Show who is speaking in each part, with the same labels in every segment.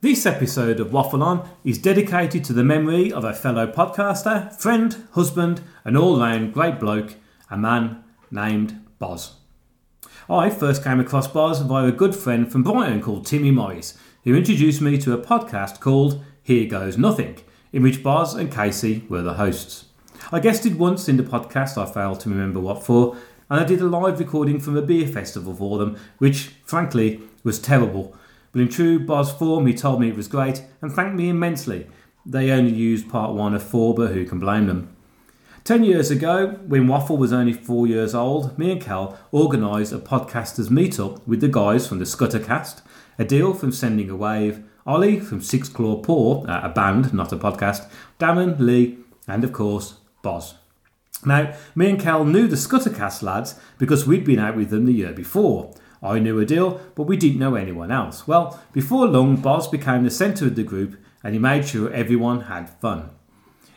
Speaker 1: This episode of Waffle On is dedicated to the memory of a fellow podcaster, friend, husband, and all round great bloke, a man named Boz. I first came across Boz via a good friend from Brighton called Timmy Morris, who introduced me to a podcast called Here Goes Nothing, in which Boz and Casey were the hosts. I guested once in the podcast, I failed to remember what for, and I did a live recording from a beer festival for them, which, frankly, was terrible. But in true Boz form, he told me it was great and thanked me immensely. They only used part one of four, but who can blame them? Ten years ago, when Waffle was only four years old, me and Cal organised a podcasters meetup with the guys from the Scuttercast, Adil from Sending a Wave, Ollie from Six Claw Paw, uh, a band, not a podcast, Damon, Lee, and of course, Boz. Now, me and Cal knew the Scuttercast lads because we'd been out with them the year before. I knew a deal, but we didn't know anyone else. Well, before long, Boz became the centre of the group and he made sure everyone had fun.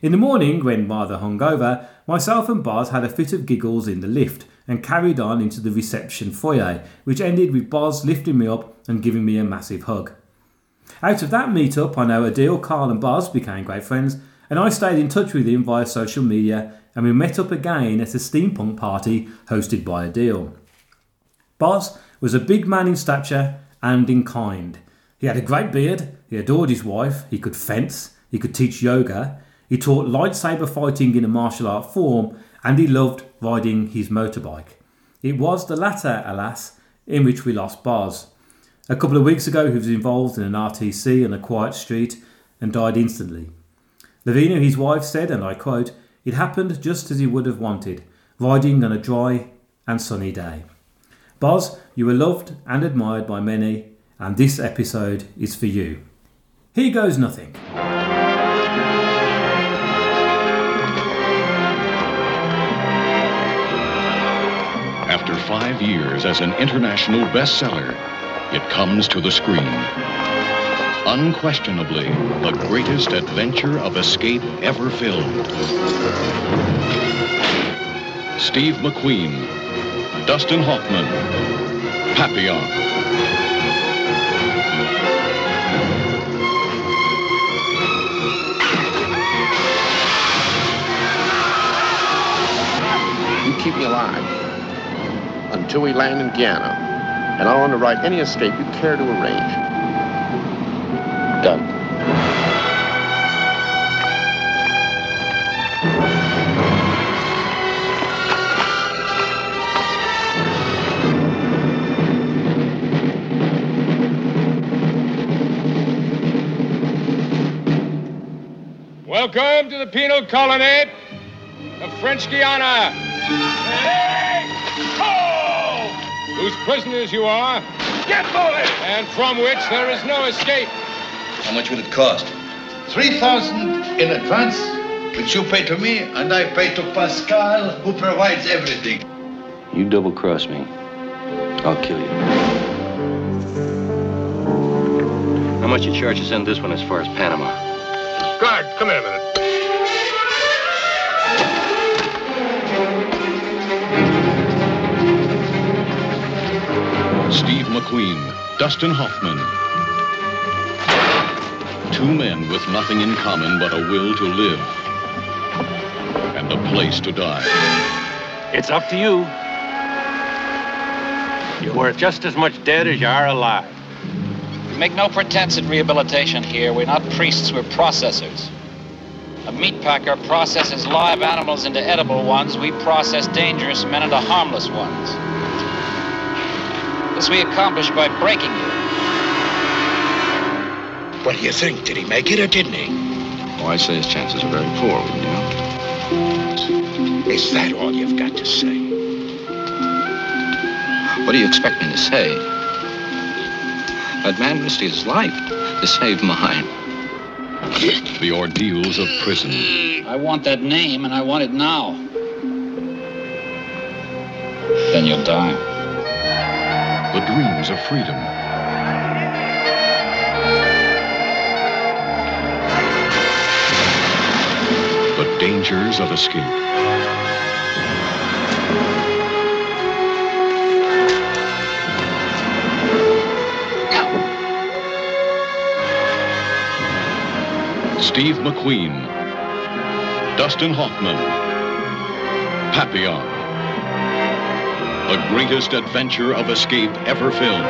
Speaker 1: In the morning, when rather hungover, myself and Boz had a fit of giggles in the lift and carried on into the reception foyer, which ended with Boz lifting me up and giving me a massive hug. Out of that meetup, I know Adil, Carl, and Boz became great friends, and I stayed in touch with him via social media, and we met up again at a steampunk party hosted by Adil. Boz was a big man in stature and in kind. He had a great beard, he adored his wife, he could fence, he could teach yoga, he taught lightsaber fighting in a martial art form, and he loved riding his motorbike. It was the latter, alas, in which we lost Boz. A couple of weeks ago, he was involved in an RTC on a quiet street and died instantly. Lavina, his wife, said, and I quote, It happened just as he would have wanted, riding on a dry and sunny day. Boz, you were loved and admired by many, and this episode is for you. Here goes nothing.
Speaker 2: After five years as an international bestseller, it comes to the screen. Unquestionably, the greatest adventure of escape ever filmed. Steve McQueen, Dustin Hoffman, Papillon.
Speaker 3: You keep me alive until we land in Guyana, and I'll underwrite any escape you care to arrange. Done.
Speaker 4: Welcome to the penal colony of French Guiana. Whose prisoners you are. Get moving! And from which there is no escape.
Speaker 5: How much would it cost?
Speaker 6: 3,000 in advance, which you pay to me, and I pay to Pascal, who provides everything.
Speaker 5: You double cross me, I'll kill you. How much you charge us in this one as far as Panama?
Speaker 4: Guard, come here a minute.
Speaker 2: Steve McQueen, Dustin Hoffman. Two men with nothing in common but a will to live and a place to die.
Speaker 7: It's up to you. You're worth just as much dead as you are alive.
Speaker 8: Make no pretense at rehabilitation here. We're not priests, we're processors. A meat packer processes live animals into edible ones. We process dangerous men into harmless ones. This we accomplish by breaking you.
Speaker 6: What do you think? Did he make it or didn't he?
Speaker 5: Oh, I say his chances are very poor with you.
Speaker 6: Is that all you've got to say?
Speaker 5: What do you expect me to say? That man risked his life to save mine.
Speaker 2: The ordeals of prison.
Speaker 8: I want that name, and I want it now. Then you'll die.
Speaker 2: The dreams of freedom. The dangers of escape. Steve McQueen, Dustin Hoffman, Papillon, the greatest adventure of escape ever filmed.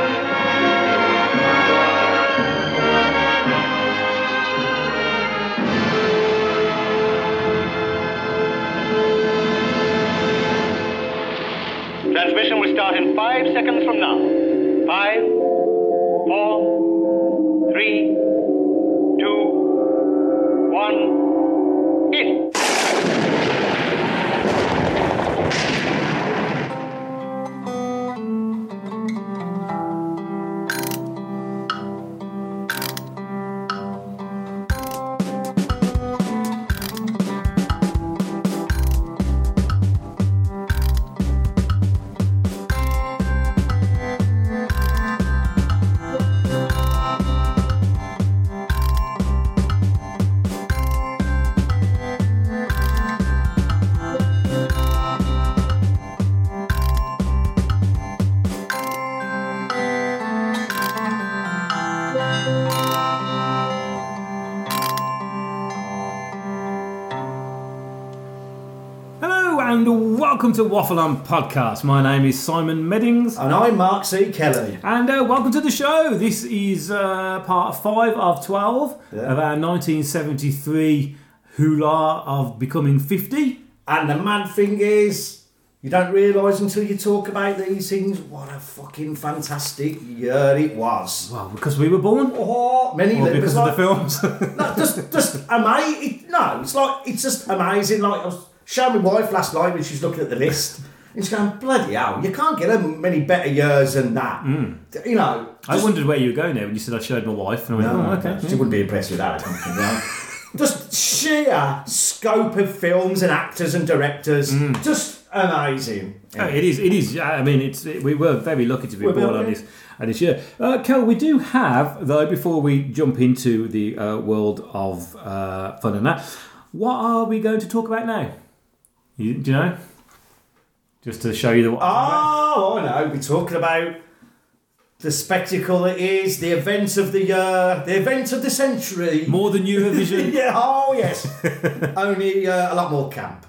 Speaker 9: Transmission will start in five seconds from now. Five, four, three, two, one, in.
Speaker 1: Hello and welcome to Waffle On Podcast. My name is Simon Meddings.
Speaker 10: And I'm Mark C. Kelly.
Speaker 1: And uh, welcome to the show. This is uh, part five of 12
Speaker 10: Yeah.
Speaker 1: of our 1973 hula of becoming 50.
Speaker 10: And the mad thing is, you don't realise until you talk about these things what a fucking fantastic year it was.
Speaker 1: Well, because we were born.
Speaker 10: Oh, many
Speaker 1: Or
Speaker 10: it
Speaker 1: because
Speaker 10: was
Speaker 1: of the
Speaker 10: like-
Speaker 1: films.
Speaker 10: No, just, just amazing. No, it's like it's just amazing. Like I was showing my wife last night when she's looking at the list, and she's going, "Bloody hell, you can't get many better years than that." You know,
Speaker 1: Hmm. I wondered where you were going there when you said I showed my wife. And I went,
Speaker 10: No,
Speaker 1: oh, okay.
Speaker 10: She wouldn't be impressed with that. I don't think, right? Just sheer scope of films and actors and directors.
Speaker 1: Mm.
Speaker 10: Just amazing.
Speaker 1: Oh, it is. It is. I mean, it's. It, we were very lucky to be
Speaker 10: We're
Speaker 1: born
Speaker 10: very
Speaker 1: on
Speaker 10: lucky.
Speaker 1: this on this year. Uh, Kel, we do have though. Before we jump into the uh, world of uh, fun and that, what are we going to talk about now? You, do you know? Just to show you the.
Speaker 10: Oh, I know. We're talking about the spectacle it is, the event of the year, the event of the century.
Speaker 1: More than Eurovision.
Speaker 10: yeah, oh yes. Only uh, a lot more camp.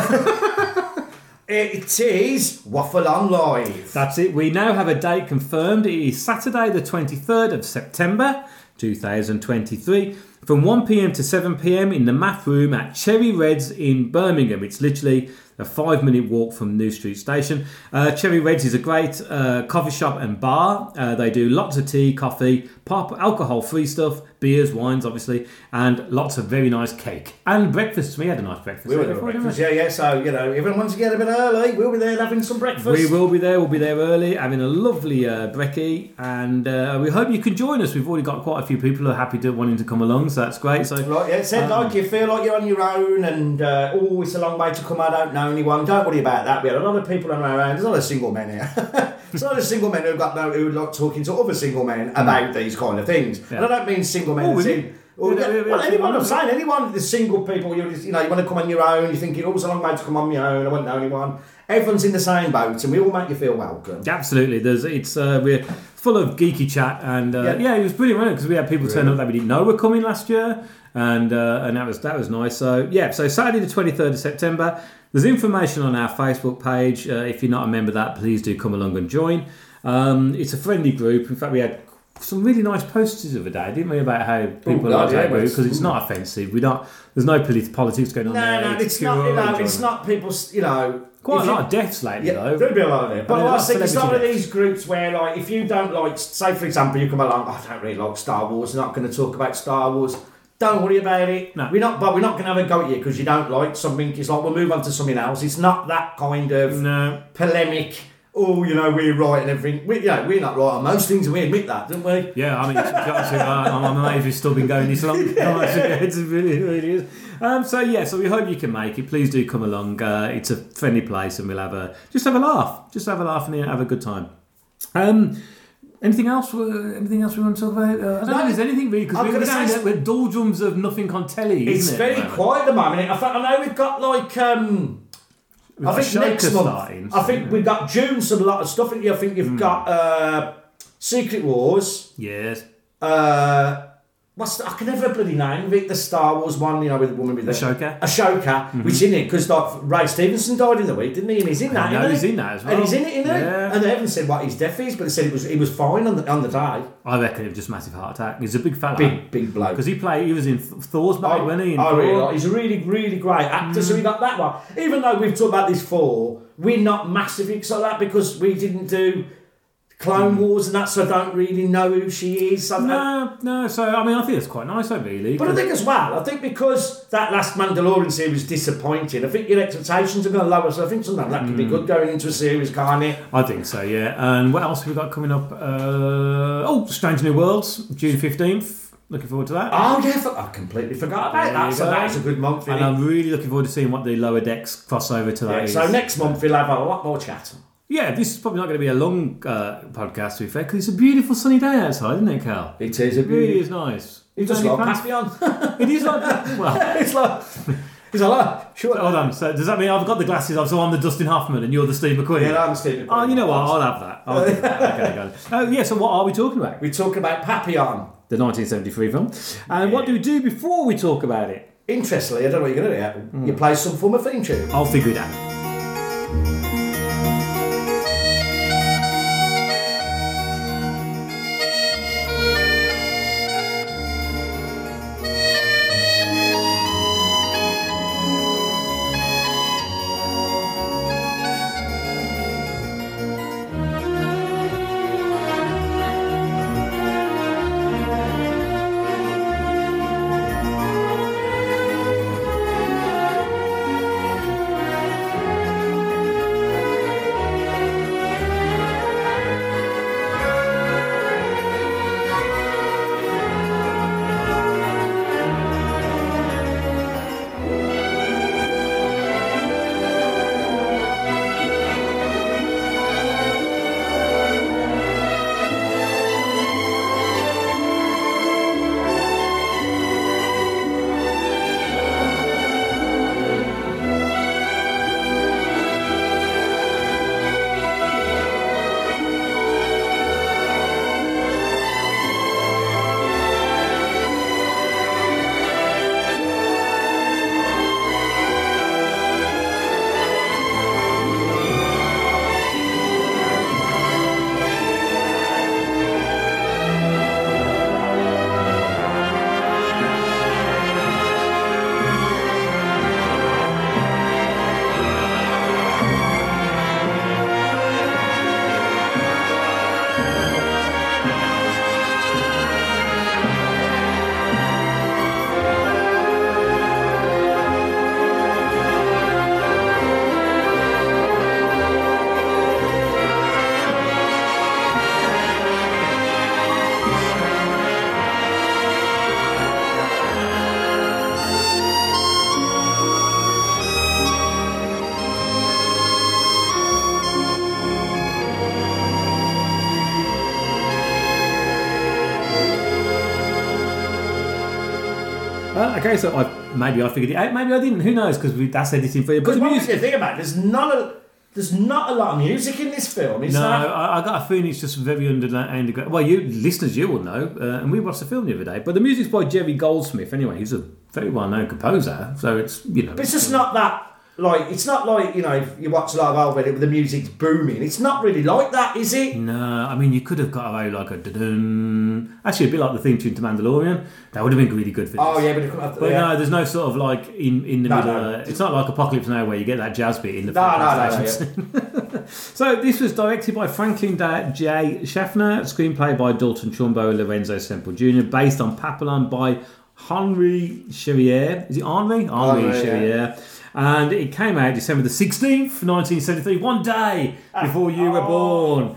Speaker 10: Uh, it is Waffle On Live.
Speaker 1: That's it. We now have a date confirmed. It is Saturday, the 23rd of September 2023, from 1 pm to 7 pm in the math room at Cherry Reds in Birmingham. It's literally a five minute walk from New Street Station. Uh, Cherry Reds is a great uh, coffee shop and bar. Uh, they do lots of tea, coffee, pop, alcohol free stuff, beers, wines, obviously, and lots of very nice cake and breakfast. We had a nice breakfast.
Speaker 10: We were
Speaker 1: there
Speaker 10: doing
Speaker 1: before, didn't
Speaker 10: breakfast, yeah, yeah. So you know, everyone wants to get a bit early. We'll be there having some breakfast.
Speaker 1: We will be there. We'll be there early, having a lovely uh, brekkie, and uh, we hope you can join us. We've already got quite a few people who are happy to wanting to come along, so that's great. So
Speaker 10: Right, yeah, said
Speaker 1: Um,
Speaker 10: like you feel like you're on your own, and uh, oh, it's a long way to come. I don't know anyone. Don't worry about that. We had a lot of people on our own. There's not a single man here. There's not a single man who got no who like talking to other single men about these kind of things. And I don't mean single men.
Speaker 1: Mm. Oh,
Speaker 10: as
Speaker 1: we-
Speaker 10: in- Well,
Speaker 1: we- we- we-
Speaker 10: well, anyone
Speaker 1: we-
Speaker 10: I'm saying, anyone, the single people, you you know, you want to come on your own. You're thinking, oh, it's a long way to come on your own. I won't know anyone. Everyone's in the same boat, and we all make you feel welcome.
Speaker 1: absolutely, there's it's uh, we're full of geeky chat, and uh, yeah.
Speaker 10: Yeah.
Speaker 1: it was brilliant because we had people turn up that we didn't know were coming last year, and uh, and that was that was nice. So yeah, so Saturday the twenty third of September. There's information on our Facebook page. Uh, if you're not a member of that, please do come along and join. Um, it's a friendly group. In fact, we had some really nice posters the other day, didn't we, about how people
Speaker 10: Oh, God,
Speaker 1: like
Speaker 10: yeah,
Speaker 1: that
Speaker 10: well,
Speaker 1: group because it's not offensive. We don't. There's no polit- politics going on
Speaker 10: No,
Speaker 1: there.
Speaker 10: no, it's
Speaker 1: pure
Speaker 10: not. You know,
Speaker 1: enjoyment.
Speaker 10: it's not people's. You know,
Speaker 1: Quite
Speaker 10: if
Speaker 1: a
Speaker 10: you-
Speaker 1: lot of deaths lately,
Speaker 10: Yeah,
Speaker 1: though.
Speaker 10: there'd be a lot of it. But
Speaker 1: mean,
Speaker 10: I,
Speaker 1: a lot of
Speaker 10: think it's
Speaker 1: celebrity
Speaker 10: one of
Speaker 1: deaths.
Speaker 10: these groups where, like, if you don't like, say for example, you come along, "Oh, I don't really like Star Wars, not going to talk about Star Wars. Don't worry about it.
Speaker 1: No.
Speaker 10: We're not, but we're not going to have a go at you because you don't like something. It's like we'll move on to something else. It's not that kind of
Speaker 1: No.
Speaker 10: polemic. Oh, you know, we're right and everything. We, you know, we're not right on most things, and we admit that, don't we?
Speaker 1: Yeah, I mean, to be honest with you, I- I'm amazed we've still been going this long. It's really, it really is. Um, so yeah, so we hope you can make it. Please do come along. Uh, it's a friendly place, and we'll have a just have a laugh, just have a laugh, and have a good time. Um, anything else? Uh, Anything else we want to talk about? Uh, I don't know. If there's anything really because
Speaker 10: I'm
Speaker 1: we're,
Speaker 10: gonna
Speaker 1: down
Speaker 10: say-
Speaker 1: there with doldrums of nothing on telly.
Speaker 10: It's
Speaker 1: isn't it,
Speaker 10: very
Speaker 1: at the moment?
Speaker 10: quiet at the moment. I, th- I know we've got like um. I
Speaker 1: got
Speaker 10: think
Speaker 1: Shaker
Speaker 10: next month.
Speaker 1: starting,
Speaker 10: I
Speaker 1: so,
Speaker 10: think
Speaker 1: yeah. Hmm.
Speaker 10: we've got June. Some lot of stuff. I think you've got uh, Secret Wars.
Speaker 1: Yes.
Speaker 10: Uh, My st- I can never bloody name of it. The Star Wars one, you know, with the woman with the
Speaker 1: Ashoka. Mm-hmm.
Speaker 10: Ashoka, which in it because like Ray Stevenson died in the week, didn't he? And he's in that.
Speaker 1: know
Speaker 10: isn't
Speaker 1: he's
Speaker 10: he?
Speaker 1: in that as well.
Speaker 10: And he's in it, isn't
Speaker 1: Yeah.
Speaker 10: he? And they haven't said what his death is, but they said it was he was fine on the on the day.
Speaker 1: I reckon it was just massive heart attack. He's a big fella.
Speaker 10: Big big bloke.
Speaker 1: Because Uh-huh. he played, he was in Th- Thor's mate, wasn't he? in
Speaker 10: I
Speaker 1: Thor?
Speaker 10: really like. He's a really, really great actor.
Speaker 1: Mm.
Speaker 10: So we got that one. Even though we've talked about this four, we're not massively excited about that because we didn't do Clone Wars and that, so I don't really know who she is. So I-
Speaker 1: Mm. No, no. So I mean, I think it's quite nice, though, really.
Speaker 10: But I
Speaker 1: 'cause-
Speaker 10: think as well, I think because that last Mandalorian series disappointed, I think your expectations are going to lower. So I think sometimes that could
Speaker 1: Mm.
Speaker 10: be good going into a series, can't it?
Speaker 1: I think so, yeah. And what else have we got coming up? Uh, oh, Strange New Worlds, June fifteenth. Looking forward to that.
Speaker 10: Oh yeah, for, I completely forgot about
Speaker 1: There
Speaker 10: that.
Speaker 1: you
Speaker 10: So
Speaker 1: go.
Speaker 10: that's a good month.
Speaker 1: and
Speaker 10: innit?
Speaker 1: I'm really looking forward to seeing what the lower decks crossover to that
Speaker 10: Yeah,
Speaker 1: is.
Speaker 10: so next month we'll have a lot more chat.
Speaker 1: yeah, this is probably not going to be a long uh, podcast to be fair, because it's a beautiful sunny day outside, isn't it, Carl?
Speaker 10: It is a
Speaker 1: It really
Speaker 10: beauty.
Speaker 1: is nice.
Speaker 10: You just
Speaker 1: Any
Speaker 10: got to
Speaker 1: plans?
Speaker 10: pass me on.
Speaker 1: It is like that. Well,
Speaker 10: it's like it's like sure.
Speaker 1: hold on. So does that mean I've got the glasses on? So I'm the Dustin Hoffman and you're the Steve McQueen.
Speaker 10: Yeah, I'm Steve McQueen.
Speaker 1: Oh, you know what? I'll have that. I'll do that. Okay, got it. Oh, yeah. So what are we talking about?
Speaker 10: We're talking about Papillon.
Speaker 1: The 1973 film. And what do we do before we talk about it?
Speaker 10: Interestingly, I don't know what you're going to do. You play some form of theme tune.
Speaker 1: Hmm. I'll figure it out. Uh, okay, so I, maybe I figured it out. Maybe I didn't. Who knows? Because that's editing for you. But
Speaker 10: Because
Speaker 1: the
Speaker 10: what you
Speaker 1: music.
Speaker 10: think about it, there's not a there's not a lot of music in this film. Is
Speaker 1: No,
Speaker 10: there?
Speaker 1: I, I got a feeling it's just very under underground. Well, you listeners, you will know. Uh, and we watched the film the other day. But the music's by Jerry Goldsmith. Anyway, he's a very well-known composer. So it's you know.
Speaker 10: But it's just not that like it's not like you know if you watch a lot of old video, the music's booming. It's not really like that, is it?
Speaker 1: No, I mean you could have got away with like a dun. Actually, a bit like the theme tune to Mandalorian. That would have been really good for this.
Speaker 10: Oh yeah, but it come out.
Speaker 1: But
Speaker 10: yeah.
Speaker 1: no, there's no sort of like in in the
Speaker 10: No,
Speaker 1: middle.
Speaker 10: no.
Speaker 1: uh, It's not like Apocalypse Now where you get that jazz beat in the.
Speaker 10: No, no, no, no,
Speaker 1: so this was directed by Franklin Da- J. Schaffner, screenplay by Dalton Trumbo and Lorenzo Semple Jr., based on Papillon by Henri Cherier. Is it Henri? Henri
Speaker 10: Henri,
Speaker 1: Cherier. And it came out December the 16th, 1973, one day before you
Speaker 10: Oh.
Speaker 1: were born.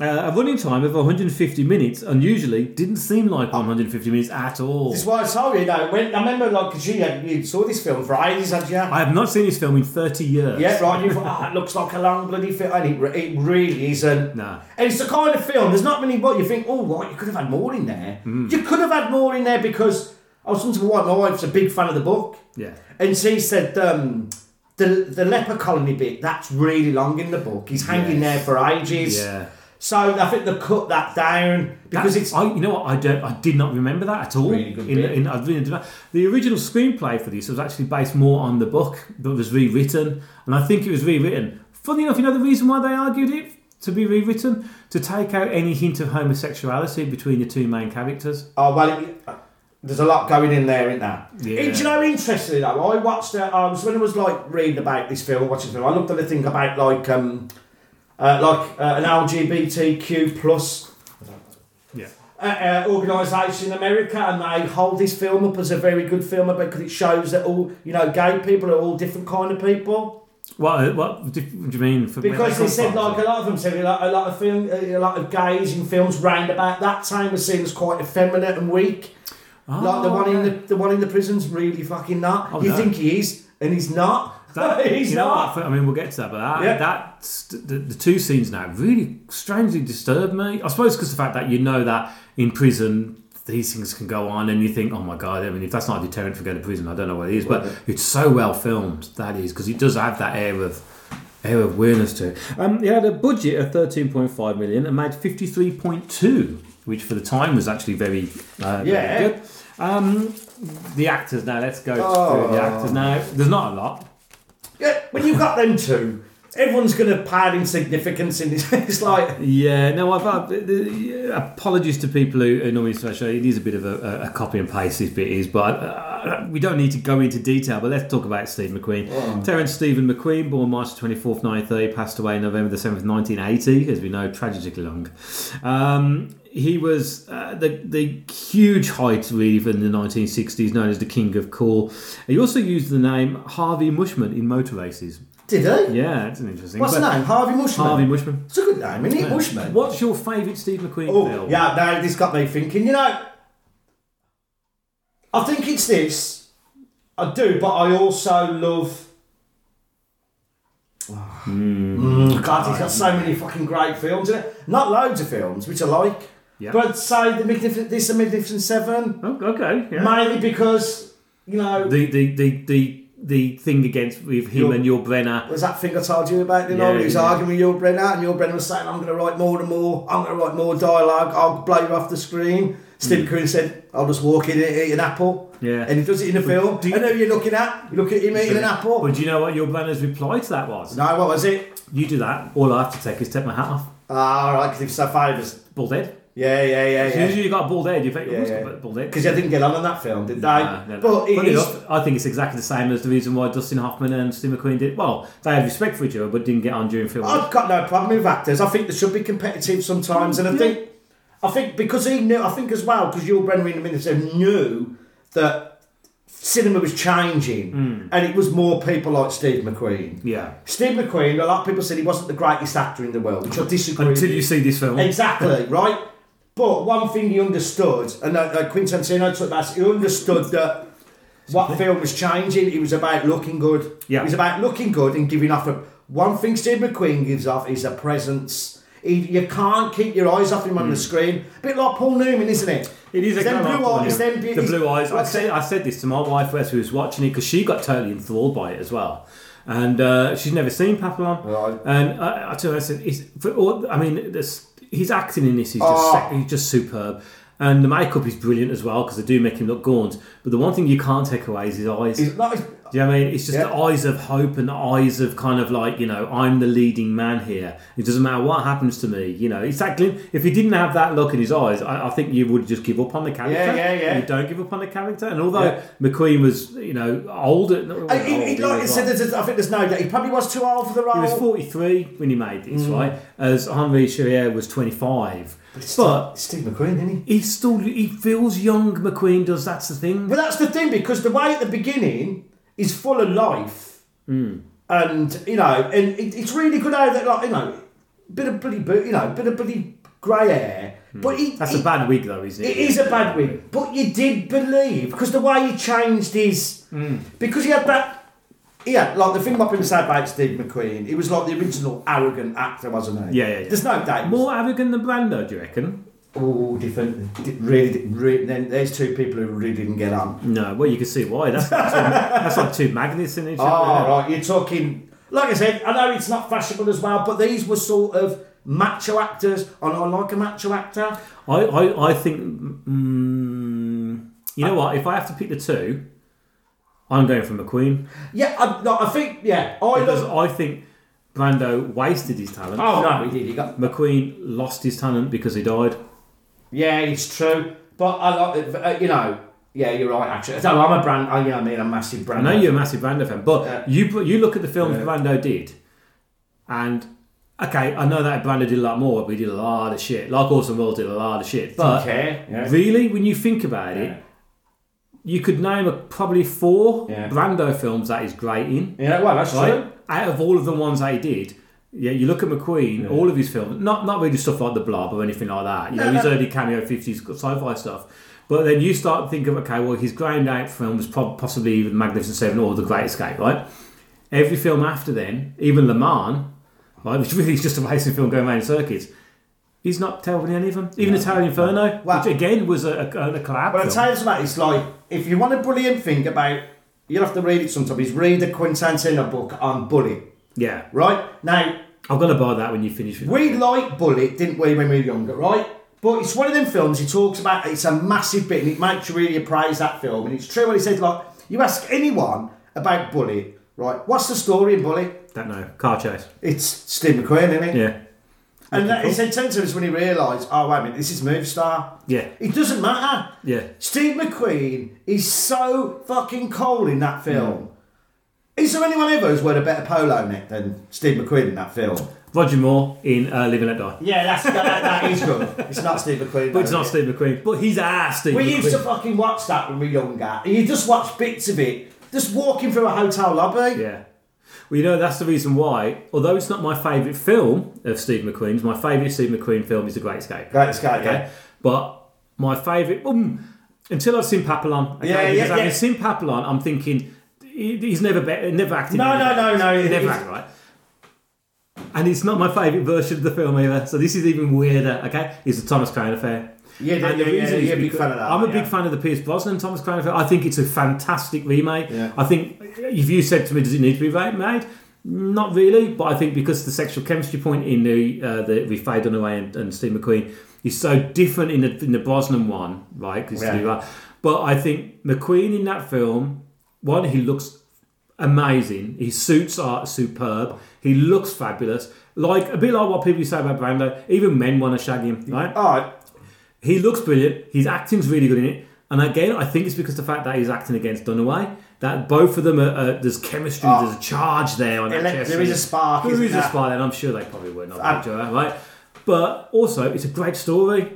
Speaker 1: Uh, a running time of 150 minutes, unusually, didn't seem like 150 minutes at all.
Speaker 10: That's why I told you. you know, when, I remember like 'cause you had, you saw this film for ages, had you?
Speaker 1: I have not seen this film in 30 years.
Speaker 10: yeah, right. You thought, oh, it looks like a long bloody film, and it, re- it really isn't.
Speaker 1: No.
Speaker 10: And it's the kind of film. There's not many, but you think, oh, right, you could have had more in there.
Speaker 1: Mm.
Speaker 10: You could have had more in there because I was talking to my wife. My wife's a big fan of the book.
Speaker 1: Yeah.
Speaker 10: And she said, um, the, the leper colony bit, that's really long in the book. He's hanging
Speaker 1: Yes.
Speaker 10: there for ages.
Speaker 1: Yeah.
Speaker 10: So I think they cut that down because
Speaker 1: That-
Speaker 10: it's
Speaker 1: I, you know what I don't I did not remember that at all.
Speaker 10: Really good
Speaker 1: in,
Speaker 10: bit.
Speaker 1: in, I really didn't- the original screenplay for this was actually based more on the book that was rewritten, and I think it was rewritten. Funny enough, you know the reason why they argued it to be rewritten to take out any hint of homosexuality between the two main characters.
Speaker 10: Oh well, it, there's a lot going in there, isn't there?
Speaker 1: Yeah.
Speaker 10: Eh, Do you know, interestingly though, I watched it. I was when I was like reading about this film, watching the film. I looked at the thing about like um, uh, like uh, an LGBTQ plus
Speaker 1: Yeah.
Speaker 10: uh, uh, organisation in America, and they hold this film up as a very good film because it shows that all you know, gay people are all different kind of people.
Speaker 1: What uh, what do do you mean? For where
Speaker 10: Because
Speaker 1: come
Speaker 10: they said
Speaker 1: from?
Speaker 10: like a lot of them said a lot, a lot of film, a lot of gays in films round about that time were seen as quite effeminate and weak. like the one in the the one in the prison's really fucking not.
Speaker 1: Ah. Oh,
Speaker 10: you
Speaker 1: no.
Speaker 10: think he is, and he's not.
Speaker 1: That,
Speaker 10: he's
Speaker 1: you know what,
Speaker 10: not.
Speaker 1: I mean, we'll get to that, but that,
Speaker 10: Yeah.
Speaker 1: that st- the, the two scenes now really strangely disturbed me. I suppose because the fact that you know that in prison these things can go on, and you think, oh my god, I mean, if that's not a deterrent for going to prison, I don't know what it is. But it's so well filmed that is because it does have that air of air of weirdness to it. Um, it had a budget of thirteen point five million and made fifty three point two, which for the time was actually very uh,
Speaker 10: Yeah.
Speaker 1: very good. Um, the actors now. Let's go through
Speaker 10: Oh.
Speaker 1: the actors now. There's not a lot.
Speaker 10: Yeah, when you've got them two, everyone's gonna pad insignificance in this. It's like
Speaker 1: Yeah, no, I've, i the, the- apologies to people who are normally special. It is a bit of a, a, a copy and paste, this bit is, but uh, we don't need to go into detail. But let's talk about Steve McQueen. Terence Stephen McQueen, born March 24th, 1930, passed away November the 7th, 1980, as we know, tragically long. Um, he was uh, the, the huge height, really, in the 1960s, known as the King of Cool. He also used the name Harvey Mushman in motor races.
Speaker 10: did he?
Speaker 1: Yeah, it's an interesting
Speaker 10: What's his
Speaker 1: but-
Speaker 10: name? Harvey Mushman.
Speaker 1: Harvey Mushman.
Speaker 10: It's a good name, isn't it? Mushman.
Speaker 1: What's your favourite Steve McQueen
Speaker 10: Oh,
Speaker 1: film?
Speaker 10: yeah, no, this got me thinking, you know. I think it's this. I do, but I also love.
Speaker 1: Hmm.
Speaker 10: Mm, God, he's got so many fucking great films in it. Not loads of films, which I like.
Speaker 1: Yeah.
Speaker 10: But say the Magnificent, this the Magnificent Seven,
Speaker 1: Oh, okay. Yeah.
Speaker 10: mainly because you know
Speaker 1: the, the the the the thing against with him
Speaker 10: Your-
Speaker 1: and your Brenner.
Speaker 10: was that thing I told you about? You
Speaker 1: Yeah,
Speaker 10: know, when he was
Speaker 1: yeah.
Speaker 10: arguing with your Brenner, and your Brenner was saying, "I'm going to write more and more. I'm going to write more dialogue. I'll blow you off the screen." Steve McQueen said, "I'll just walk in and eat an
Speaker 1: Mm.
Speaker 10: apple."
Speaker 1: Yeah.
Speaker 10: and he does it in the film.
Speaker 1: do you-
Speaker 10: and who are you looking at? You look at him eating an apple.
Speaker 1: But do you know what your Brenner's reply to that was?
Speaker 10: Oh. no, what was it?
Speaker 1: You do that. All I have to take is take my hat off.
Speaker 10: Ah, all right, because he was so famous.
Speaker 1: Bald head.
Speaker 10: Yeah, yeah, yeah,
Speaker 1: As soon as
Speaker 10: yeah.
Speaker 1: you got a bald head, you think,
Speaker 10: Yeah,
Speaker 1: yeah,
Speaker 10: yeah.
Speaker 1: bald head.
Speaker 10: Because I didn't get on in that film, did they?
Speaker 1: Nah, no, no.
Speaker 10: But it
Speaker 1: Funny
Speaker 10: is.
Speaker 1: enough, I think it's exactly the same as the reason why Dustin Hoffman and Steve McQueen did. Well, they had respect for each other, but didn't get on during filming.
Speaker 10: I've got no problem with actors. I think they should be competitive sometimes, and I
Speaker 1: Yeah.
Speaker 10: think, I think because he knew, I think as well because Yul Brenner in the minister knew that cinema was changing, and it was more people like Steve McQueen.
Speaker 1: Hmm. yeah.
Speaker 10: Steve McQueen, a lot of people said he wasn't the greatest actor in the world, which I disagree.
Speaker 1: Until
Speaker 10: with.
Speaker 1: you see this film.
Speaker 10: Exactly, right? But one thing he understood, and uh, uh, Quentin Tarantino took that, he understood that what film was changing, it was about looking good.
Speaker 1: Yeah.
Speaker 10: It was about looking good and giving off a... One thing Steve McQueen gives off is a presence. He, you can't keep your eyes off him on the screen. A bit like Paul Newman, isn't it?
Speaker 1: Mm. It is a
Speaker 10: It's them
Speaker 1: glamour
Speaker 10: blue
Speaker 1: film,
Speaker 10: eyes,
Speaker 1: yeah.
Speaker 10: them be-
Speaker 1: the blue eyes. I
Speaker 10: what's
Speaker 1: said,
Speaker 10: it?
Speaker 1: I said this to my wife as we was watching it because she got totally enthralled by it as well, and uh, she's never seen Papillon.
Speaker 10: Right.
Speaker 1: And I, I told her, I said, it's, for all, I mean, this, his acting in this is just
Speaker 10: Oh.
Speaker 1: he's just superb, and the makeup is brilliant as well because they do make him look gaunt. But the one thing you can't take away is his eyes.
Speaker 10: It's not-
Speaker 1: Do you know what I mean? It's just
Speaker 10: Yeah.
Speaker 1: the eyes of hope and the eyes of kind of like, you know, I'm the leading man here. It doesn't matter what happens to me. You know, it's that glim. If he didn't have that look in his eyes, I, I think you would just give up on the character.
Speaker 10: Yeah, yeah, yeah.
Speaker 1: You don't give up on the character. And although
Speaker 10: Yeah.
Speaker 1: McQueen was, you know, older. not really
Speaker 10: I- he-
Speaker 1: old,
Speaker 10: he-
Speaker 1: he
Speaker 10: like I
Speaker 1: was
Speaker 10: said,
Speaker 1: like-
Speaker 10: there's- I think there's no doubt. He probably was too old for the role.
Speaker 1: Oh, he was 43 when he made
Speaker 10: Mm.
Speaker 1: this, right? As Henri Charrier was 25. But
Speaker 10: Steve McQueen, isn't he?
Speaker 1: he still, he feels young, McQueen does. That's the thing.
Speaker 10: But that's the thing because the way at the beginning is full of life,
Speaker 1: Hmm.
Speaker 10: and you know, and it, it's really good how that like you know, bit of bloody bo- you know, bit of bloody grey hair, but he,
Speaker 1: Hmm. That's
Speaker 10: he,
Speaker 1: a bad wig, though, isn't it?
Speaker 10: It is a bad wig, but you did believe because the way he changed his because he had that. Yeah, like the thing what people say about Steve McQueen, he was like the original arrogant actor, wasn't he?
Speaker 1: Yeah, yeah, yeah.
Speaker 10: There's no doubt.
Speaker 1: More arrogant than Brando, do you reckon?
Speaker 10: all different. di- Really, di- really, then there's two people who really didn't get on.
Speaker 1: No, well, you can see why. That's like two, that's like two magnets in each
Speaker 10: Oh,
Speaker 1: other.
Speaker 10: right, you're talking. Like I said, I know it's not fashionable as well, but these were sort of macho actors, and I like a macho actor.
Speaker 1: I, I, I think, mm, you know what? If I have to pick the two, I'm going for McQueen
Speaker 10: Yeah, I, no, I think yeah, I
Speaker 1: because
Speaker 10: love.
Speaker 1: I think Brando wasted his talent.
Speaker 10: Oh no, he did. He got
Speaker 1: McQueen lost his talent because he died.
Speaker 10: Yeah, it's true. But I like, uh, you know, yeah, you're right. Actually, no, I'm a brand. I, you know, what I mean, I'm a massive brand.
Speaker 1: I know you're a massive Brando fan, but
Speaker 10: Yeah.
Speaker 1: you put- you look at the films
Speaker 10: Yeah.
Speaker 1: Brando did, and okay, I know that Brando did a lot more, but he did a lot of shit. Like Orson Welles did a lot of shit, but
Speaker 10: care, yeah.
Speaker 1: really, when you think about
Speaker 10: Yeah.
Speaker 1: it, you could name a, probably four
Speaker 10: Yeah.
Speaker 1: Brando films that he's great in.
Speaker 10: Yeah, well, that's
Speaker 1: Right?
Speaker 10: true.
Speaker 1: Out of all of the ones that he did. Yeah, you look at McQueen, all of his films, not not really stuff like The Blob or anything like that. You know, his early cameo 50s sci-fi stuff. But then you start thinking, okay, well, his ground out films, prob- possibly even Magnificent Seven or The Great Escape, right? Every film after then, even Le Mans, right, which really is just a racing film going around in circuits, he's not terrible in any of them. Even Italian Inferno,
Speaker 10: Well-
Speaker 1: which again was a, a, a collab
Speaker 10: But I
Speaker 1: film.
Speaker 10: tell you something, it's like if you want a brilliant thing about, you'll have to read it sometime. Is read the Quintantino book on bullying.
Speaker 1: yeah,
Speaker 10: Right now,
Speaker 1: I'm gonna buy that when you finish with
Speaker 10: We like Bullet, didn't we, when we were younger, right? But it's one of them films he talks about, it's a massive bit and it makes you really appraise that film. And it's true when he says, like, you ask anyone about Bullet, right? What's the story in Bullet?
Speaker 1: Don't know car chase.
Speaker 10: It's Steve McQueen, isn't it?
Speaker 1: Yeah,
Speaker 10: And that, it's intense when he realised, oh, wait a minute, this is movie star.
Speaker 1: yeah,
Speaker 10: It doesn't matter.
Speaker 1: yeah.
Speaker 10: Steve McQueen is so fucking cold in that
Speaker 1: Mm.
Speaker 10: film. Is there anyone ever who's worn a better polo neck than Steve McQueen in that film?
Speaker 1: Roger Moore in uh, Live and Let Die.
Speaker 10: Yeah, that's, that, that is good. It's not Steve McQueen.
Speaker 1: But it's
Speaker 10: though,
Speaker 1: not
Speaker 10: is it?
Speaker 1: Steve McQueen. But he's our Steve
Speaker 10: We
Speaker 1: McQueen.
Speaker 10: used to fucking watch that when we were younger. And you just watch bits of it, just walking through a hotel lobby.
Speaker 1: Yeah. Well, you know, that's the reason why, although it's not my favourite film of Steve McQueen's, my favourite Steve McQueen film is The Great Escape.
Speaker 10: Great escape, yeah.
Speaker 1: But my favourite, um, until I've seen Papillon, okay,
Speaker 10: Yeah, yeah,
Speaker 1: because having
Speaker 10: yeah.
Speaker 1: seen Papillon, I'm thinking he- he's never be- never acted.
Speaker 10: No,
Speaker 1: in
Speaker 10: no,
Speaker 1: anything.
Speaker 10: no, no,
Speaker 1: He
Speaker 10: it-
Speaker 1: never
Speaker 10: it's-
Speaker 1: acted right. And it's not my favourite version of the film either, so this is even weirder. Okay, is the Thomas Crown affair?
Speaker 10: Yeah, yeah,
Speaker 1: And the
Speaker 10: yeah, yeah,
Speaker 1: reason is
Speaker 10: you're a big
Speaker 1: because-
Speaker 10: fan of that,
Speaker 1: I'm a big
Speaker 10: yeah.
Speaker 1: fan of the Pierce Brosnan Thomas Crown affair. I think it's a fantastic remake.
Speaker 10: Yeah.
Speaker 1: I think if you said to me, does it need to be remade? Not really, but I think because the sexual chemistry point in the uh, the with Faye Dunaway and, and Steve McQueen is so different in the in the Brosnan one, right? 'cause
Speaker 10: Yeah.
Speaker 1: you are- But I think McQueen in that film, one he looks amazing. His suits are superb. He looks fabulous. Like a bit like what people say about Brando, even men want to shag him, right?
Speaker 10: All right.
Speaker 1: He looks brilliant. His acting's really good in it. And again, I think it's because the fact that he's acting against Dunaway, that both of them are, uh, there's chemistry,
Speaker 10: Oh.
Speaker 1: there's a charge there on that
Speaker 10: Ele-
Speaker 1: chest
Speaker 10: there is a
Speaker 1: scene.
Speaker 10: spark,
Speaker 1: There
Speaker 10: isn't
Speaker 1: is a
Speaker 10: there?
Speaker 1: spark, and I'm sure they probably were not
Speaker 10: Um,
Speaker 1: each other, right? But also, it's a great story.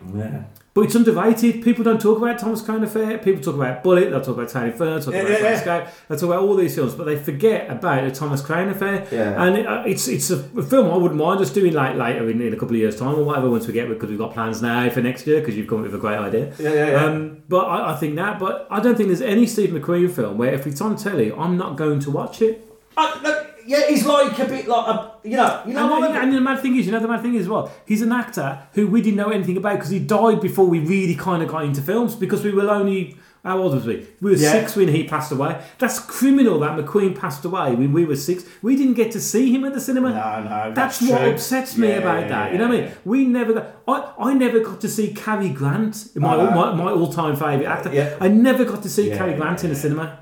Speaker 1: But it's underrated. People don't talk about Thomas Crown Affair. People talk about Bullet. They talk about Tiny Fern. They talk about
Speaker 10: Yeah, yeah,
Speaker 1: Great
Speaker 10: yeah.
Speaker 1: Escape. They talk about all these films, but they forget about the Thomas Crown Affair.
Speaker 10: Yeah.
Speaker 1: And it, uh, it's it's a film I wouldn't mind just doing like later in, in a couple of years' time or whatever once we get because we've got plans now for next year because you've come up with a great idea.
Speaker 10: Yeah, yeah, yeah.
Speaker 1: Um, but I, I think that. But I don't think there's any Steve McQueen film where if it's on telly, I'm not going to watch it.
Speaker 10: I, look, Uh, yeah, he's like a bit like a, you know, you know
Speaker 1: And,
Speaker 10: what?
Speaker 1: and, and the mad thing is, you know, the mad thing is as well, he's an actor who we didn't know anything about because he died before we really kind of got into films because we were only. How old was we? We were
Speaker 10: Yeah.
Speaker 1: six when he passed away. That's criminal that McQueen passed away when we were six. We didn't get to see him at the cinema.
Speaker 10: No, no,
Speaker 1: That's,
Speaker 10: that's
Speaker 1: what
Speaker 10: true.
Speaker 1: upsets me
Speaker 10: Yeah,
Speaker 1: about
Speaker 10: yeah,
Speaker 1: that.
Speaker 10: yeah,
Speaker 1: you know what I mean?
Speaker 10: yeah.
Speaker 1: We never got. I, I never got to see Cary Grant, my
Speaker 10: I know.
Speaker 1: my, my all time favourite actor.
Speaker 10: Uh-huh. Yeah.
Speaker 1: I never got to see
Speaker 10: Yeah,
Speaker 1: Cary Grant
Speaker 10: yeah,
Speaker 1: in the
Speaker 10: yeah.
Speaker 1: cinema.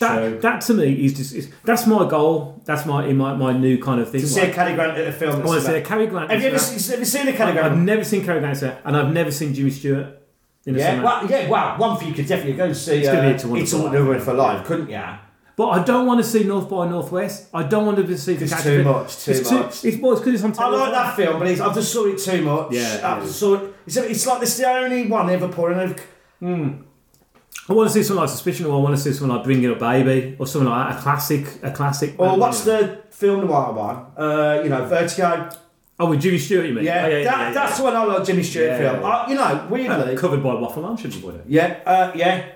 Speaker 1: That,
Speaker 10: true.
Speaker 1: that to me is just is, that's my goal. That's my in my, my new kind of thing.
Speaker 10: to see
Speaker 1: like-
Speaker 10: a Cary Grant in a film.
Speaker 1: I want
Speaker 10: that's
Speaker 1: to see a
Speaker 10: about-
Speaker 1: Cary Grant.
Speaker 10: Have you ever
Speaker 1: cinema.
Speaker 10: seen, have you seen a Cary
Speaker 1: I've
Speaker 10: Grant?
Speaker 1: never seen Cary Grant cinema, and I've never seen Jimmy Stewart in a
Speaker 10: Yeah,
Speaker 1: cinema.
Speaker 10: well, yeah, wow. One for you could definitely go and see. It's
Speaker 1: gonna be It's a Wonderful
Speaker 10: It's a
Speaker 1: Life.
Speaker 10: Wonderful Life, couldn't you?
Speaker 1: But I don't want to see North by Northwest. I don't want to see the
Speaker 10: It's
Speaker 1: Catch
Speaker 10: too
Speaker 1: Me-
Speaker 10: much, too
Speaker 1: it's
Speaker 10: much.
Speaker 1: it's well, it's because it's on.
Speaker 10: I
Speaker 1: television.
Speaker 10: like that film, but it's, I just saw it too much.
Speaker 1: Yeah,
Speaker 10: I
Speaker 1: yeah.
Speaker 10: just saw it. It's, it's like this is the only one ever pouring over.
Speaker 1: I want to see something like Suspicion, or I want to see something like Bringing Up Baby, or something like that. A classic, a classic.
Speaker 10: Or what's the film noir one? Uh, you know, Vertigo.
Speaker 1: Oh, with Jimmy Stewart, you mean?
Speaker 10: Yeah,
Speaker 1: Oh,
Speaker 10: that, that's the one I like Jimmy Stewart
Speaker 1: Yeah,
Speaker 10: film.
Speaker 1: yeah.
Speaker 10: Uh, you know, weirdly.
Speaker 1: Uh, covered by Waffle Man, shouldn't we?
Speaker 10: Yeah, uh, yeah,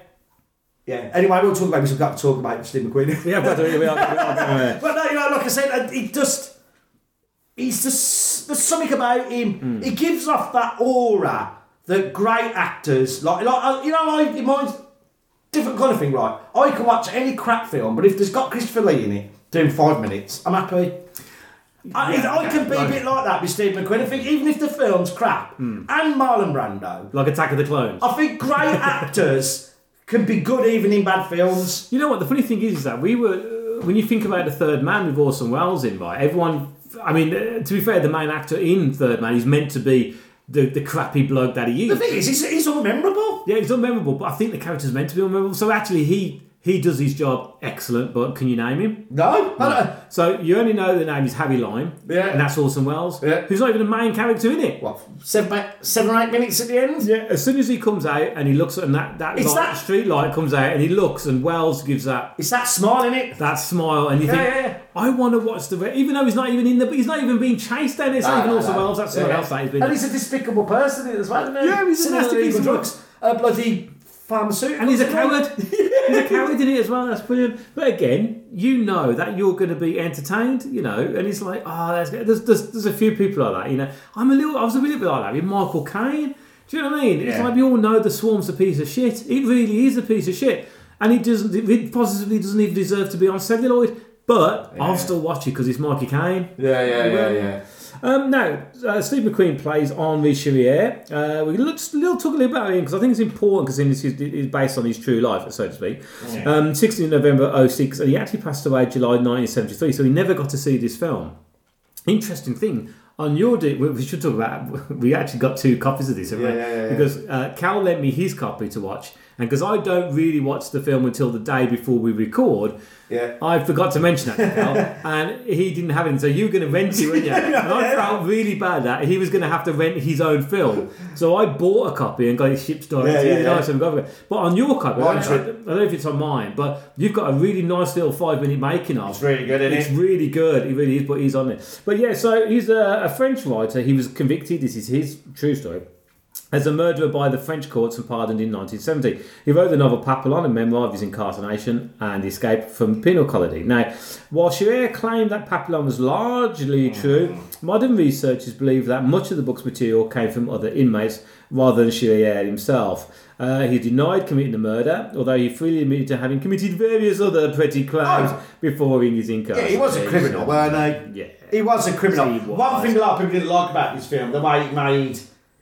Speaker 10: yeah. Anyway, we'll talk about this. We've got to talk about Steve McQueen.
Speaker 1: Yeah, but we are. We are
Speaker 10: but no, you know, like I said, uh, he just. He's just. There's something about him. He gives off that aura that great actors. Like, like uh, you know, I, mine's different kind of thing, right? I can watch any crap film, but if there's got Christopher Lee in it doing five minutes, I'm happy. I,
Speaker 1: Yeah.
Speaker 10: I can be a
Speaker 1: Like-
Speaker 10: bit like that with Steve McQueen. I think even if the film's crap, and Marlon Brando,
Speaker 1: Like Attack of the Clones.
Speaker 10: I think great actors can be good even in bad films.
Speaker 1: You know what? The funny thing is, is that we were uh, when you think about the Third Man with Orson Welles in, right? Everyone, I mean, uh, to be fair, the main actor in Third Man is meant to be the, the crappy bloke that he
Speaker 10: The
Speaker 1: is.
Speaker 10: thing is, it's, it's unmemorable.
Speaker 1: Yeah, he's unmemorable, but I think the character's meant to be unmemorable. So actually, he he does his job excellent. But can you name him?
Speaker 10: No, I don't-
Speaker 1: So you only know the name is Harry Lime,
Speaker 10: Yeah.
Speaker 1: and that's Orson Welles,
Speaker 10: Yeah.
Speaker 1: who's not even the main character in it.
Speaker 10: what seven, mi- seven or eight minutes at the end?
Speaker 1: Yeah, as soon as he comes out and he looks at and that that,
Speaker 10: It's
Speaker 1: light,
Speaker 10: that-
Speaker 1: street light comes out and he looks and Wells gives that
Speaker 10: It's that smile in it.
Speaker 1: that smile, and you
Speaker 10: Yeah,
Speaker 1: think,
Speaker 10: yeah, yeah.
Speaker 1: I want to watch the re-, even though he's not even in the, he's not even being chased down. It's not even
Speaker 10: No, no,
Speaker 1: also
Speaker 10: no.
Speaker 1: Wells. That's someone
Speaker 10: Ah, Yeah.
Speaker 1: else that he's been.
Speaker 10: And he's a despicable person as well, isn't he?
Speaker 1: Yeah, he's a
Speaker 10: Selling
Speaker 1: nasty
Speaker 10: illegal
Speaker 1: piece of
Speaker 10: drugs. A bloody pharmaceutical.
Speaker 1: And he's a coward. he's a coward in it as well. That's brilliant. But again, you know that you're going to be entertained, you know. And it's like, oh, that's good. There's, there's, there's a few people like that, you know. I'm a little, I was a little bit like that with Michael Caine. Do you know what I mean? It's
Speaker 10: Yeah.
Speaker 1: like we all know the swarm's a piece of shit. It really is a piece of shit, and it doesn't, it positively doesn't even deserve to be on celluloid. But I'll still watch it because it's Mikey Caine.
Speaker 10: Yeah, yeah, yeah, yeah.
Speaker 1: Um, now, uh, Steve McQueen plays Henri Chirier. Uh, we look, little talk a little bit about him because I think it's important because this is, is based on his true life, so to speak. Um, 16 November 06, and he actually passed away July 1973, so he never got to see this film. Interesting thing. On your day, we we should talk about. We actually got two copies of this, haven't we?
Speaker 10: Yeah, yeah, yeah, yeah.
Speaker 1: because uh, Cal lent me his copy to watch, and because I don't really watch the film until the day before we record,
Speaker 10: Yeah.
Speaker 1: I forgot to mention that, Cal, and he didn't have it. So you were going to rent it, weren't you? And I felt really bad that he was going to have to rent his own film. So I bought a copy and got it shipped directly.
Speaker 10: Yeah, yeah,
Speaker 1: Really
Speaker 10: yeah.
Speaker 1: nice and got it. But on your copy, I,
Speaker 10: Mine's
Speaker 1: I- I don't know if it's on mine, but you've got a really nice little five minute making of.
Speaker 10: It's really good, isn't
Speaker 1: It's
Speaker 10: it?
Speaker 1: really good. He really is, but he's on it. But yeah, so he's a, a French writer. He was convicted. This is his true story. As a murderer by the French courts and pardoned in 1970, he wrote the novel Papillon, a memoir of his incarceration and escape from penal colony. Now, while Chirier claimed that Papillon was largely
Speaker 10: Mm.
Speaker 1: true, modern researchers believe that much of the book's material came from other inmates rather than Chirier himself. Uh, he denied committing the murder, although he freely admitted to having committed various other petty crimes
Speaker 10: Oh.
Speaker 1: before in his incarceration.
Speaker 10: Yeah, he was a criminal, weren't he?
Speaker 1: Yeah.
Speaker 10: He was a criminal.
Speaker 1: He was.
Speaker 10: One thing a lot of people didn't like about this film, the way he made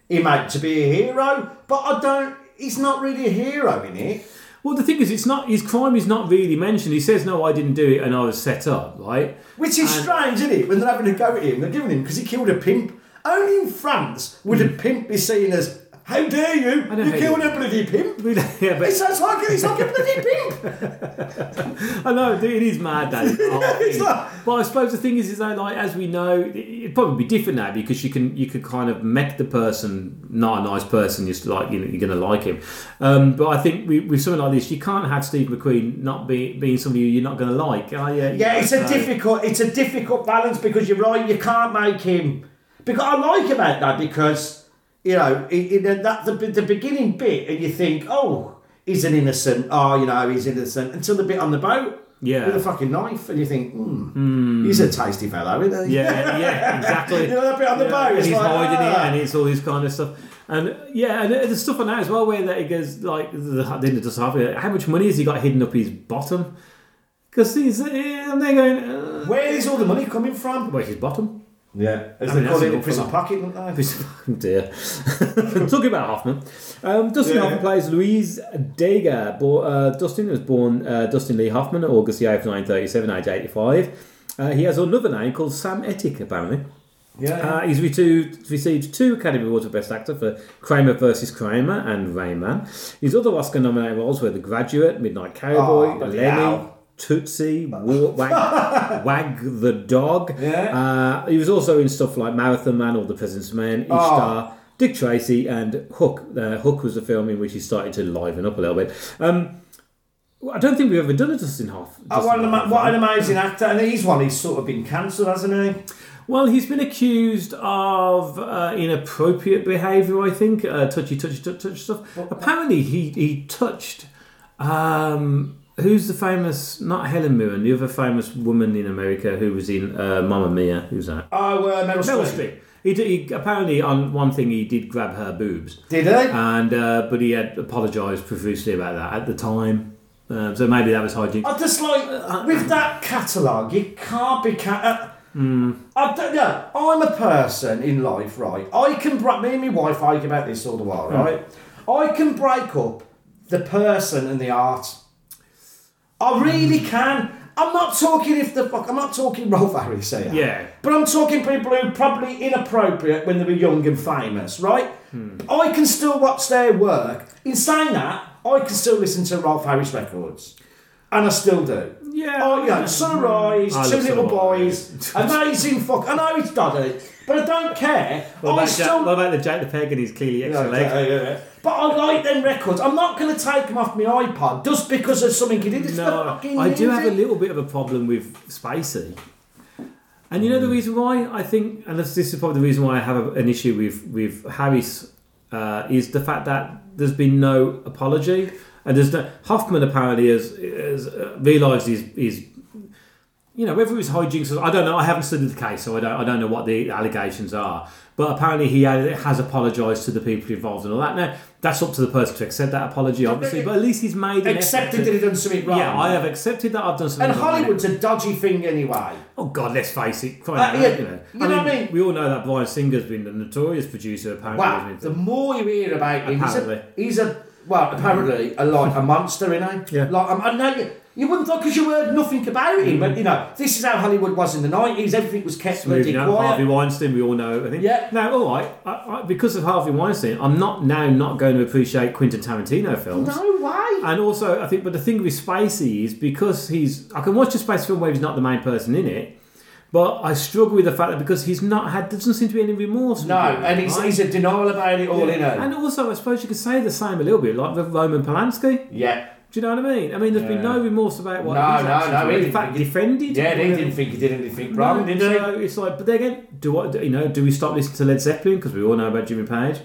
Speaker 10: he made to be a hero, but I don't. He's not really a hero in it.
Speaker 1: Well, the thing is, it's not his crime is not really mentioned. He says, "No, I didn't do it, and I was set up." Right?
Speaker 10: Which is strange, isn't it? When they're having a go at him, they're giving him because he killed a pimp. Only in France would a pimp be seen as, "How dare you?
Speaker 1: Hmm. know
Speaker 10: You
Speaker 1: how
Speaker 10: killed
Speaker 1: you-
Speaker 10: a bloody pimp."
Speaker 1: yeah,
Speaker 10: It
Speaker 1: but
Speaker 10: sounds like it's like a bloody pimp.
Speaker 1: I know dude, it is mad, Dave.
Speaker 10: It's like-
Speaker 1: but I suppose the thing is, is that like as we know, it- it'd probably be different now because you can you could kind of make the person not a nice person. Just like you know, you're going to like him. Um, but I think with, with something like this, you can't have Steve McQueen not be, being somebody you're not going to like. Oh, yeah,
Speaker 10: Yeah, it's a
Speaker 1: so-
Speaker 10: difficult, it's a difficult balance because you're right. You can't make him because I like about that because you know it, it, that the, the beginning bit and you think, oh, he's an innocent. Oh, you know, he's innocent until the bit on the boat.
Speaker 1: Yeah.
Speaker 10: With a fucking knife, and you think, hmm, he's a tasty fellow, isn't he?
Speaker 1: Yeah, yeah, exactly.
Speaker 10: You know, that bit on the boat,
Speaker 1: And
Speaker 10: it's
Speaker 1: he's
Speaker 10: like,
Speaker 1: hiding
Speaker 10: ah.
Speaker 1: it, and it's all this kind of stuff. And yeah, and there's stuff on that as well where that it goes like the dinner does half. How much money has he got hidden up his bottom? Because he's eh, and they're going. Uh,
Speaker 10: Where is all the money coming from?
Speaker 1: where's his bottom?
Speaker 10: Yeah, as
Speaker 1: I
Speaker 10: they
Speaker 1: mean,
Speaker 10: call
Speaker 1: that's
Speaker 10: it
Speaker 1: an
Speaker 10: in prison
Speaker 1: awful
Speaker 10: pocket, don't they?
Speaker 1: Oh dear. Talking about Hoffman. Um, Dustin
Speaker 10: Yeah.
Speaker 1: Hoffman plays Louise Daga. Bo- uh, Dustin was born uh, Dustin Lee Hoffman, August the 8th, 1937, age 85. Uh, he has another name called Sam Etick, apparently.
Speaker 10: Yeah,
Speaker 1: Uh, he's received, received two Academy Awards for Best Actor for Kramer versus Kramer and Rayman. His other Oscar nominated roles were The Graduate, Midnight Cowboy,
Speaker 10: Oh, bloody
Speaker 1: Lenny,
Speaker 10: hell.
Speaker 1: Tootsie, War, Wag, Wag the Dog.
Speaker 10: Yeah.
Speaker 1: Uh, he was also in stuff like Marathon Man, All the President's Men,
Speaker 10: Oh.
Speaker 1: Ishtar. Dick Tracy and Hook. Uh, Hook was a film in which he started to liven up a little bit. Um, I don't think we've ever done a Dustin Hoff.
Speaker 10: Uh,
Speaker 1: Dustin
Speaker 10: what, an, ama-
Speaker 1: Hoffman
Speaker 10: what
Speaker 1: film.
Speaker 10: an amazing actor, and he's one who's sort of been cancelled, hasn't he?
Speaker 1: Well, he's been accused of uh, inappropriate behaviour, I think. Uh, touchy, touchy, touch, touch stuff. Apparently, he, he touched. Um, who's the famous. Not Helen Mirren, the other famous woman in America who was in uh, Mamma Mia. Who's that?
Speaker 10: Oh, uh, Meryl,
Speaker 1: Meryl Streep. He, did, he apparently on one thing he did grab her boobs,
Speaker 10: Did he?
Speaker 1: and uh, but he had apologised profusely about that at the time. Uh, so maybe that was hijinks.
Speaker 10: I just like with that catalogue, you can't be ca- uh,
Speaker 1: Mm.
Speaker 10: I don't know. I'm a person in life, right? I can break. Me and my wife argue about this all the while, right? I can break up the person and the art. I really can. I'm not talking if the fuck. I'm not talking Rolf Harris here.
Speaker 1: Yeah.
Speaker 10: But I'm talking people who are probably inappropriate when they were young and famous, right? I can still watch their work. In saying that, I can still listen to Rolf Harris records. And I still do.
Speaker 1: Yeah.
Speaker 10: Oh, yeah. Sunrise,
Speaker 1: I
Speaker 10: Two
Speaker 1: listen to
Speaker 10: Little
Speaker 1: a lot of
Speaker 10: Boys, amazing fuck. I know it's dodgy, but I don't care.
Speaker 1: What
Speaker 10: I
Speaker 1: about,
Speaker 10: still.
Speaker 1: Jack, what about the Jack the Peg and his clearly extra leg?
Speaker 10: Yeah, yeah, yeah. But I like them records. I'm not going to take them off my iPod just because of something he did. It's the
Speaker 1: No,
Speaker 10: fucking
Speaker 1: I do
Speaker 10: music.
Speaker 1: have a little bit of a problem with Spacey. And you know
Speaker 10: Hmm.
Speaker 1: the reason why I think, and this this is probably the reason why I have a, an issue with with Harris, uh, is the fact that there's been no apology, and there's no Hoffman apparently has, has uh, realised his his, you know whether it was hijinks, or- I don't know. I haven't studied the case, so I don't I don't know what the allegations are. But apparently he had- has apologised to the people involved and all that. Now that's up to the person to accept that apology, obviously. But at least he's made an effort
Speaker 10: Accepted
Speaker 1: to-
Speaker 10: that he done something wrong.
Speaker 1: yeah, I have accepted that I've done something.
Speaker 10: And
Speaker 1: wrong.
Speaker 10: Hollywood's a dodgy thing anyway.
Speaker 1: Oh God, let's face it. Crying
Speaker 10: Uh,
Speaker 1: out,
Speaker 10: yeah,
Speaker 1: you know,
Speaker 10: you know what I mean?
Speaker 1: We all know that Brian Singer's been the notorious producer. Apparently,
Speaker 10: Wow,
Speaker 1: hasn't he?
Speaker 10: the more you hear about him, he's
Speaker 1: Apparently.
Speaker 10: a, he's a well, apparently a like a monster, you know.
Speaker 1: Yeah. Mm-hmm.
Speaker 10: Like um, I know you, you wouldn't thought because you heard nothing about him, but you know this is how Hollywood was in the nineties. Everything was kept bloody
Speaker 1: moving on. Harvey
Speaker 10: quiet.
Speaker 1: Weinstein, we all know. I think.
Speaker 10: Yeah.
Speaker 1: Now, all right, I, I, because of Harvey Weinstein, I'm not now not going to appreciate Quentin Tarantino films.
Speaker 10: No way.
Speaker 1: And also, I think, but the thing with Spacey is because he's, I can watch a Spacey film where he's not the main person in it, but I struggle with the fact that because he's not had, there doesn't seem to be any remorse. with
Speaker 10: No,
Speaker 1: him,
Speaker 10: and he's,
Speaker 1: right?
Speaker 10: he's a denial about it all, you know.
Speaker 1: And also, I suppose you could say the same a little bit, like with Roman Polanski.
Speaker 10: yeah,
Speaker 1: Do you know what I mean? I mean, there's been no remorse about what
Speaker 10: No,
Speaker 1: he's
Speaker 10: no,
Speaker 1: actions
Speaker 10: no,
Speaker 1: were.
Speaker 10: he
Speaker 1: In
Speaker 10: didn't
Speaker 1: fact,
Speaker 10: think he-
Speaker 1: defended.
Speaker 10: yeah, they
Speaker 1: whatever.
Speaker 10: didn't think he did anything
Speaker 1: No,
Speaker 10: wrong, did they?
Speaker 1: so it's like, but then again, do what you know? Do we stop listening to Led Zeppelin because we all know about Jimmy Page?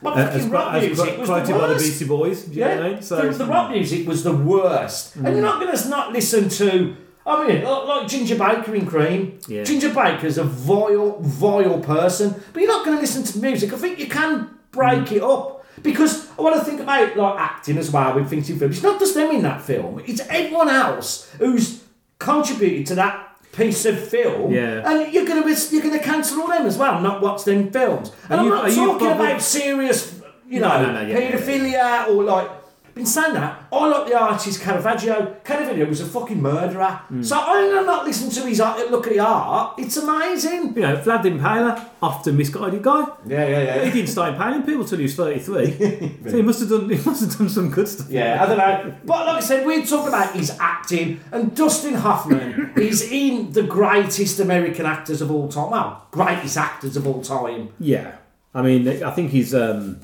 Speaker 10: Well,
Speaker 1: Uh,
Speaker 10: fucking
Speaker 1: as
Speaker 10: rock
Speaker 1: as
Speaker 10: music
Speaker 1: quoted
Speaker 10: was the
Speaker 1: by the
Speaker 10: worst.
Speaker 1: Beastie Boys. Do you know what I mean?
Speaker 10: the, the rock music was the worst,
Speaker 1: Mm.
Speaker 10: and you're not going to not listen to. I mean, like, like Ginger Baker in Cream.
Speaker 1: Yeah.
Speaker 10: Ginger Baker's a vile, vile person, but you're not going to listen to music. I think you can break
Speaker 1: Mm.
Speaker 10: it up because I want to think about like acting as well with things in films. It's not just them in that film; it's everyone else who's contributed to that piece of film.
Speaker 1: Yeah.
Speaker 10: and you're going to you're going to cancel all them as well, not watch them films. And
Speaker 1: Are you-
Speaker 10: I'm
Speaker 1: are
Speaker 10: not
Speaker 1: you
Speaker 10: talking
Speaker 1: bothered-
Speaker 10: about serious, you
Speaker 1: No,
Speaker 10: know,
Speaker 1: no, no, yeah, yeah, yeah.
Speaker 10: paedophilia or like. Been saying that, I like the artist Caravaggio. Caravaggio was a fucking murderer. So I'm not listening to his art, look at the art. It's amazing.
Speaker 1: You know, Vlad the Impaler, often misguided guy.
Speaker 10: Yeah, yeah,
Speaker 1: He didn't start impaling people till he was 33. so he must have done. He must have done some good stuff.
Speaker 10: Yeah, I don't know. But like I said, we're talking about his acting, and Dustin Hoffman is in the greatest American actors of all time. Well, greatest actors of all time.
Speaker 1: Yeah. I mean, I think he's. Um,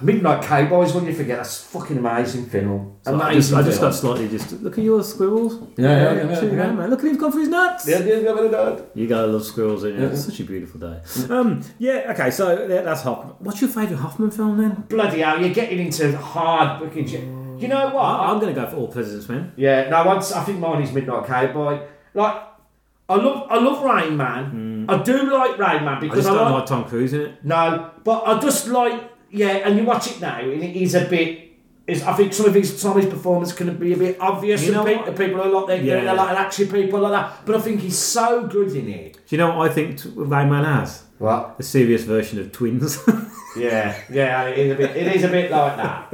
Speaker 10: Midnight Cowboys, when you forget, that's a fucking amazing film. Amazing
Speaker 1: I just, I just
Speaker 10: film.
Speaker 1: got slightly just. Look at your squirrels.
Speaker 10: Yeah, yeah, yeah,
Speaker 1: Chew
Speaker 10: yeah.
Speaker 1: them, man. Look at him gone for his nuts.
Speaker 10: Yeah, yeah, yeah, yeah, yeah.
Speaker 1: You gotta love squirrels, in It's such a beautiful day. Um, yeah, okay, so yeah, that's Hoffman. What's your favourite Hoffman film then?
Speaker 10: Bloody hell, you're getting into hard fucking shit. You know what?
Speaker 1: I'm gonna go for All Presidents Men.
Speaker 10: Yeah, no, once I think mine is Midnight Cowboy. Like, I love I love Rain Man. I do like Rain Man
Speaker 1: Mm. I
Speaker 10: because
Speaker 1: just
Speaker 10: I,
Speaker 1: don't
Speaker 10: like,
Speaker 1: like Tom Cruise in it.
Speaker 10: no, but I just like yeah. And you watch it now, and it is a bit. Is I think some of his some of his performance can be a bit obvious.
Speaker 1: You
Speaker 10: and
Speaker 1: know
Speaker 10: pe-
Speaker 1: what?
Speaker 10: people are like they're,
Speaker 1: Yeah.
Speaker 10: they're like action people like that. But I think he's so good in it.
Speaker 1: Do you know what I think t- Rain Man has?
Speaker 10: What?
Speaker 1: A serious version of Twins.
Speaker 10: Yeah, yeah, it is a bit. It is a bit like that.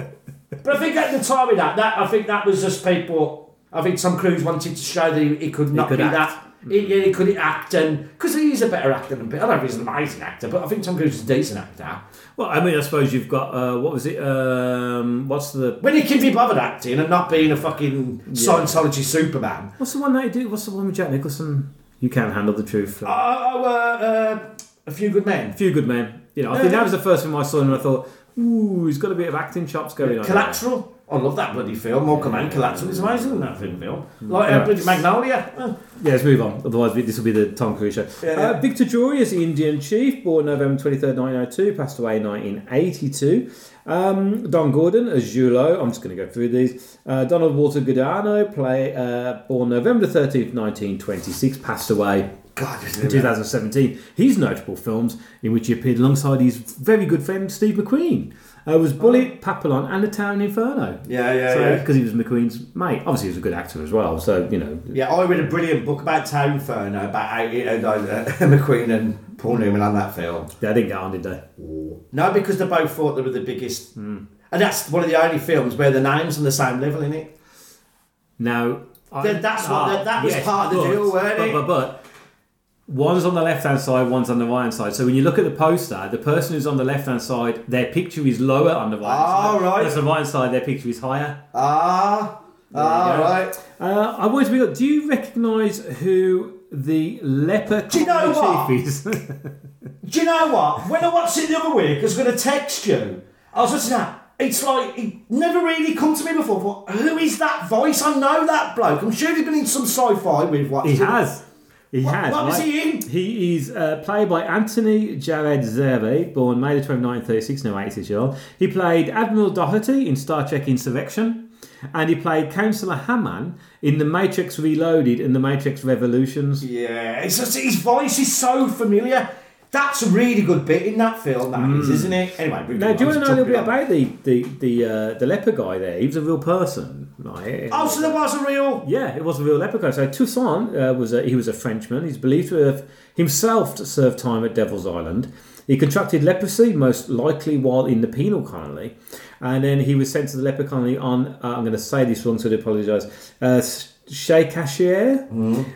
Speaker 10: But I think at the time of that, that I think that was just people. I think Tom Cruise wanted to show that he, he could not
Speaker 1: could
Speaker 10: be
Speaker 1: act.
Speaker 10: that. He, yeah, he could act, and because he's a better actor than. I don't know if he's an amazing actor, but I think Tom Cruise is a decent actor.
Speaker 1: well, I mean, I suppose you've got uh, what was it? Um, what's the
Speaker 10: When he can be bothered acting and not being a fucking Scientology Superman.
Speaker 1: what's the one that you do? What's the one with Jack Nicholson? You can't handle the truth.
Speaker 10: Oh, oh, uh, uh, a few good men.
Speaker 1: Few good men. You know, I think that was the first film I saw, and I thought, ooh, he's got a bit of acting chops going on.
Speaker 10: Collateral. I love that bloody film. Malcolm and Collateral is amazing in that film. film.
Speaker 1: Mm.
Speaker 10: Like uh, bloody Magnolia. Uh,
Speaker 1: Yeah, let's move on. Otherwise, we- this will be the Tom Cruise show.
Speaker 10: Yeah.
Speaker 1: Uh, Victor Jory is the Indian chief, born November 23rd, 1902, passed away in 1982. Um, Don Gordon as Julo. I'm just going to go through these. Uh, Donald Walter Godano, play, uh, born November 13th, 1926, passed away
Speaker 10: God, isn't
Speaker 1: in
Speaker 10: it?
Speaker 1: 2017. His notable films in which he appeared alongside his very good friend Steve McQueen. Uh, was Bullet, Papillon, and the Town Inferno.
Speaker 10: Oh. Yeah, yeah,
Speaker 1: so,
Speaker 10: yeah.
Speaker 1: Because he was McQueen's mate. Obviously, he was a good actor as well. So you know,
Speaker 10: Yeah, I read a brilliant book about Town Inferno about how you know, like, uh, McQueen and Paul Newman on that film.
Speaker 1: they didn't get on, did they?
Speaker 10: No, because they both thought they were the biggest.
Speaker 1: Hmm.
Speaker 10: And that's one of the only films where the names on the same level in it.
Speaker 1: Now, I- ah,
Speaker 10: Then that's what- that- that was part of the
Speaker 1: but,
Speaker 10: deal, weren't
Speaker 1: but,
Speaker 10: it?
Speaker 1: But, but one's on the left hand side, one's on the right hand side. So when you look at the poster, the person who's on the left hand side, their picture is lower on the right.
Speaker 10: Ah,
Speaker 1: hand side.
Speaker 10: right.
Speaker 1: That's the right hand side. Their picture is higher.
Speaker 10: Ah, ah,
Speaker 1: go.
Speaker 10: right.
Speaker 1: Uh, I wanted to be. Do you recognise who the leper
Speaker 10: you know what?
Speaker 1: chief is?
Speaker 10: Do you know what? When I watched it the other week, I was going to text you. I was watching that. It's like it never really come to me before. What? Who is that voice? I know that bloke. I'm sure he's been in some sci-fi we've watched.
Speaker 1: He has. He
Speaker 10: What-
Speaker 1: has.
Speaker 10: what was
Speaker 1: right?
Speaker 10: he in?
Speaker 1: He is uh, played by Anthony Jared Zerbe, born May the 29th, 36, now 86 year old. He played Admiral Doherty in Star Trek Insurrection, and he played Counselor Hamann in The Matrix Reloaded and The Matrix Revolutions.
Speaker 10: Yeah, it's just, his voice is so familiar. That's a really good bit in that film, that is, isn't it? Anyway, we
Speaker 1: Hmm. Now, do you want to know a little bit
Speaker 10: about?
Speaker 1: about the the the, uh, the leper guy there? He was a real person, right?
Speaker 10: Oh, so there was a real.
Speaker 1: Yeah, it was a real leprechaun. So Toussaint uh, was a, he was a Frenchman. He's believed to have himself served time at Devil's Island. He contracted leprosy, most likely while in the penal colony, and then he was sent to the leper colony on. Uh, I'm going to say this wrong, so I do apologise. Uh, Chez Cashier,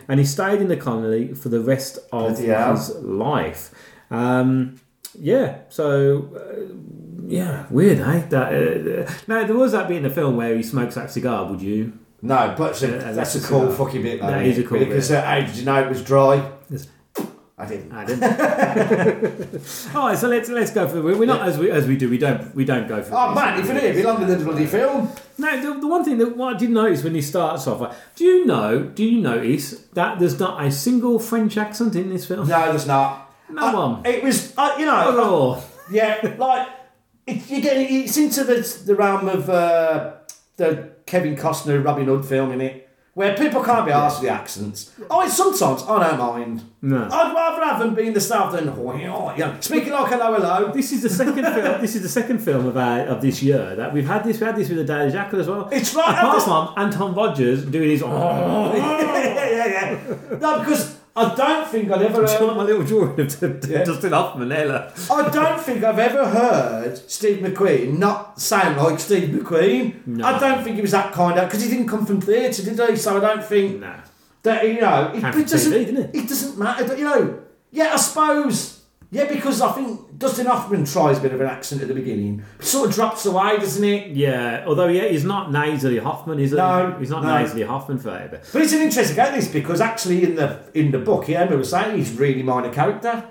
Speaker 1: and he stayed in the colony for the rest of
Speaker 10: Mm-hmm. Bloody hell.
Speaker 1: his life. Um, yeah, so uh, yeah, weird, eh? That, uh, now there was that bit in the film where he smokes that cigar. Would you?
Speaker 10: No, but it's a-
Speaker 1: Yeah,
Speaker 10: that's,
Speaker 1: that's
Speaker 10: a cool
Speaker 1: a-
Speaker 10: fucking bit. Though,
Speaker 1: that
Speaker 10: isn't
Speaker 1: is a
Speaker 10: it?
Speaker 1: cool
Speaker 10: Because uh, how did you know it was dry?
Speaker 1: Yes.
Speaker 10: I didn't.
Speaker 1: I didn't. All right, so let's let's go for we're not as we as we do. We don't we don't go for.
Speaker 10: Oh man, if it did, it'd be longer than the bloody film.
Speaker 1: No, the, the one thing that what I did notice when he starts off, like, do you know? Do you notice that there's not a single French accent in this film?
Speaker 10: No, there's not.
Speaker 1: No
Speaker 10: I-
Speaker 1: one.
Speaker 10: It was, uh, you know,
Speaker 1: Not at all.
Speaker 10: yeah, like it, you get it's into the the realm of uh, the Kevin Costner Robin Hood film in it, where people can't be asked for the accents. Oh, it's sometimes I don't mind.
Speaker 1: No.
Speaker 10: I'd rather have them be in the south than oh, yeah, yeah, speaking like hello, hello.
Speaker 1: This is the second film. This is the second film of our, of this year that we've had this. We had this with the Daily Jackal as well.
Speaker 10: It's right, and
Speaker 1: Apart
Speaker 10: this-
Speaker 1: from Anton Rogers doing his. Oh,
Speaker 10: yeah, yeah, yeah. No, because I don't think I'd ever.
Speaker 1: Do you
Speaker 10: Heard,
Speaker 1: want my little drawing of
Speaker 10: Yeah.
Speaker 1: Dustin Hoffman there, look?
Speaker 10: I don't think I've ever heard Steve McQueen not sound like Steve McQueen.
Speaker 1: No.
Speaker 10: I don't think he was that kind of because he didn't come from theatre, did he? So I don't think.
Speaker 1: Nah.
Speaker 10: That you know, it,
Speaker 1: Came from
Speaker 10: it doesn't.
Speaker 1: TV, didn't
Speaker 10: it? doesn't matter. But, you know, yeah, I suppose. Yeah, because I think Dustin Hoffman tries a bit of an accent at the beginning, sort of drops away, doesn't it?
Speaker 1: Yeah, although yeah, he's not nasally Hoffman, is he?
Speaker 10: No,
Speaker 1: he's not
Speaker 10: no.
Speaker 1: nasally Hoffman for it. but-
Speaker 10: But it's an interesting case this because actually in the in the book, yeah, we were saying he's really minor character.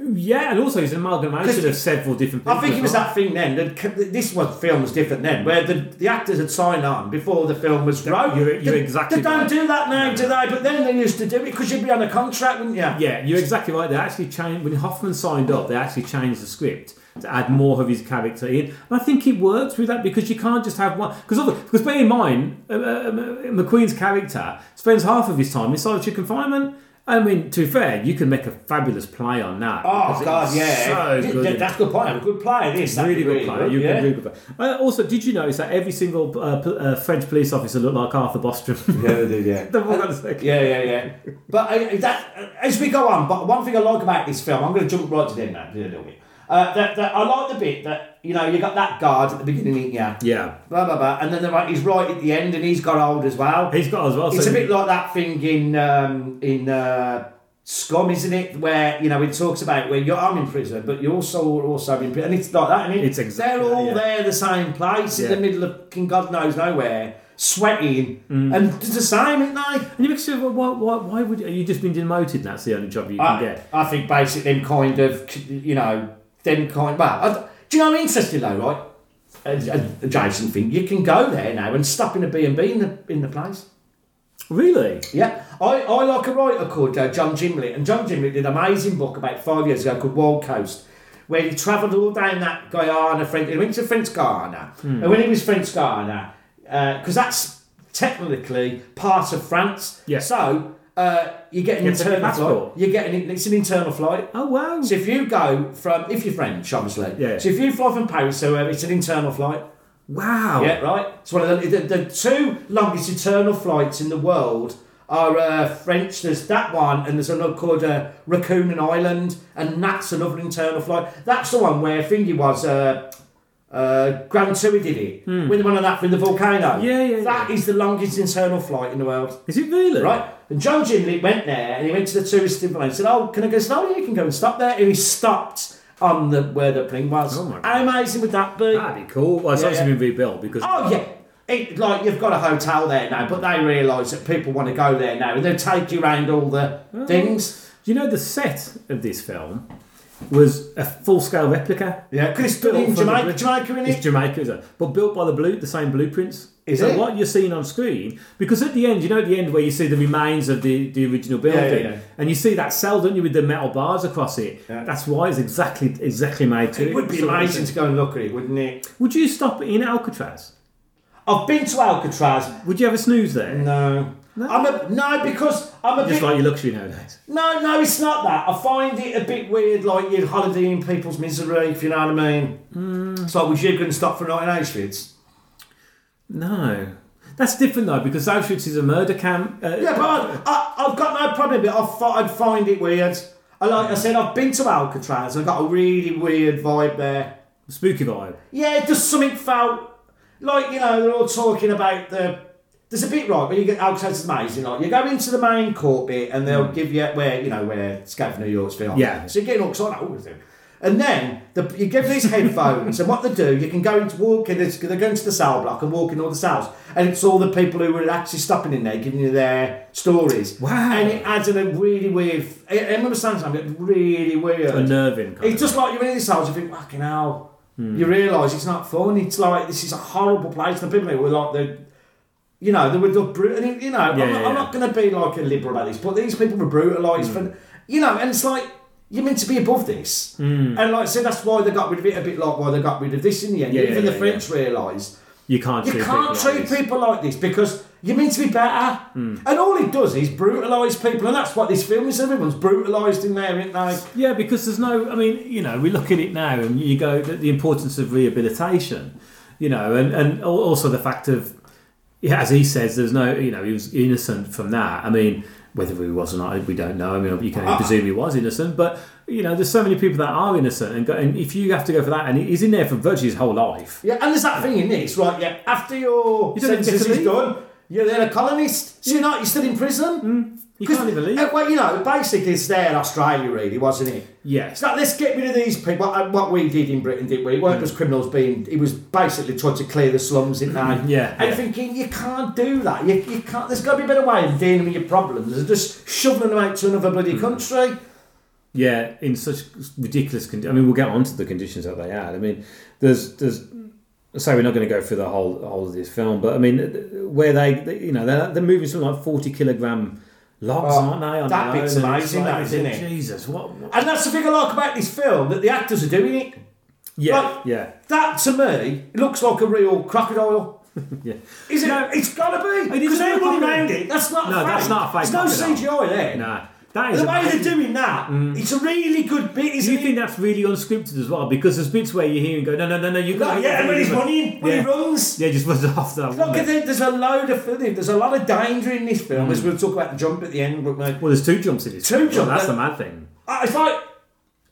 Speaker 1: Yeah, and also he's an amalgamation of several different people.
Speaker 10: I think it was
Speaker 1: as well.
Speaker 10: that thing then. That c- this was film was different then, where the, the actors had signed on before the film was wrote.
Speaker 1: you're- you're
Speaker 10: they,
Speaker 1: exactly
Speaker 10: They don't
Speaker 1: right.
Speaker 10: do that now, do they? But then they used to do it because you'd be on a contract, wouldn't you?
Speaker 1: Yeah, you're exactly right. They actually changed when Hoffman signed up. They actually changed the script to add more of his character in, and I think it works with that because you can't just have one. Because because bear in mind, uh, uh, McQueen's character spends half of his time in solitary confinement. I mean, to be fair, you can make a fabulous play on that. because
Speaker 10: Oh
Speaker 1: it's
Speaker 10: God, yeah.
Speaker 1: so
Speaker 10: Th-
Speaker 1: good
Speaker 10: th-
Speaker 1: in
Speaker 10: that's a good player. Good player. This that'd
Speaker 1: really good
Speaker 10: be
Speaker 1: player. You
Speaker 10: yeah.
Speaker 1: really good player. Uh, also, did you notice that every single uh, pl- uh, French police officer looked like Arthur Bostrom?
Speaker 10: Yeah, they did, yeah.
Speaker 1: They've all got the same-
Speaker 10: Yeah, yeah, yeah. But uh, that, uh, as we go on, but one thing I like about this film, I'm going to jump right to the end now, do a little bit. Uh, that, that I like the bit that you know you got that guard at the beginning, yeah,
Speaker 1: Yeah.
Speaker 10: blah blah blah, and then they're right, he's right at the end, and he's got old as well.
Speaker 1: He's got as well.
Speaker 10: It's
Speaker 1: so
Speaker 10: a bit like that thing in um, in uh, Scum, isn't it? Where you know it talks about where you're I'm in prison, but you're also also in prison, and it's like that, isn't it?
Speaker 1: It's exactly
Speaker 10: they're
Speaker 1: that,
Speaker 10: all
Speaker 1: yeah.
Speaker 10: there, the same place in
Speaker 1: Yeah.
Speaker 10: the middle of king God knows nowhere, sweating,
Speaker 1: Mm.
Speaker 10: and it's the same, isn't they?
Speaker 1: And you make sure, well, why, why, why would you, you just been demoted? And that's the only job you can
Speaker 10: I,
Speaker 1: get.
Speaker 10: I think basically them kind of you know them kind. Well, I, do you know interesting though, right? A, a Jason thing. You can go there now and stop in a B and B in the in the place.
Speaker 1: Really?
Speaker 10: Yeah, I, I like a writer called uh, John Gimlet, and John Gimlet did an amazing book about five years ago called Wild Coast, where he travelled all down that Guyana, French, he went to French Guyana,
Speaker 1: Hmm.
Speaker 10: and when he was French uh, Guyana, because that's technically part of France,
Speaker 1: Yeah.
Speaker 10: so Uh, you get an
Speaker 1: It's an
Speaker 10: internal
Speaker 1: international.
Speaker 10: flight. You get an, it's an internal flight.
Speaker 1: Oh wow!
Speaker 10: So if you go from, if you're French, obviously.
Speaker 1: Yeah.
Speaker 10: So if you fly from Paris to wherever, it's an internal flight.
Speaker 1: Wow.
Speaker 10: Yeah, right. It's one of the, the, the two longest internal flights in the world are uh, French. There's that one, and there's another called uh, Raccoon and Island, and that's another internal flight. That's the one where Thingy was. Uh, uh, Grand Tui did it with one of that from the volcano.
Speaker 1: Hmm. Yeah, yeah,
Speaker 10: That is the longest internal flight in the world,
Speaker 1: Is it really?
Speaker 10: right? And John Gimli went there and he went to the tourist plane and said, "Oh, can I go? slow? yeah, you can go and stop there." And he stopped on the where the plane was.
Speaker 1: Oh, my God.
Speaker 10: How amazing would that be?
Speaker 1: That'd be cool. Well, it's
Speaker 10: Yeah,
Speaker 1: obviously
Speaker 10: yeah.
Speaker 1: been rebuilt because.
Speaker 10: Oh yeah. It, like you've got a hotel there now, but they realise that people want to go there now, and they take you around all the
Speaker 1: Oh.
Speaker 10: things.
Speaker 1: Do you know the set of this film was a full-scale replica?
Speaker 10: Yeah, because it's built in
Speaker 1: from the
Speaker 10: Jamaica,
Speaker 1: Brit-
Speaker 10: Jamaica in
Speaker 1: It's
Speaker 10: it.
Speaker 1: Jamaica, is it? But built by the blue, the same blueprints.
Speaker 10: Is
Speaker 1: so
Speaker 10: it?
Speaker 1: what you're seeing on screen? Because at the end, you know, at the end where you see the remains of the, the original building,
Speaker 10: yeah.
Speaker 1: and you see that cell, don't you, with the metal bars across it?
Speaker 10: Yeah.
Speaker 1: That's why it's exactly exactly made to.
Speaker 10: It would be
Speaker 1: So-
Speaker 10: amazing to go and look at it, wouldn't it?
Speaker 1: Would you stop in Alcatraz?
Speaker 10: I've been to Alcatraz.
Speaker 1: Would you have a snooze there?
Speaker 10: No, I'm a no because I'm a
Speaker 1: Just
Speaker 10: bit.
Speaker 1: like your luxury nowadays.
Speaker 10: no, no, it's not that. I find it a bit weird, like you're holidaying people's misery, if you know what I mean.
Speaker 1: Hmm.
Speaker 10: It's like, would you go and stop for a night in Auschwitz?
Speaker 1: No. That's different though, because Auschwitz is a murder camp. Uh,
Speaker 10: Yeah, but I, I, I've got no problem with it. I thought I'd find it weird. I, like I said, I've been to Alcatraz. I got a really weird vibe there.
Speaker 1: spooky vibe.
Speaker 10: Yeah, just something felt like you know they're all talking about the. There's a bit right where you get Alcatraz is amazing. Like you go into the main court bit and they'll give you where you know where Scav New York's film.
Speaker 1: Mm. Yeah.
Speaker 10: So you're getting all excited. Oh, is it? and then the, you give these headphones, and what they do, you can go into walk in. This, they go into the cell block and walk in all the cells, and it's all the people who were actually stopping in there giving you their stories.
Speaker 1: Wow.
Speaker 10: And it adds in a really weird. I, I remember saying something really weird.
Speaker 1: Unnerving. kind
Speaker 10: It's
Speaker 1: of. Hmm.
Speaker 10: just like you're in this house, you think, fucking hell. You realise it's not fun. It's like, this is a horrible place. The people who were like, the, you know, they were the brutal. And, you know, I'm
Speaker 1: Yeah,
Speaker 10: not,
Speaker 1: yeah, Hmm.
Speaker 10: I'm
Speaker 1: yeah.
Speaker 10: not going to be like a liberal about this, but these people were brutalised. For, you know, and it's like, you're meant to be above this.
Speaker 1: Hmm.
Speaker 10: And like I said, that's why they got rid of it, a bit like why they got rid of this in the end.
Speaker 1: Yeah,
Speaker 10: Even
Speaker 1: yeah,
Speaker 10: the
Speaker 1: yeah,
Speaker 10: French realised
Speaker 1: you can't
Speaker 10: you
Speaker 1: treat people
Speaker 10: can't treat
Speaker 1: like this. Hmm.
Speaker 10: people like this because you're meant to be better. And all it does is brutalise people, and that's what this film is. Everyone's brutalised in there, isn't they?
Speaker 1: Yeah, because there's no. I mean, you know, we look at it now, and you go the, the importance of rehabilitation, you know, and and al- also the fact of, yeah, as he says, there's no, you know, he was innocent from that. I mean, whether he was or not, we don't know. I mean, you can presume he was innocent, but you know, there's so many people that are innocent, and go, and if you have to go for that, and he's in there for virtually his whole life.
Speaker 10: Yeah, and there's that thing in this, right? Yeah, after your
Speaker 1: You don't even get
Speaker 10: sentence
Speaker 1: to
Speaker 10: is
Speaker 1: leave. Mm,
Speaker 10: done, you're then a colonist. So you're not, you're still in prison.
Speaker 1: You can't even leave.
Speaker 10: Uh, well, you know, basically it's there in Australia, really, wasn't it?
Speaker 1: Yes.
Speaker 10: It's like let's get rid of these people. What, uh, what we did in Britain, did we? It
Speaker 1: Mm.
Speaker 10: weren't just criminals being. It was basically trying to clear the slums in there.
Speaker 1: Mm, Yeah,
Speaker 10: And
Speaker 1: yeah.
Speaker 10: thinking you can't do that. You, you can't. There's got to be a better way of dealing with your problems than just shoveling them out to another bloody
Speaker 1: Mm.
Speaker 10: country.
Speaker 1: Yeah, in such ridiculous conditions. I mean, we'll get onto the conditions that they had. I mean, there's there's. So we're not going to go through the whole whole of this film, but I mean, th- where they, they- you know, they're, they're moving something like forty kilogram logs,
Speaker 10: Oh,
Speaker 1: aren't they? On
Speaker 10: that
Speaker 1: their
Speaker 10: bit's
Speaker 1: own, and it's
Speaker 10: amazing, that, isn't it?
Speaker 1: Jesus, what? what-
Speaker 10: And that's the thing I like about this film that the actors are doing it.
Speaker 1: Yeah,
Speaker 10: Like-
Speaker 1: yeah,
Speaker 10: That to me looks like a real crocodile.
Speaker 1: yeah.
Speaker 10: Is it? it's gotta be.
Speaker 1: It is
Speaker 10: Because
Speaker 1: a
Speaker 10: they're
Speaker 1: real
Speaker 10: running
Speaker 1: crocodile.
Speaker 10: around it. That's not.
Speaker 1: No,
Speaker 10: a fake.
Speaker 1: that's not a fake
Speaker 10: There's no
Speaker 1: crocodile.
Speaker 10: CGI there.
Speaker 1: Nah, that is.
Speaker 10: The way
Speaker 1: amazing.
Speaker 10: they're doing that, it's a really good bit,
Speaker 1: Do
Speaker 10: isn't
Speaker 1: you
Speaker 10: it?
Speaker 1: think that's really unscripted as well? Because there's bits where you hear him go, no, no, no, no, you
Speaker 10: No,
Speaker 1: got
Speaker 10: yeah, and when he's running, when
Speaker 1: yeah.
Speaker 10: he runs.
Speaker 1: yeah, just runs off that.
Speaker 10: Look,
Speaker 1: wouldn't it?
Speaker 10: there- there's a load of there's a lot of danger in this film.
Speaker 1: Mm.
Speaker 10: As we'll talk about the jump at the end, but like,
Speaker 1: Well, there's two jumps in this.
Speaker 10: Two
Speaker 1: film.
Speaker 10: jumps,
Speaker 1: That's
Speaker 10: no.
Speaker 1: the mad thing.
Speaker 10: Ah, it's like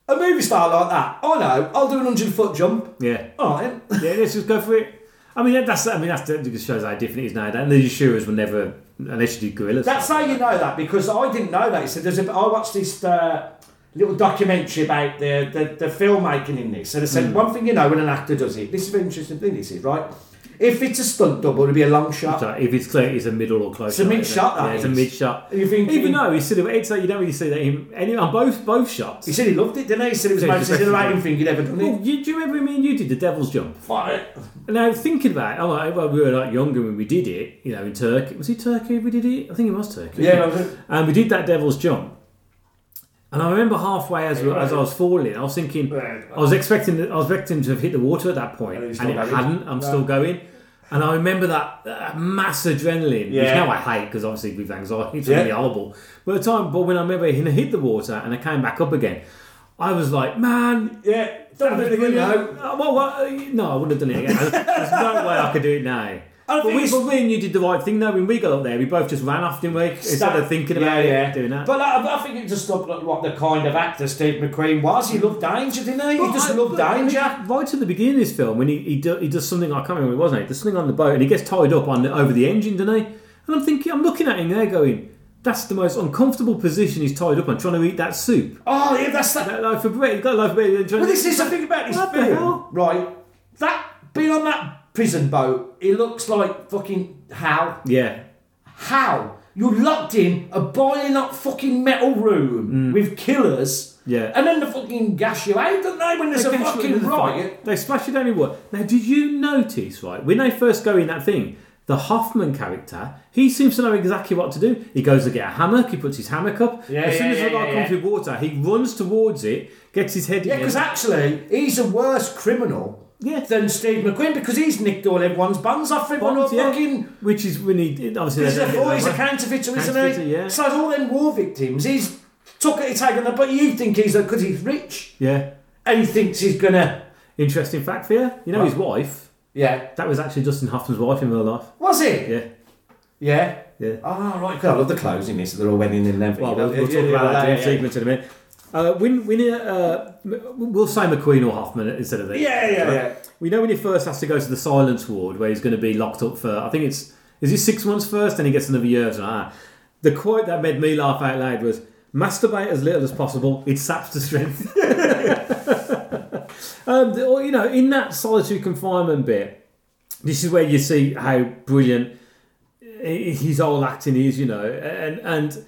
Speaker 10: a movie star like that. I know. I'll do an hundred foot jump.
Speaker 1: Yeah.
Speaker 10: All right. then.
Speaker 1: Yeah, let's just go for it. I mean, that's I mean that's that just shows how different it is now. And the insurers will never unless you do gorillas.
Speaker 10: That's how you know that because I didn't know that. So there's a, I watched this uh, little documentary about the, the the filmmaking in this, and they said
Speaker 1: Hmm.
Speaker 10: one thing you know when an actor does it. This is an interesting thing. This is right. If it's a stunt double, it'll be a long shot.
Speaker 1: So if it's clear, it's a middle or close.
Speaker 10: It's a mid
Speaker 1: isn't it?
Speaker 10: shot, that
Speaker 1: Yeah, it's a
Speaker 10: is.
Speaker 1: mid shot.
Speaker 10: You think-
Speaker 1: even though he's silly, it's like you don't really see that in any on both both shots.
Speaker 10: He said he loved it, didn't he? He said it was
Speaker 1: Yeah,
Speaker 10: the most
Speaker 1: it's the best
Speaker 10: exhilarating
Speaker 1: thing.
Speaker 10: thing he'd ever done.
Speaker 1: Well,
Speaker 10: It.
Speaker 1: you, do you remember me and you did the devil's jump?
Speaker 10: Fire.
Speaker 1: Now thinking about, it, I'm like, well, we were like younger when we did it. You know, in Turkey, was it Turkey? We did it. I think it was Turkey.
Speaker 10: Yeah, I was-
Speaker 1: and we did that devil's jump. And I remember halfway as, as I was falling, I was thinking, I was expecting, I was expecting to have hit the water at that point,
Speaker 10: And it's
Speaker 1: and it
Speaker 10: not going.
Speaker 1: hadn't. I'm still going, And I remember that, that mass adrenaline, which
Speaker 10: Yeah.
Speaker 1: now I hate because obviously with anxiety it's
Speaker 10: Yeah.
Speaker 1: really horrible. But the time, but when I remember it hit the water and I came back up again, I was like, man,
Speaker 10: Yeah,
Speaker 1: that
Speaker 10: don't do
Speaker 1: was
Speaker 10: it again
Speaker 1: brilliant.
Speaker 10: now.
Speaker 1: Uh, well, well, uh, no, I wouldn't have done it again. There's no way I could do it now.
Speaker 10: I
Speaker 1: But
Speaker 10: think
Speaker 1: we,
Speaker 10: it's-
Speaker 1: but we and you did the right thing though. When we got up there, we both just ran off, didn't we? Instead of thinking about
Speaker 10: yeah, yeah.
Speaker 1: it, doing that.
Speaker 10: But like, I think it just looked like what the kind of actor Steve McQueen was. He loved danger, didn't he?
Speaker 1: But
Speaker 10: he just
Speaker 1: I-
Speaker 10: loved
Speaker 1: but
Speaker 10: danger.
Speaker 1: he- Right at the beginning of this film, when he he, do, he does something I can't remember what it was now. He does something on the boat and he gets tied up on the, over the engine, doesn't he? And I'm thinking, I'm looking at him there, going, "That's the most uncomfortable position he's tied up on, trying to eat that soup."
Speaker 10: Oh, yeah, that's that.
Speaker 1: That loaf of bread, he's got a loaf of bread. and trying
Speaker 10: Well,
Speaker 1: to-
Speaker 10: this is the thing about this
Speaker 1: What the
Speaker 10: film,
Speaker 1: hell?
Speaker 10: right? That being on that prison boat, it looks like fucking how
Speaker 1: Yeah,
Speaker 10: how you're locked in a boiling hot fucking metal room with killers.
Speaker 1: Mm. Yeah.
Speaker 10: and then the fucking gas you out, don't they? When there's a
Speaker 1: They smash it
Speaker 10: fucking
Speaker 1: with the fire.
Speaker 10: riot.
Speaker 1: They smash it down in what? Now, did you notice, right, when they first go in that thing, the Hoffman character, he seems to know exactly what to do. He goes to get a hammock, he puts his hammock up.
Speaker 10: Yeah,
Speaker 1: as soon
Speaker 10: yeah,
Speaker 1: as the
Speaker 10: yeah,
Speaker 1: guy
Speaker 10: yeah,
Speaker 1: comes
Speaker 10: yeah.
Speaker 1: with water, he runs towards it, gets his head
Speaker 10: Yeah,
Speaker 1: in it.
Speaker 10: because actually, he's a worse criminal
Speaker 1: Yeah.
Speaker 10: than Steve McQueen because he's nicked all everyone's buns off him on a
Speaker 1: Bonds, yeah.
Speaker 10: fucking.
Speaker 1: Which is when he obviously
Speaker 10: He's
Speaker 1: they
Speaker 10: a,
Speaker 1: don't get
Speaker 10: oh,
Speaker 1: that
Speaker 10: he's a
Speaker 1: one.
Speaker 10: counterfeiter, isn't
Speaker 1: Counterfeiter,
Speaker 10: he?
Speaker 1: yeah.
Speaker 10: So it's all them war victims. He's took it, taken the but you think he's a because he's rich
Speaker 1: Yeah.
Speaker 10: and he thinks he's gonna.
Speaker 1: Interesting fact for you. You know his wife.
Speaker 10: Yeah.
Speaker 1: That was actually Justin Hoffman's wife in real life.
Speaker 10: Was it?
Speaker 1: Yeah.
Speaker 10: Yeah.
Speaker 1: Yeah.
Speaker 10: Oh, right. 'cause I love the clothes in this. They're all wedding and everything.
Speaker 1: Well, we'll, we'll talk about that dream sequence in a minute. Uh, when, when, uh, we'll say McQueen or Hoffman instead of these.
Speaker 10: Yeah, yeah, yeah.
Speaker 1: We know when he first has to go to the silence ward where he's going to be locked up for, I think it's, is it six months first and he gets another year? or something like that. The quote that made me laugh out loud was, masturbate as little as possible, it saps the strength. um, the- or, you know, in that solitary confinement bit, this is where you see how brilliant i- his whole acting is, you know, and, and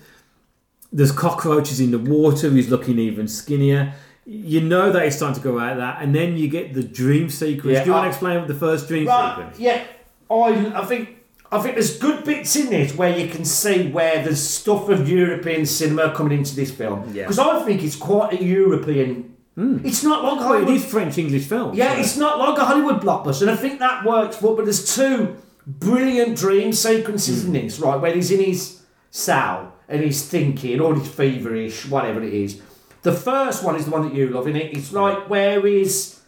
Speaker 1: there's cockroaches in the water. He's looking even skinnier. You know that it's time to go out that, and then you get the dream sequence.
Speaker 10: Yeah,
Speaker 1: Do you want
Speaker 10: I-
Speaker 1: to explain what the first dream
Speaker 10: Right,
Speaker 1: sequence?
Speaker 10: yeah, I, I think I think there's good bits in this where you can see where there's stuff of European cinema coming into this film.
Speaker 1: Yeah.
Speaker 10: Because I think it's quite a European. It's not like
Speaker 1: Oh, it
Speaker 10: Hollywood.
Speaker 1: is French English film.
Speaker 10: Yeah, it's not like a Hollywood blockbuster, and I think that works. But but there's two brilliant dream sequences
Speaker 1: Hmm.
Speaker 10: in this, right? Where he's in his cell and he's thinking, all his feverish, whatever it is. The first one is the one that you love, is it? It's like where he's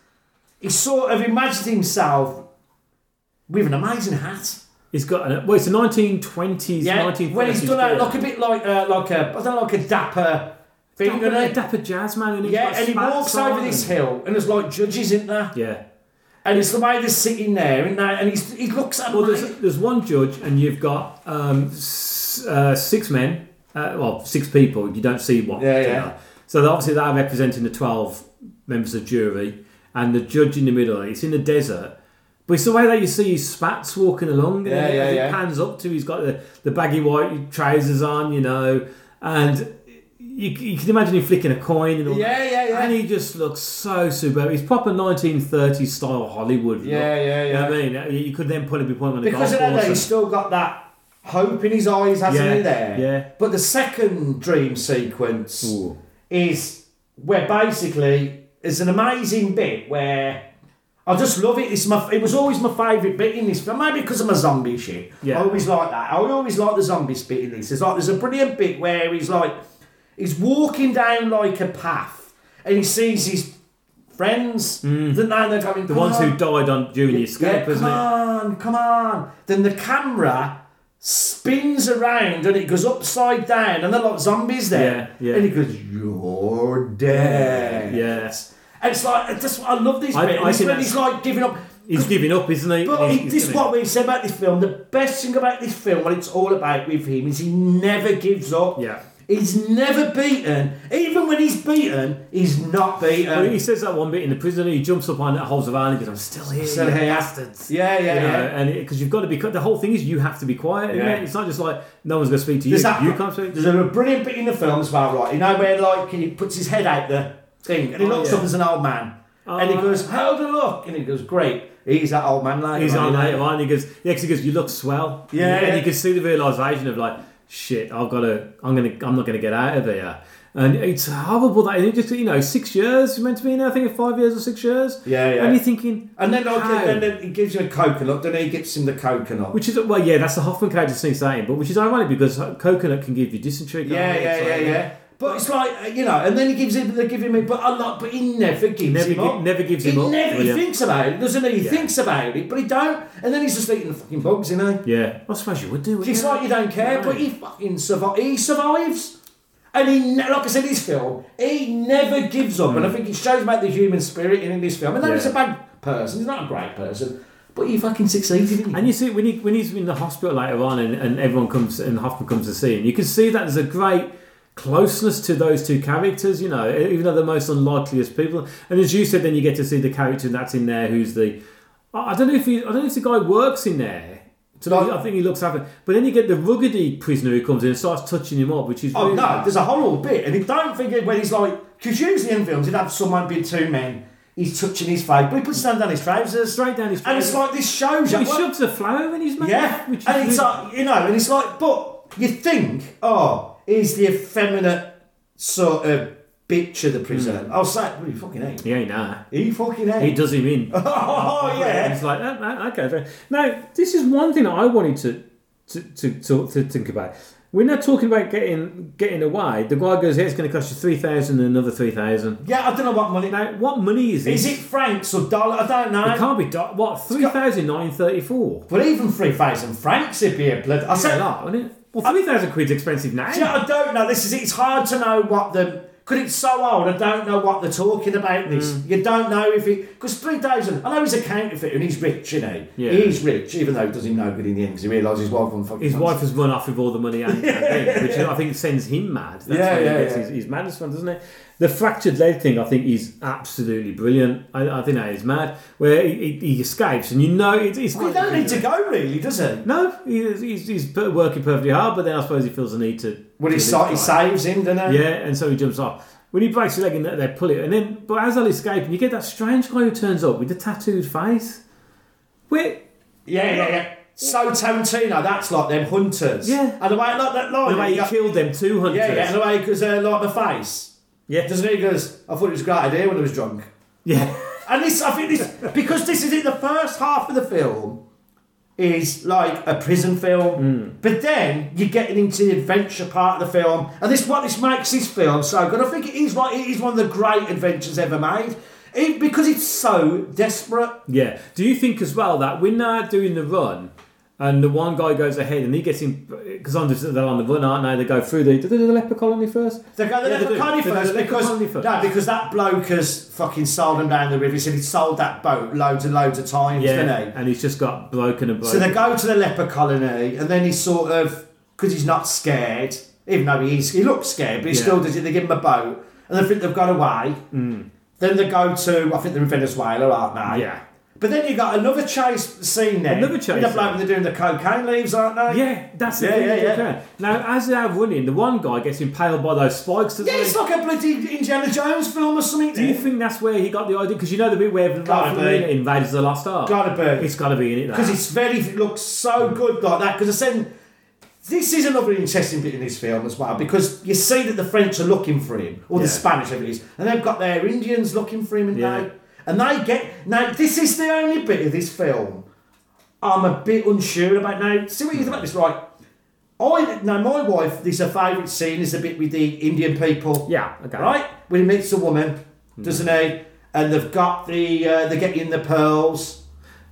Speaker 10: he's sort of imagined himself with an amazing hat.
Speaker 1: it's got a, well, it's a 1920s,
Speaker 10: Yeah,
Speaker 1: 1930s.
Speaker 10: when he's done that,
Speaker 1: film.
Speaker 10: look a bit like uh, like a I don't know, like a dapper thing.
Speaker 1: Dapper,
Speaker 10: innit?
Speaker 1: dapper jazz man, and he's
Speaker 10: yeah,
Speaker 1: got
Speaker 10: and he
Speaker 1: spats
Speaker 10: walks
Speaker 1: on
Speaker 10: over
Speaker 1: and-
Speaker 10: this hill, and there's like judges in there.
Speaker 1: Yeah.
Speaker 10: And it's the way they're sitting there, and, that, and he's, he looks at
Speaker 1: Well,
Speaker 10: me.
Speaker 1: there's, there's one judge, and you've got um, s- uh, six men. Uh, well, six people. You don't see one.
Speaker 10: Yeah,
Speaker 1: do you
Speaker 10: yeah.
Speaker 1: know? So obviously they're representing the twelve members of jury, and the judge in the middle. It's in the desert. But it's the way that you see his spats walking along,
Speaker 10: Yeah,
Speaker 1: and
Speaker 10: yeah,
Speaker 1: as it
Speaker 10: yeah.
Speaker 1: pans up to, he's got the, the baggy white trousers on, you know, and you, you can imagine him flicking a coin and all
Speaker 10: Yeah,
Speaker 1: that.
Speaker 10: yeah, yeah.
Speaker 1: And he just looks so superb. He's proper 1930s style Hollywood.
Speaker 10: Yeah,
Speaker 1: look.
Speaker 10: yeah,
Speaker 1: You know
Speaker 10: yeah.
Speaker 1: what I mean, Uh, you could then put a point on the
Speaker 10: because of
Speaker 1: golf
Speaker 10: that,
Speaker 1: course.
Speaker 10: he's still got that hope in his eyes, hasn't
Speaker 1: Yeah,
Speaker 10: he? There.
Speaker 1: yeah.
Speaker 10: But the second dream sequence
Speaker 1: Ooh.
Speaker 10: is where basically there's an amazing bit where I just love it. It's my. It was always my favourite bit in this film. Maybe because of my zombie shit.
Speaker 1: Yeah.
Speaker 10: I always like that. I always like the zombie bit in this. It's like there's a brilliant bit where he's like he's walking down like a path and he sees his friends. The, they're going,
Speaker 1: Mm. the ones who died on during the escape,
Speaker 10: yeah,
Speaker 1: isn't
Speaker 10: come
Speaker 1: it?
Speaker 10: on, come on. Then the camera spins around and it goes upside down, and they're like zombies there.
Speaker 1: Yeah, yeah.
Speaker 10: And it goes, "You're dead."
Speaker 1: Yeah.
Speaker 10: And it's like that's what I love this
Speaker 1: I-
Speaker 10: bit.
Speaker 1: I
Speaker 10: This
Speaker 1: think
Speaker 10: when he's
Speaker 1: that's-
Speaker 10: like giving up.
Speaker 1: He's giving up, isn't he?
Speaker 10: But
Speaker 1: He's-
Speaker 10: he-
Speaker 1: he's
Speaker 10: this is
Speaker 1: giving
Speaker 10: what
Speaker 1: up.
Speaker 10: we said about this film. The best thing about this film, what it's all about with him, is he never gives up.
Speaker 1: Yeah.
Speaker 10: He's never beaten. Even when he's beaten, he's not beaten.
Speaker 1: Well, he says that one bit in the prison. He jumps up on that holds of iron and goes, "I'm still here,
Speaker 10: Still
Speaker 1: you
Speaker 10: here.
Speaker 1: bastards."
Speaker 10: Yeah, yeah,
Speaker 1: You know,
Speaker 10: yeah.
Speaker 1: and because you've got to be. The whole thing is you have to be quiet. isn't
Speaker 10: Yeah.
Speaker 1: it? It's not just like no one's going to speak to you.
Speaker 10: There's that,
Speaker 1: you can't speak.
Speaker 10: There's a brilliant bit in the film as well, right? You know where like he puts his head out the thing and he
Speaker 1: Oh,
Speaker 10: looks
Speaker 1: yeah.
Speaker 10: up as an old man and he
Speaker 1: Oh.
Speaker 10: goes, "How the look?" And he goes, "Great." He's that old man later.
Speaker 1: He's
Speaker 10: on,
Speaker 1: on
Speaker 10: you know?
Speaker 1: later on. He goes, yeah, 'cause he goes, you look swell.
Speaker 10: Yeah,
Speaker 1: and
Speaker 10: yeah.
Speaker 1: you can see the realization of like, shit, I've got to, I'm gonna, I'm not gonna get out of here. And it's horrible that and it just you know six years you meant to be in. I think five years or six years.
Speaker 10: Yeah, yeah.
Speaker 1: And you're thinking,
Speaker 10: And then, like,
Speaker 1: how?
Speaker 10: then, then he gives you a coconut, then he gives him the coconut.
Speaker 1: Which is well, yeah, that's the Hoffman character sneaks that in, but which is ironic because coconut can give you dysentery. can't
Speaker 10: yeah,
Speaker 1: it?
Speaker 10: yeah,
Speaker 1: It's
Speaker 10: yeah,
Speaker 1: like-
Speaker 10: yeah. But it's like uh, you know, and then he gives him, they give him, a- but a lot, but he never gives
Speaker 1: Never
Speaker 10: him
Speaker 1: gi-
Speaker 10: up.
Speaker 1: never gives
Speaker 10: he
Speaker 1: him up,
Speaker 10: Never, he
Speaker 1: William.
Speaker 10: thinks about it, doesn't he? He
Speaker 1: Yeah.
Speaker 10: thinks about it, but he don't. And then he's just eating the fucking bugs, you know.
Speaker 1: Yeah, I suppose you would do. wouldn't
Speaker 10: It's like you don't care,
Speaker 1: No.
Speaker 10: but he fucking survives. He survives, and he, ne- like I said, his film, he never gives up. And I think it shows about the human spirit in this film. And though
Speaker 1: Mm. Yeah.
Speaker 10: he's a bad person, he's not a great person, but he fucking succeeded. Didn't he?
Speaker 1: And you see when he when he's in the hospital later on, and, and everyone comes and Hoffman comes to see him, you can see that there's a great closeness to those two characters. You know, even though they're the most unlikeliest people. And as you said, then you get to see the character that's in there, who's the I I don't know if he I don't know if the guy works in there. So
Speaker 10: Like-
Speaker 1: I think he looks after, but then you get the ruggedy prisoner who comes in and starts touching him up, which is
Speaker 10: Oh
Speaker 1: really-
Speaker 10: no, there's a whole bit, and he don't think it when he's like, because usually in films he'd have someone be two men. He's touching his face, but he puts his hand down his trousers,
Speaker 1: Straight down his
Speaker 10: and it's
Speaker 1: trousers.
Speaker 10: like this shows
Speaker 1: So
Speaker 10: you.
Speaker 1: he shoves a flower in his mouth.
Speaker 10: yeah,
Speaker 1: which is
Speaker 10: and
Speaker 1: really-
Speaker 10: it's like you know, and it's like, but you think, oh, he's the effeminate sort of bitch of the prisoner. I'll say, well, he fucking ain't.
Speaker 1: he ain't nah.
Speaker 10: He fucking ain't.
Speaker 1: Hmm. He does him in.
Speaker 10: Oh yeah.
Speaker 1: It's like, oh, oh, okay. fair. Now, this is one thing that I wanted to to, to, to, to think about. We're not talking about getting getting away. The guy goes, "Yeah, it's going to cost you three thousand and another three thousand.
Speaker 10: Yeah, I don't know what money.
Speaker 1: Now, what money is this?
Speaker 10: Is it francs or dollar? I don't know.
Speaker 1: It can't be do- what three thousand nine thirty four.
Speaker 10: But even three thousand francs, it'd be a blood. I said,
Speaker 1: that, wouldn't it? Well, three thousand quid's expensive now.
Speaker 10: See, I don't know. This is it's hard to know what the because it's so old. I don't know what they're talking about. This
Speaker 1: Mm.
Speaker 10: you don't know if it because three thousand. I know he's a counterfeiter and he's rich, you know.
Speaker 1: Yeah.
Speaker 10: He's rich, even though it does him no good in the end because he realises his wife won't fucking.
Speaker 1: His
Speaker 10: fancy
Speaker 1: wife has run off with all the money, and, and things, which I think sends him mad. That's
Speaker 10: Yeah,
Speaker 1: how he
Speaker 10: yeah,
Speaker 1: gets
Speaker 10: yeah.
Speaker 1: His, his madness from, doesn't it? The fractured leg thing, I think, is absolutely brilliant. I, I think that is mad. Where he, he, he escapes, and you know, it, it's.
Speaker 10: him. Well, he
Speaker 1: not-
Speaker 10: don't need to go really, does he?
Speaker 1: No, he, is- he's, he's per- working perfectly hard, but then I suppose he feels the need to.
Speaker 10: Well, he,
Speaker 1: to
Speaker 10: sa- he
Speaker 1: leave.
Speaker 10: saves him, doesn't he?
Speaker 1: Yeah, and so he jumps off. When he breaks his leg, and they- they pull it, and then but as they're escaping, you get that strange guy who turns up with the tattooed face. Where
Speaker 10: yeah, yeah, yeah. So Tarantino, that's like them hunters.
Speaker 1: Yeah.
Speaker 10: and the way like that line,
Speaker 1: the way he
Speaker 10: Oh, yeah,
Speaker 1: killed them two hunters.
Speaker 10: yeah, yeah, and the way because uh, like the face,
Speaker 1: yeah,
Speaker 10: doesn't he? He Goes, I thought it was a great idea when I was drunk.
Speaker 1: yeah.
Speaker 10: And this, I think this, because this is it, the first half of the film is like a prison
Speaker 1: Hmm.
Speaker 10: film, but then you're getting into the adventure part of the film, and this what this makes this film so good. I think it is what it is one of the great adventures ever made, it, because it's so desperate.
Speaker 1: Yeah. Do you think as well that when they're doing the run and the one guy goes ahead and he gets in because on the, they're on the run, aren't they? They go through the do they do the leper colony first.
Speaker 10: They go, they
Speaker 1: Yeah,
Speaker 10: yeah,
Speaker 1: they
Speaker 10: the
Speaker 1: do.
Speaker 10: Connie
Speaker 1: They go
Speaker 10: first
Speaker 1: to the
Speaker 10: because
Speaker 1: Connie first.
Speaker 10: no, because that bloke has fucking sold them down the river. He said he sold that boat loads and loads of times, didn't he?
Speaker 1: And he's just got broken and broken.
Speaker 10: So they go to the leper colony, and then he sort of, because he's not scared, even though he is, he looks scared, but he
Speaker 1: Yeah.
Speaker 10: still does it. They give him a boat, and they think they've got away. Then they go to, I think they're in Venezuela, aren't they?
Speaker 1: Mm. Ah, Yeah.
Speaker 10: But then you got another chase scene there.
Speaker 1: Another chase
Speaker 10: With the bloke
Speaker 1: scene.
Speaker 10: when they're doing the cocaine leaves, aren't they?
Speaker 1: Yeah, that's the
Speaker 10: Yeah,
Speaker 1: thing.
Speaker 10: yeah,
Speaker 1: they
Speaker 10: yeah.
Speaker 1: can. Now, as they are running, the one guy gets impaled by those spikes. doesn't
Speaker 10: Yeah, it's
Speaker 1: he?
Speaker 10: like a bloody Indiana Jones film or something.
Speaker 1: Do you think that's where he got the idea? Because you know the bit where Ralph
Speaker 10: be.
Speaker 1: Lorena invades the Lost Ark.
Speaker 10: Gotta be.
Speaker 1: It's gotta be in it. that.
Speaker 10: because it's very it looks so good like that. Because I said this is another interesting bit in this film as well because you see that the French are looking for him or the
Speaker 1: Yeah.
Speaker 10: Spanish, whatever it is, and they've got their Indians looking for him, and
Speaker 1: Yeah.
Speaker 10: they and they get now. This is the only bit of this film I'm a bit unsure about. Now, see what you think about this, right? I now my wife, this her favourite scene is the bit with the Indian people.
Speaker 1: Yeah, okay. Hmm.
Speaker 10: Right? When he meets a woman, doesn't he? And they've got the uh, they're getting the pearls.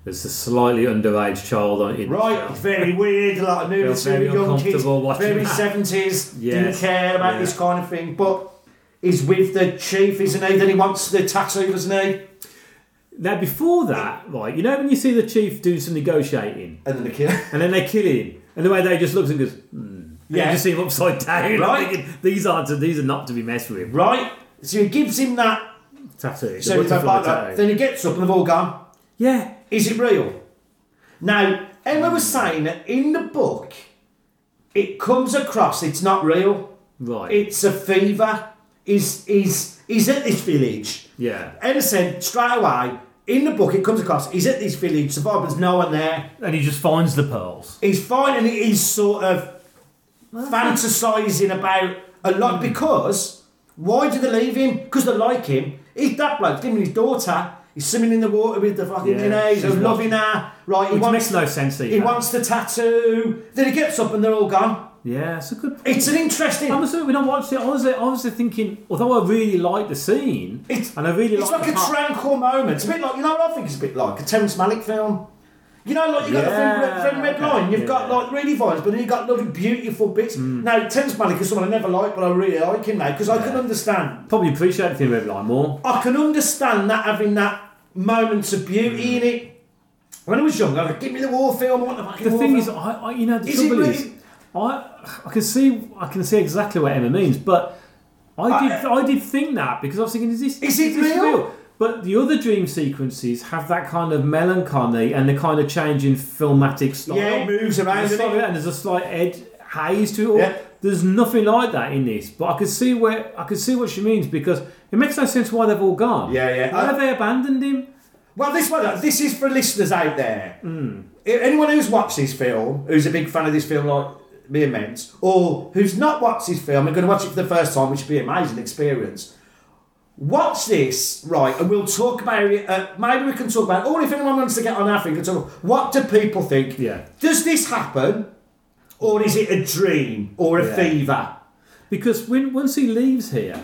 Speaker 1: There's a slightly underage child on it.
Speaker 10: Right, it's very weird, a lot of nudity,
Speaker 1: very
Speaker 10: young kids,
Speaker 1: uncomfortable watching
Speaker 10: very
Speaker 1: that.
Speaker 10: 70s, didn't
Speaker 1: Yes,
Speaker 10: care about
Speaker 1: yeah.
Speaker 10: this kind of thing, but he's with the chief, isn't he? Then he wants the tattoo, doesn't he?
Speaker 1: Now, before that, right, you know when you see the chief do some negotiating
Speaker 10: And then the kid.
Speaker 1: and then they kill him, and the way they just looks and goes, hmm. And
Speaker 10: Yeah.
Speaker 1: You just see him upside down.
Speaker 10: Right.
Speaker 1: Right. Thinking, these aren't to, these are not to be messed with.
Speaker 10: right, so he gives him that,
Speaker 1: Tattoo.
Speaker 10: so he's like that. then he gets up and they've all gone,
Speaker 1: yeah.
Speaker 10: is it real? Now, Emma was saying that in the book, it comes across it's not real,
Speaker 1: Right.
Speaker 10: it's a fever, he's, he's, he's at this village,
Speaker 1: yeah.
Speaker 10: Edison straight away in the book it comes across he's at this village survivors no one there
Speaker 1: And he just finds the pearls.
Speaker 10: he's fine and
Speaker 1: Hmm.
Speaker 10: he's sort of fantasizing about a lot because Why do they leave him? Because they like him. He's that bloke. Him and his daughter. He's swimming in the water with the fucking,
Speaker 1: Yeah,
Speaker 10: you know, he's
Speaker 1: she's
Speaker 10: loving her. Right, he
Speaker 1: Which
Speaker 10: wants,
Speaker 1: makes no sense either.
Speaker 10: he wants the tattoo. Then he gets up and they're all gone.
Speaker 1: yeah, it's a good.
Speaker 10: It's an interesting.
Speaker 1: Honestly, when I watched it, I was, I was thinking, although I really liked the scene,
Speaker 10: It's-
Speaker 1: and I really
Speaker 10: It's
Speaker 1: liked
Speaker 10: like a
Speaker 1: the part-
Speaker 10: tranquil moment. It's a bit like you know what I think it's a bit like a Terence Malick film. You know, like you've got
Speaker 1: Yeah,
Speaker 10: the Thin Red, Thin Red
Speaker 1: okay,
Speaker 10: Line, you've
Speaker 1: yeah,
Speaker 10: got
Speaker 1: yeah. Mm.
Speaker 10: like really violence, but then you've got lovely, beautiful bits. Now, Terence Malick is someone I never liked, but I really like him now because I can understand.
Speaker 1: Probably appreciate the Thin Red Line more.
Speaker 10: I can understand that having that moment of beauty
Speaker 1: Mm.
Speaker 10: in it. When I was young, I was like, give me the war film, I want the fucking
Speaker 1: The
Speaker 10: war
Speaker 1: thing
Speaker 10: film.
Speaker 1: is, I, I you know, the
Speaker 10: Is it
Speaker 1: trouble
Speaker 10: really-
Speaker 1: is, I, I can see, I can see exactly what Emma means, but I did, I, did think that because I was thinking, is this,
Speaker 10: Is it
Speaker 1: this
Speaker 10: real?
Speaker 1: But the other dream sequences have that kind of melancholy and the kind of change in filmatic style.
Speaker 10: Yeah, it moves around,
Speaker 1: There's a
Speaker 10: doesn't
Speaker 1: slight-
Speaker 10: it?
Speaker 1: and there's a slight ed haze to it. All.
Speaker 10: Yeah.
Speaker 1: There's nothing like that in this, but I could see where I could see what she means because it makes no sense why they've all gone.
Speaker 10: Yeah, yeah.
Speaker 1: Why
Speaker 10: I-
Speaker 1: have they abandoned him?
Speaker 10: Well, this one, this is for listeners out there.
Speaker 1: Hmm.
Speaker 10: I- Anyone who's watched this film, who's a big fan of this film, like me and Mence, or who's not watched this film and going to watch it for the first time, which would be an amazing experience. Watch this, right, and we'll talk about it. Uh, maybe we can talk about it. Or if anyone wants to get on Africa, talk. What do people think?
Speaker 1: Yeah.
Speaker 10: Does this happen, or is it a dream or a
Speaker 1: Yeah.
Speaker 10: fever?
Speaker 1: Because when once he leaves here,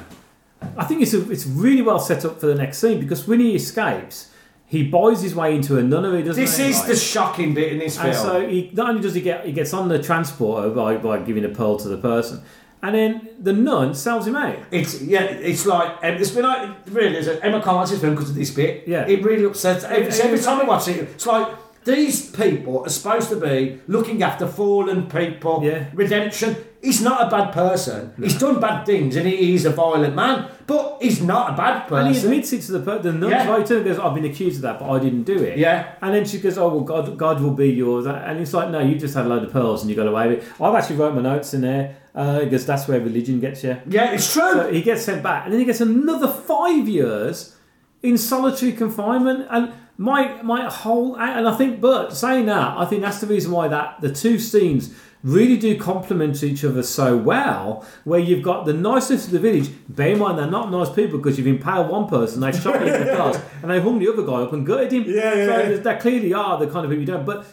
Speaker 1: I think it's a, it's really well set up for the next scene because when he escapes, he buys his way into a nunnery, doesn't
Speaker 10: This
Speaker 1: he?
Speaker 10: is
Speaker 1: like?
Speaker 10: the shocking bit in this film.
Speaker 1: And so he not only does he get he gets on the transporter by, by giving a pearl to the person, and then the nun sells him out.
Speaker 10: It's yeah. It's like um, it's been like really. It's Emma Clarke's film because of this bit.
Speaker 1: Yeah.
Speaker 10: it really upsets every,
Speaker 1: Yeah,
Speaker 10: every
Speaker 1: yeah.
Speaker 10: time I watch it. It's like these people are supposed to be looking after fallen people.
Speaker 1: Yeah.
Speaker 10: redemption. He's not a bad person. He's done bad things, and he is a violent man. But he's not a bad person.
Speaker 1: And he admits it to the per- the nun.
Speaker 10: Yeah.
Speaker 1: Right, he goes, "I've been accused of that, but I didn't do it."
Speaker 10: Yeah.
Speaker 1: And then she goes, "Oh well, God, God will be yours." And it's like, "No, you just had a load of pearls and you got away with it." I've actually wrote my notes in there uh, because that's where religion gets you.
Speaker 10: yeah, it's true.
Speaker 1: So he gets sent back, and then he gets another five years in solitary confinement. And my my whole and I think, but saying that, I think that's the reason why that the two scenes really do complement each other so well. Where you've got the nicest of the village. Bear in mind they're not nice people because you've impaled one person, they shot him in the cars, and they hung the other guy up and gutted him.
Speaker 10: Yeah, yeah,
Speaker 1: so
Speaker 10: yeah.
Speaker 1: they- they clearly are the kind of people you don't. But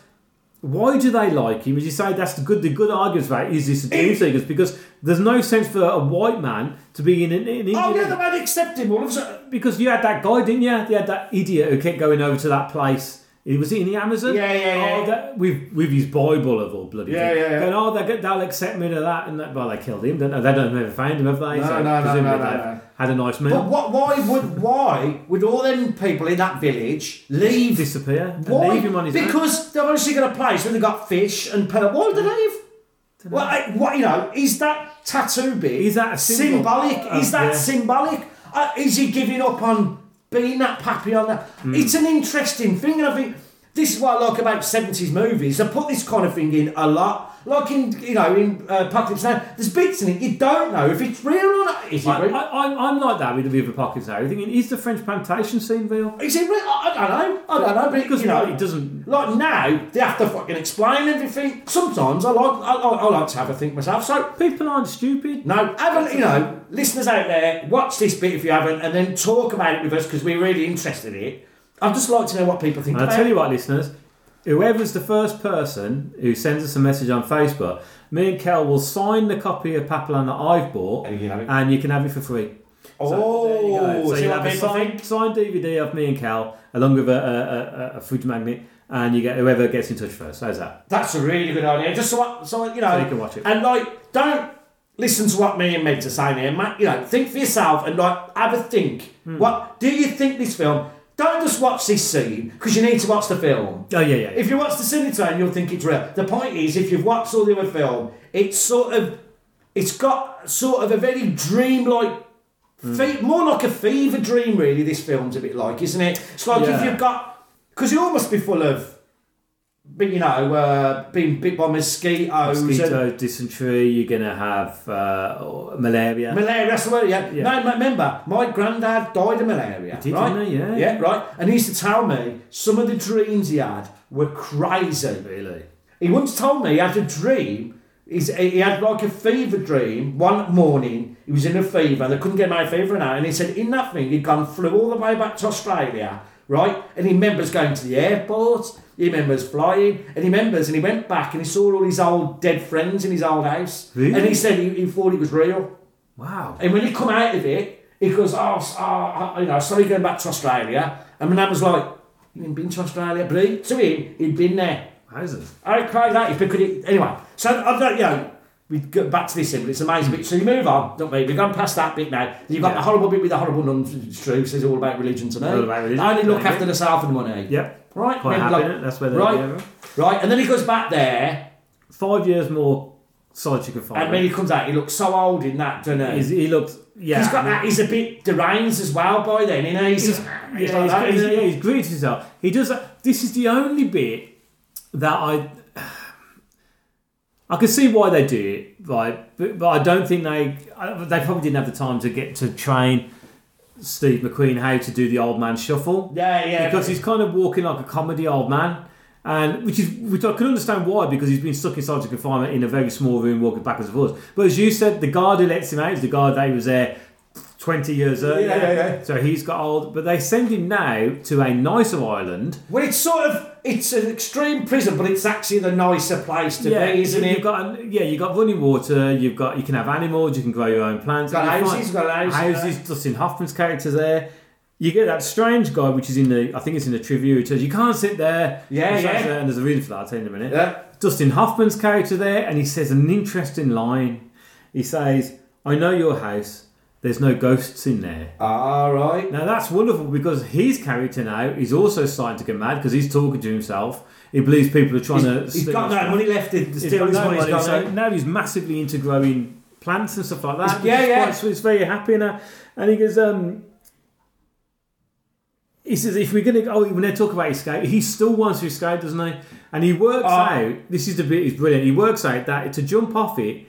Speaker 1: why do they like him? As you say, that's the good. The good arguments about it is this a dream seekers because there's no sense for a white man to be in an, an Indian.
Speaker 10: oh yeah, the man accepted him all of a sudden.
Speaker 1: because you had that guy, didn't you? You had that idiot who kept going over to that place. It was in the Amazon.
Speaker 10: Yeah, yeah, yeah.
Speaker 1: Oh, that, with with his Bible of all bloody.
Speaker 10: Yeah,
Speaker 1: thing.
Speaker 10: yeah, yeah.
Speaker 1: Going, oh, they get, they'll accept me to that, and that, well, they killed him. Don't they? They don't never found him, have they?
Speaker 10: No, no, no,
Speaker 1: presumably
Speaker 10: no, no,
Speaker 1: they've
Speaker 10: no.
Speaker 1: Had a nice
Speaker 10: But
Speaker 1: meal.
Speaker 10: what? Why would? Why would all them people in that village leave?
Speaker 1: Disappear. and
Speaker 10: Why?
Speaker 1: Leave him on his own.
Speaker 10: because they've obviously got a place where they've got fish and pearl. Why do they have? Well, I, what you know is that tattoo bit?
Speaker 1: Is that a symbol?
Speaker 10: symbolic? is
Speaker 1: Oh,
Speaker 10: that
Speaker 1: yeah.
Speaker 10: symbolic? Uh, is he giving up on being that pappy on that?
Speaker 1: Hmm.
Speaker 10: It's an interesting thing, and I think this is what I like about seventies movies. They put this kind of thing in a lot. Like in you know in uh, Apocalypse Now, there's bits in it you don't know if it's real or not. Is it
Speaker 1: I,
Speaker 10: real?
Speaker 1: I, I'm- I'm like that with the Viva Pockets now. Thinking, is the French plantation scene real?
Speaker 10: Is it real? I, I don't know. I don't know. But
Speaker 1: Because
Speaker 10: you know,
Speaker 1: it doesn't-
Speaker 10: Like now, they have to fucking explain everything. Sometimes I like I, I, I like to have a think myself. So
Speaker 1: People aren't stupid.
Speaker 10: no, have a, you know, listeners out there, watch this bit if you haven't, and then talk about it with us because we're really interested in it. I'd just like to know what people think.
Speaker 1: And
Speaker 10: about
Speaker 1: I tell you
Speaker 10: it.
Speaker 1: what, listeners, whoever's the first person who sends us a message on Facebook, me and Kel will sign the copy of Papillon that I've bought,
Speaker 10: And you can have it.
Speaker 1: and you can have it for free. there you go.
Speaker 10: Oh,
Speaker 1: so
Speaker 10: see
Speaker 1: you
Speaker 10: what
Speaker 1: have a
Speaker 10: people
Speaker 1: signed,
Speaker 10: think.
Speaker 1: signed DVD of me and Cal, along with a, a, a, a- a fridge magnet, and you get whoever gets in touch first. How's that?
Speaker 10: That's a really good idea. Just so, I, so I- you know,
Speaker 1: So you can watch it.
Speaker 10: and like, don't listen to what me and Meds are saying here. Mate, you know, think for yourself and like, have a think.
Speaker 1: Hmm.
Speaker 10: What do you think this film? Don't just watch this scene because you need to watch the film.
Speaker 1: Oh yeah, yeah. yeah.
Speaker 10: If you watch the Cineton, you'll think it's real. The point is, if you've watched all the other film, it's sort of, it's got sort of a very dreamlike,
Speaker 1: Hmm.
Speaker 10: fe- more like a fever dream, really. This film's a bit like, isn't it? It's like if
Speaker 1: Yeah.
Speaker 10: you've got, because you'll almost be full of, but you know, uh, being bit by mosquitoes, and
Speaker 1: mosquito, dysentery, you're gonna have uh, malaria.
Speaker 10: malaria. That's the word. Yeah.
Speaker 1: Yeah.
Speaker 10: No, m- remember, my granddad died of malaria.
Speaker 1: did,
Speaker 10: right?
Speaker 1: didn't he? Yeah.
Speaker 10: Yeah. Right. And he used to tell me some of the dreams he had were crazy.
Speaker 1: really.
Speaker 10: He once told me he had a dream. He's, he had like a fever dream one morning. He was in a fever. They couldn't get him out of fever now. And he said in that thing, he'd gone flew all the way back to Australia, right? And he remembers going to the airport. He remembers flying. And he remembers, and he went back and he saw all his old dead friends in his old house.
Speaker 1: Really?
Speaker 10: And he said he, he thought it was real.
Speaker 1: Wow.
Speaker 10: And when he come out of it, he goes, oh, s- oh, I- you know, sorry going back to Australia. And my nan was like, you ain't been to Australia, but he, to him, he'd been there.
Speaker 1: How's it?
Speaker 10: I cried out because it, anyway. So I don't, you know, we go back to this, here, but it's amazing. But so you move on, don't we? We've gone past that bit now. You've got
Speaker 1: Yeah.
Speaker 10: the horrible bit with the horrible nuns. It's true. It's all about religion to me.
Speaker 1: All about religion.
Speaker 10: I only look
Speaker 1: Yeah.
Speaker 10: after the self and money.
Speaker 1: Yep.
Speaker 10: Right.
Speaker 1: Quite
Speaker 10: Maybe
Speaker 1: happy,
Speaker 10: like-
Speaker 1: innit? That's where they
Speaker 10: right, right, and then he goes back there,
Speaker 1: Five years more solid chicken fire.
Speaker 10: and when he comes out, he looks so old in that, doesn't he?
Speaker 1: He's- he looked, yeah.
Speaker 10: he's got
Speaker 1: I mean,
Speaker 10: that. He's a bit deranged as well by then. You know, he's,
Speaker 1: He's,
Speaker 10: he's,
Speaker 1: yeah,
Speaker 10: like
Speaker 1: he's,
Speaker 10: that,
Speaker 1: he's,
Speaker 10: isn't he?
Speaker 1: yeah, he's greeted himself. He does that. This is the only bit that I. I can see why they do it, right? But, but I don't think they I- they probably didn't have the time to get to train Steve McQueen how to do the old man shuffle.
Speaker 10: Yeah, yeah,
Speaker 1: Because
Speaker 10: but-
Speaker 1: he's kind of walking like a comedy old man, and which is which I can understand why because he's been stuck in solitary confinement in a very small room walking backwards and forwards. But as you said, the guard who lets him out is the guard that he was there 20 years earlier.
Speaker 10: yeah, yeah.
Speaker 1: So he's got old, but they send him now to a nicer island.
Speaker 10: Well, it's sort of it's an extreme prison, but it's actually the nicer place to
Speaker 1: Yeah,
Speaker 10: be, isn't
Speaker 1: you-
Speaker 10: it?
Speaker 1: You've got an- yeah, you've got running water. You've got you can have animals. You can grow your own plants. and
Speaker 10: Got
Speaker 1: you
Speaker 10: houses,
Speaker 1: find-
Speaker 10: you've got houses,
Speaker 1: Houses. Dustin Hoffman's character there. You get that strange guy, which is in the I think it's in the trivia. Who says you can't sit there.
Speaker 10: Yeah,
Speaker 1: He stands
Speaker 10: yeah.
Speaker 1: there, and there's a reason for that. I'll tell you in a minute.
Speaker 10: Yeah.
Speaker 1: Dustin Hoffman's character there, and he says an interesting line. He says, "I know your house. There's no ghosts in there."
Speaker 10: All Ah, right.
Speaker 1: Now that's wonderful because his character now is also starting to get mad because he's talking to himself. He believes people are trying to.
Speaker 10: He's
Speaker 1: steal
Speaker 10: got
Speaker 1: his
Speaker 10: no
Speaker 1: stuff.
Speaker 10: money left. in-
Speaker 1: He's
Speaker 10: Still,
Speaker 1: got
Speaker 10: his
Speaker 1: no
Speaker 10: money's
Speaker 1: money,
Speaker 10: gone.
Speaker 1: so
Speaker 10: eh?
Speaker 1: now he's massively into growing plants and stuff like that.
Speaker 10: Yeah,
Speaker 1: which is
Speaker 10: yeah.
Speaker 1: Quite, so he's very happy now, and he goes. Um, he says, if we're going to, oh, when they talk about escape, he still wants to escape, doesn't he? And he
Speaker 10: Oh.
Speaker 1: works out, this is the bit, he's brilliant. He works out that to jump off it,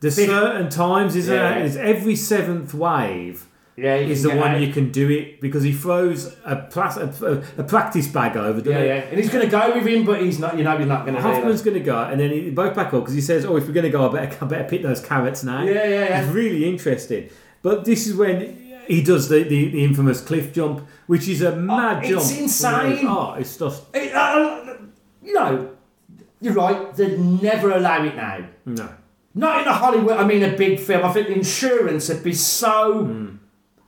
Speaker 1: there's
Speaker 10: Big-
Speaker 1: certain times, isn't
Speaker 10: Yeah.
Speaker 1: there? It's every seventh wave
Speaker 10: Yeah, you
Speaker 1: is
Speaker 10: can
Speaker 1: the
Speaker 10: get
Speaker 1: one
Speaker 10: out.
Speaker 1: you can do it because he throws a, plas- a, a practice bag over. doesn't
Speaker 10: Yeah,
Speaker 1: he?
Speaker 10: yeah. And he's going to go with him, but he's not. You know, he's not going to.
Speaker 1: Hoffman's going to go, and then he, both back up because he says, "Oh, if we're going to go, I better, I better pick those carrots now."
Speaker 10: Yeah, yeah, yeah.
Speaker 1: It's really interesting. But this is when he does the, the, the infamous cliff jump, which is a mad
Speaker 10: Oh, it's
Speaker 1: jump.
Speaker 10: insane.
Speaker 1: Oh, it's just
Speaker 10: It, uh, no, you're right. They'd never allow it now.
Speaker 1: no.
Speaker 10: Not in a Hollywood. I mean, a big film. I think the insurance would be so.
Speaker 1: Hmm.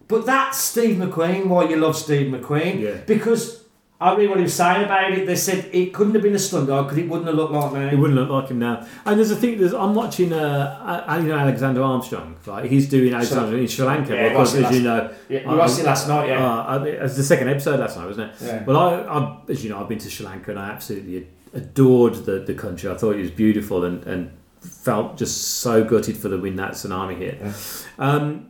Speaker 10: But that's Steve McQueen. Why you love Steve McQueen?
Speaker 1: Yeah.
Speaker 10: Because I read what he was saying about it. They said it couldn't have been a stunt dog because it wouldn't have looked like that.
Speaker 1: It wouldn't look like him now. And there's a thing. There's I'm watching. Uh, I, you know Alexander Armstrong. Right, he's doing Alexander in Sri Lanka.
Speaker 10: Yeah, I
Speaker 1: because
Speaker 10: watched it
Speaker 1: as you
Speaker 10: last-
Speaker 1: know,
Speaker 10: Yeah, we
Speaker 1: I-
Speaker 10: watched it last night, Oh, yeah.
Speaker 1: Uh, I- it was the second episode last night, wasn't it?
Speaker 10: Yeah.
Speaker 1: Well, I, I, as you know, I've been to Sri Lanka and I absolutely adored the, the country. I thought it was beautiful and, and felt just so gutted for the when that tsunami hit. Um,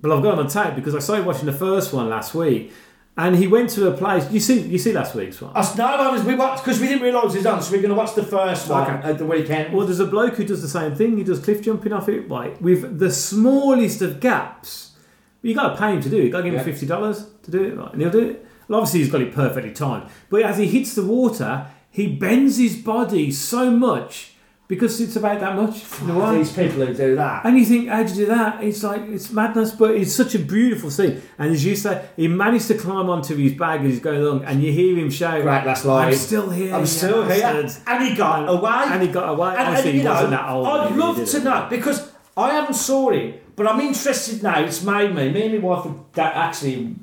Speaker 1: but I've got it on tape because I started watching the first one last week, and he went to a place. You see, you see last week's one.
Speaker 10: I s- no, I was, we watched because we didn't realise it was on, so we are going to watch the first one
Speaker 1: Okay.
Speaker 10: at uh, the weekend.
Speaker 1: Well, there's a bloke who does the same thing. He does cliff jumping off it, right? With the smallest of gaps. But you got to pay him to do it. You got to give him
Speaker 10: Yeah.
Speaker 1: fifty dollars to do it, right? And he'll do it. Well, obviously, he's got it perfectly timed. But as he hits the water, he bends his body so much because it's about that much. in the water.
Speaker 10: These people who do that.
Speaker 1: And you think, how would you do that? It's like it's madness, but it's such a beautiful scene. And as you say, he managed to climb onto his bag as he's going along, and you hear him shout,
Speaker 10: Right, that's
Speaker 1: I'm
Speaker 10: live.
Speaker 1: still here.
Speaker 10: I'm
Speaker 1: you
Speaker 10: still here.
Speaker 1: bastards."
Speaker 10: And he got away.
Speaker 1: And he got away.
Speaker 10: And-
Speaker 1: Obviously,
Speaker 10: and, you
Speaker 1: he wasn't
Speaker 10: know,
Speaker 1: that old.
Speaker 10: I'd
Speaker 1: when he
Speaker 10: love
Speaker 1: did
Speaker 10: to
Speaker 1: it.
Speaker 10: know because I haven't saw it, but I'm interested now. It's made me. Me and my wife have da- actually,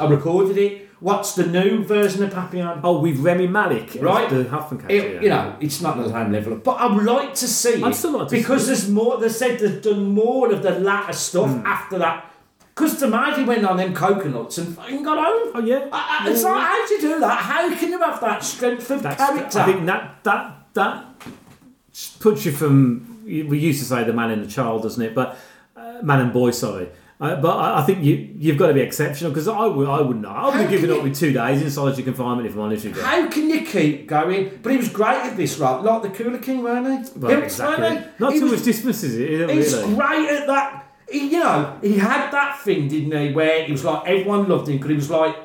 Speaker 10: I recorded it. What's the new version of Papillon?
Speaker 1: Oh, with Remy Malik, as
Speaker 10: Right,
Speaker 1: The Huffman character.
Speaker 10: It,
Speaker 1: yeah.
Speaker 10: you know, it's not the same level, but I'd like to see
Speaker 1: I'd
Speaker 10: it
Speaker 1: still like to
Speaker 10: because
Speaker 1: see Hmm.
Speaker 10: there's more. They said they've done more of the latter stuff after that. Because Damadi went on them coconuts and fucking got home.
Speaker 1: Oh, yeah.
Speaker 10: I, I- it's
Speaker 1: Yeah,
Speaker 10: like,
Speaker 1: yeah.
Speaker 10: how do you do that? How can you have that strength of
Speaker 1: That's,
Speaker 10: character?
Speaker 1: I think that that that puts you from. We used to say the man and the child, doesn't it? But uh, man and boy, sorry. Uh, but I, I think you you've got to be exceptional because I would I would not. I would
Speaker 10: How
Speaker 1: have given
Speaker 10: can
Speaker 1: up
Speaker 10: you-
Speaker 1: with two days in solitary confinement if I'm honest with you.
Speaker 10: How can you keep going? But he was great at this, right? Like the Cooler King, weren't he?
Speaker 1: Well,
Speaker 10: He was, weren't he?
Speaker 1: Not
Speaker 10: He
Speaker 1: too
Speaker 10: was-
Speaker 1: much distance, is it? Really.
Speaker 10: He's great at that. He, you know, he had that thing, didn't he? Where he was like everyone loved him because he was like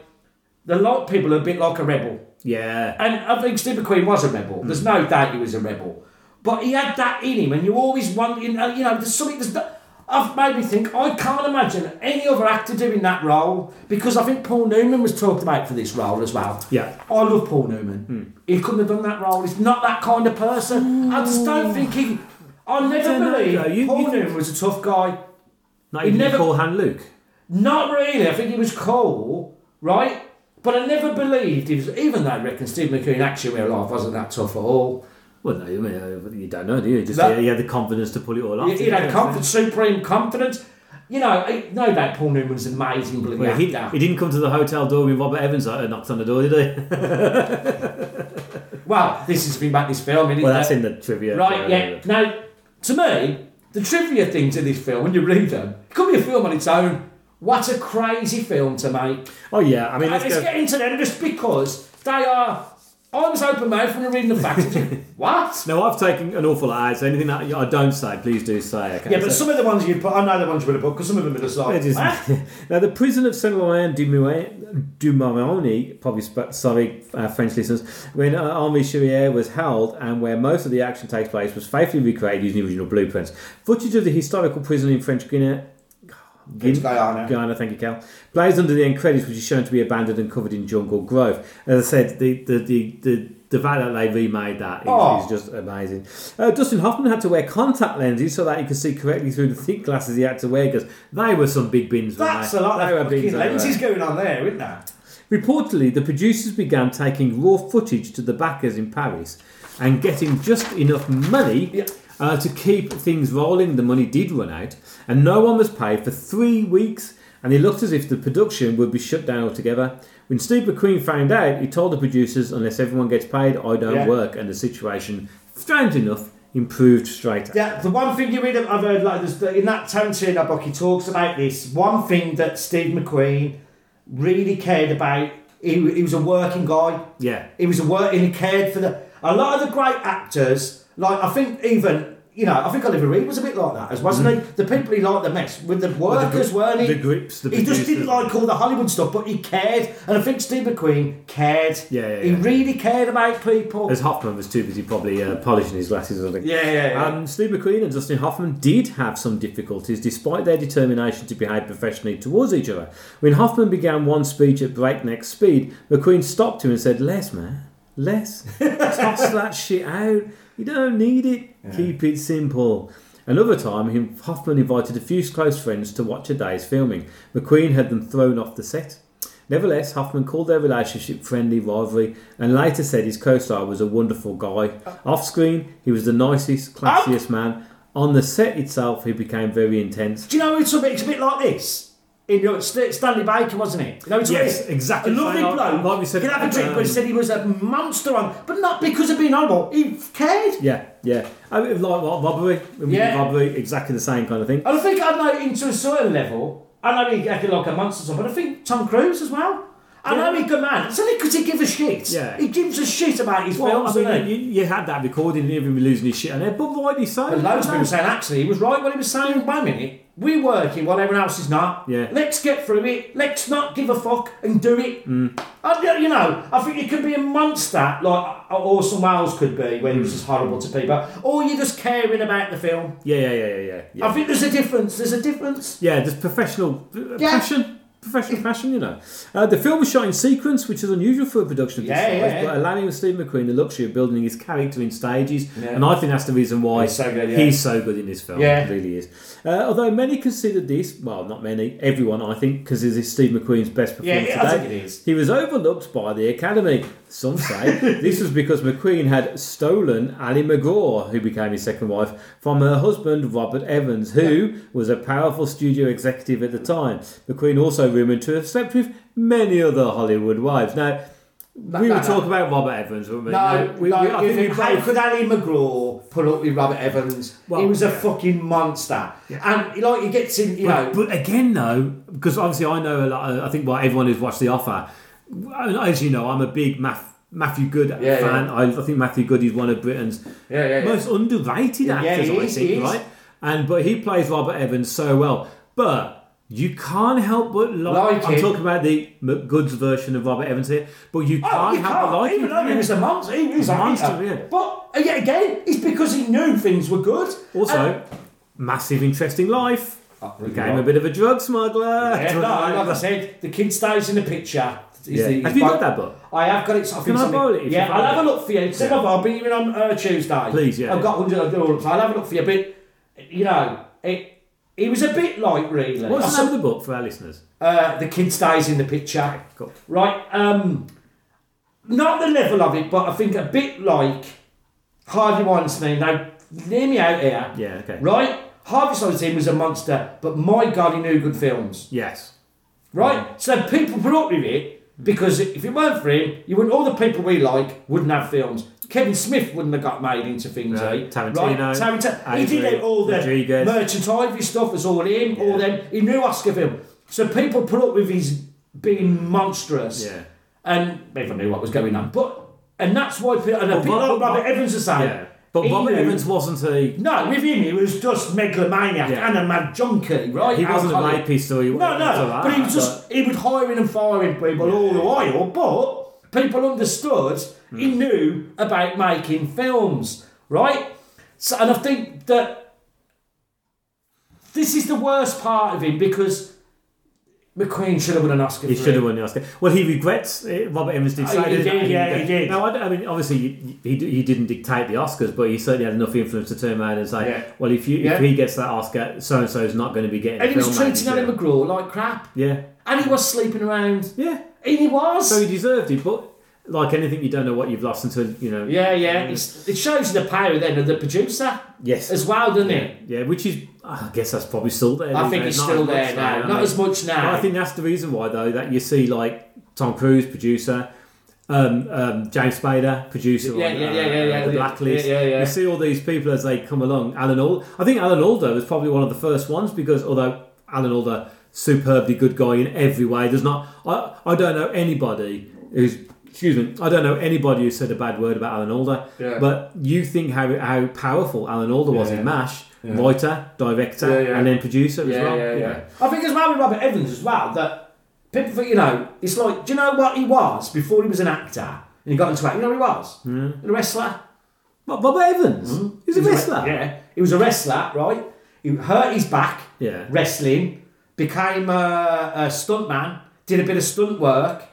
Speaker 10: the lot of people are a bit like a rebel,
Speaker 1: yeah. Hmm.
Speaker 10: and I think Steve McQueen was a rebel. There's no doubt he was a rebel, But he had that in him, and you always want, you know, you know there's something that's. that- I've made me think I can't imagine any other actor doing that role because I think Paul Newman was talked about for this role as well.
Speaker 1: Yeah. Hmm.
Speaker 10: I love Paul Newman. He couldn't have done that role. He's not that kind of person. I just don't think he. I never
Speaker 1: Hmm. Don't know,
Speaker 10: believed
Speaker 1: though. You-
Speaker 10: Paul
Speaker 1: you think-
Speaker 10: Newman was a tough guy.
Speaker 1: Not
Speaker 10: He
Speaker 1: even
Speaker 10: never-
Speaker 1: never... Paul Han Luke.
Speaker 10: Not really. I think he was cool, right? But I never believed he was. Even though I reckon Steve McQueen actually in real life wasn't that tough at all.
Speaker 1: Well, no, I mean, uh, you don't know, do you? Just
Speaker 10: That-
Speaker 1: he had the confidence to pull it all off.
Speaker 10: He, he
Speaker 1: didn't
Speaker 10: had confidence, supreme confidence. You know, I- no doubt Paul Newman's an amazing bloody
Speaker 1: Well, he,
Speaker 10: actor.
Speaker 1: he didn't come to the hotel door when Robert Evans uh, knocked on the door, did he?
Speaker 10: Well, this is the thing about this film. Isn't
Speaker 1: Well,
Speaker 10: it?
Speaker 1: that's in the trivia.
Speaker 10: Right, yeah.
Speaker 1: yeah.
Speaker 10: Now, to me, the trivia things in this film, when you read them, it could be a film on its own. What a crazy film to make.
Speaker 1: Oh, yeah. I mean, let's
Speaker 10: And let's
Speaker 1: go.
Speaker 10: get into them just because they are. I was open mouthed when I'm reading the facts. what?
Speaker 1: Now, I've taken an awful lot out, so anything that I don't say, please do say. Okay?
Speaker 10: Yeah, but
Speaker 1: So-
Speaker 10: some of the ones you put, I know the ones you would have put because some of them are just like.
Speaker 1: It is-
Speaker 10: "Ah."
Speaker 1: now, the prison of Saint-Laurent du Moulin- du Maroni, probably sp- sorry, uh, French listeners, when uh, Army Chirier was held and where most of the action takes place was faithfully recreated using the original blueprints. Footage of the historical prison in French Guinea. Guin-
Speaker 10: Guyana.
Speaker 1: Guyana, thank you, Cal. Plays under the end credits, which is shown to be abandoned and covered in jungle growth. As I said, the the the, the, the fact that they remade that is,
Speaker 10: Oh.
Speaker 1: is just amazing. Uh, Dustin Hoffman had to wear contact lenses so that he could see correctly through the thick glasses he had to wear because they were some big bins. weren't
Speaker 10: That's
Speaker 1: they?
Speaker 10: a lot
Speaker 1: They were
Speaker 10: of fucking
Speaker 1: bins, they
Speaker 10: lenses
Speaker 1: were.
Speaker 10: going on there, isn't there?
Speaker 1: Reportedly, the producers began taking raw footage to the backers in Paris and getting just enough money
Speaker 10: Yeah.
Speaker 1: uh, to keep things rolling. The money did run out, and no one was paid for three weeks. And it looked as if the production would be shut down altogether. When Steve McQueen found out, he told the producers, "Unless everyone gets paid, I don't
Speaker 10: Yeah.
Speaker 1: work." And the situation, strange enough, improved straight. away.
Speaker 10: Yeah, the one thing you read, I've heard like this, in that Tarantino book, he talks about this one thing that Steve McQueen really cared about. He, he was a working guy.
Speaker 1: Yeah.
Speaker 10: He was a work and he cared for the. A lot of the great actors, like I think even you know, I think Oliver Reed was a bit like that as wasn't he? The people he liked the mess with the workers, weren't he?
Speaker 1: Mm. the grips, the
Speaker 10: he just
Speaker 1: producers.
Speaker 10: didn't like all the Hollywood stuff, but he cared, and I think Steve McQueen cared.
Speaker 1: Yeah, yeah,
Speaker 10: he
Speaker 1: yeah.
Speaker 10: really cared about people.
Speaker 1: As Hoffman was too busy probably uh, polishing his glasses or something.
Speaker 10: Yeah, yeah, yeah.
Speaker 1: Um, Steve McQueen and Dustin Hoffman did have some difficulties despite their determination to behave professionally towards each other. When Hoffman began one speech at breakneck speed, McQueen stopped him and said, Less, man, less. Toss that shit out. You don't need it. Keep it simple. Another time, him, Hoffman invited a few close friends to watch a day's filming. McQueen had them thrown off the set. Nevertheless, Hoffman called their relationship friendly rivalry and later said his co star was a wonderful guy.
Speaker 10: Oh.
Speaker 1: Off screen, he was the nicest, classiest man. On the set itself, he became very intense.
Speaker 10: Do you know it's a bit, it's a bit like this? In your St- Stanley Baker, wasn't it? You know, it's
Speaker 1: Yes,
Speaker 10: like,
Speaker 1: exactly.
Speaker 10: A lovely
Speaker 1: Like-
Speaker 10: bloke.
Speaker 1: like we said-
Speaker 10: he have a drink, but he
Speaker 1: um,
Speaker 10: said he was a monster on, but not because of being honourable. He cared.
Speaker 1: Yeah, yeah. I mean, like what, robbery?
Speaker 10: Yeah. Oh,
Speaker 1: Robbery, exactly the same kind of thing.
Speaker 10: And I think I know into a certain level. I know he acted like a monster, or something, but I think Tom Cruise as well. I know he's a good man. It's only because he gives a shit.
Speaker 1: Yeah.
Speaker 10: He gives a shit about his
Speaker 1: Well,
Speaker 10: films.
Speaker 1: I
Speaker 10: doesn't
Speaker 1: mean,
Speaker 10: he?
Speaker 1: you, you had that recording and everyone losing his shit on it, but rightly so.
Speaker 10: And loads of people saying actually he was right what he was saying. Wait a minute, we working while everyone else is not.
Speaker 1: Yeah.
Speaker 10: Let's get through it. Let's not give a fuck and do it.
Speaker 1: Mm.
Speaker 10: I, you know, I think you could be a monster like Orson Welles could be when he
Speaker 1: Mm.
Speaker 10: was just horrible to people, or you're just caring about the film.
Speaker 1: Yeah, yeah, yeah, yeah, yeah. yeah.
Speaker 10: I think there's a difference. There's a difference.
Speaker 1: Yeah, there's professional uh,
Speaker 10: Yeah.
Speaker 1: passion. Professional passion, you know. Uh, the film was shot in sequence, which is unusual for a production of this
Speaker 10: Yeah,
Speaker 1: size,
Speaker 10: yeah,
Speaker 1: but
Speaker 10: yeah.
Speaker 1: allowing Steve McQueen the luxury of building his character in stages, and I think that's the reason why
Speaker 10: He's so good, yeah.
Speaker 1: he's so good in this film.
Speaker 10: Yeah.
Speaker 1: He really is. Uh, although many considered this, well, not many, everyone, I think, because this is Steve McQueen's best
Speaker 10: Yeah,
Speaker 1: performance
Speaker 10: I
Speaker 1: today.
Speaker 10: think it is.
Speaker 1: He was overlooked by the Academy. Some say this was because McQueen had stolen Ali McGraw, who became his second wife, from her husband Robert Evans, who was a powerful studio executive at the time. McQueen also rumoured to have slept with many other Hollywood wives. Now, we
Speaker 10: no,
Speaker 1: were
Speaker 10: no.
Speaker 1: talking about Robert Evans, weren't we?
Speaker 10: No,
Speaker 1: we,
Speaker 10: no,
Speaker 1: we- I
Speaker 10: you
Speaker 1: think we
Speaker 10: think, how
Speaker 1: both-
Speaker 10: could Ali McGraw put up with Robert Evans?
Speaker 1: Well,
Speaker 10: he was a
Speaker 1: yeah.
Speaker 10: fucking monster, and like he gets in, you know.
Speaker 1: But, but again, though, because obviously I know a lot. I think what everyone who's watched The Offer, as you know, I'm a big Math, Matthew Good
Speaker 10: yeah.
Speaker 1: fan. I, I think Matthew Good is one of Britain's
Speaker 10: Yeah, yeah, yeah.
Speaker 1: most underrated
Speaker 10: Yeah,
Speaker 1: actors.
Speaker 10: he
Speaker 1: I
Speaker 10: is, he
Speaker 1: think
Speaker 10: is.
Speaker 1: right, and but he plays Robert Evans so well. But You can't help but like.
Speaker 10: Like
Speaker 1: I'm
Speaker 10: it.
Speaker 1: talking about the McGoods version of Robert Evans here, but you
Speaker 10: Oh,
Speaker 1: can't
Speaker 10: you
Speaker 1: help but
Speaker 10: can't.
Speaker 1: like
Speaker 10: Even
Speaker 1: him.
Speaker 10: though he was a monster, he was
Speaker 1: He's a
Speaker 10: a
Speaker 1: monster,
Speaker 10: hater.
Speaker 1: yeah.
Speaker 10: But uh, yet again, it's because he knew things were good.
Speaker 1: Also,
Speaker 10: And- Oh,
Speaker 1: massive interesting life.
Speaker 10: really
Speaker 1: Became
Speaker 10: right.
Speaker 1: a bit of a drug smuggler.
Speaker 10: yeah, no, like I said, the kid stays in the picture. Is
Speaker 1: Yeah.
Speaker 10: the-
Speaker 1: Have you got that book?
Speaker 10: I have got it. I think
Speaker 1: I
Speaker 10: something-
Speaker 1: borrow it if you
Speaker 10: Yeah,
Speaker 1: find
Speaker 10: I'll have
Speaker 1: it?
Speaker 10: a look for you. Some
Speaker 1: Yeah.
Speaker 10: of I'll be in on uh, Tuesday.
Speaker 1: Please, yeah,
Speaker 10: I've
Speaker 1: yeah.
Speaker 10: got hundred of them. So I'll have a look for you. But you know, it. It was a bit like really. I
Speaker 1: What's the
Speaker 10: saw-
Speaker 1: name of the book for our listeners?
Speaker 10: uh, the kid stays in the picture.
Speaker 1: cool.
Speaker 10: Right. Um, not the level of it, but I think a bit like Harvey Weinstein. Now, hear me out here.
Speaker 1: Yeah, okay.
Speaker 10: Right? Harvey Weinstein was a monster, but my God, he knew good films.
Speaker 1: Yes.
Speaker 10: Right? So people put up with it because if it weren't for him, you wouldn't, all the people we like wouldn't have films. Kevin Smith wouldn't have got made into things,
Speaker 1: Right,
Speaker 10: eh?
Speaker 1: Tarantino,
Speaker 10: Right, Tarantino. He
Speaker 1: Avery,
Speaker 10: did all the
Speaker 1: Rodriguez.
Speaker 10: merchant Ivy stuff, was all him, all
Speaker 1: Yeah.
Speaker 10: them. He knew Oscar film. So people put up with his being monstrous.
Speaker 1: Yeah.
Speaker 10: And everyone knew what was going on. But and that's why people and
Speaker 1: But
Speaker 10: people
Speaker 1: Robert-
Speaker 10: like Robert Evans is saying.
Speaker 1: Yeah. But
Speaker 10: he
Speaker 1: Robert
Speaker 10: knew-
Speaker 1: Evans wasn't a.
Speaker 10: no, with him, he was just megalomaniac
Speaker 1: Yeah.
Speaker 10: and a mad junkie, right?
Speaker 1: He wasn't a
Speaker 10: Alcoholic.
Speaker 1: rapist or he
Speaker 10: No, no, but he was just, he was hiring and firing people all the while, but people understood he
Speaker 1: Hmm.
Speaker 10: knew about making films, right? So, and I think that this is the worst part of him because McQueen should have won an Oscar
Speaker 1: He
Speaker 10: for
Speaker 1: should
Speaker 10: it.
Speaker 1: have won the Oscar. Well, he regrets it. Robert Evans did
Speaker 10: Oh,
Speaker 1: say
Speaker 10: he
Speaker 1: that,
Speaker 10: did,
Speaker 1: didn't
Speaker 10: yeah,
Speaker 1: He
Speaker 10: he did.
Speaker 1: No, I, I mean, obviously, he, he, he didn't dictate the Oscars, but he certainly had enough influence to turn around and say,
Speaker 10: Yeah.
Speaker 1: well, if you
Speaker 10: Yeah.
Speaker 1: if he gets that Oscar, so and so is not going to be getting.
Speaker 10: And
Speaker 1: a
Speaker 10: he was
Speaker 1: film
Speaker 10: treating
Speaker 1: made
Speaker 10: Alan
Speaker 1: this year."
Speaker 10: McGraw like crap.
Speaker 1: Yeah,
Speaker 10: And he was sleeping around.
Speaker 1: yeah.
Speaker 10: And he was.
Speaker 1: So he deserved it, but like anything, you don't know what you've lost until you know.
Speaker 10: Yeah, yeah. It's, it shows you the power then of the producer.
Speaker 1: Yes.
Speaker 10: As well, doesn't it?
Speaker 1: Yeah, which is, I guess that's probably still there.
Speaker 10: I
Speaker 1: isn't
Speaker 10: think
Speaker 1: it?
Speaker 10: it's
Speaker 1: Not
Speaker 10: still
Speaker 1: as much
Speaker 10: there now.
Speaker 1: I
Speaker 10: Not
Speaker 1: mean.
Speaker 10: as much now.
Speaker 1: But I think that's the reason why, though, that you see like Tom Cruise, producer, um, um, James Spader, producer,
Speaker 10: Yeah,
Speaker 1: on,
Speaker 10: yeah,
Speaker 1: uh,
Speaker 10: yeah, yeah, yeah,
Speaker 1: the
Speaker 10: yeah,
Speaker 1: Blacklist.
Speaker 10: yeah, yeah.
Speaker 1: You see all these people as they come along. Alan Alda, I think Alan Alda was probably one of the first ones because although Alan Alda, superbly good guy in every way, does not. I I don't know anybody who's. Excuse me. I don't know anybody who said a bad word about Alan Alda,
Speaker 10: Yeah.
Speaker 1: but you think how, how powerful Alan Alda was
Speaker 10: Yeah.
Speaker 1: in MASH, writer, director,
Speaker 10: Yeah, yeah.
Speaker 1: and then producer as
Speaker 10: Yeah,
Speaker 1: well.
Speaker 10: yeah,
Speaker 1: you know.
Speaker 10: yeah. I think as well with Robert Evans as well that people think you know it's like do you know what he was before he was an actor and he got into acting. You know what he was? A wrestler.
Speaker 1: But Bob Evans,
Speaker 10: Mm-hmm.
Speaker 1: he's a
Speaker 10: He was
Speaker 1: wrestler.
Speaker 10: re- yeah, he was a wrestler, right? He hurt his back.
Speaker 1: Yeah.
Speaker 10: Wrestling, became a, a stuntman, did a bit of stunt work,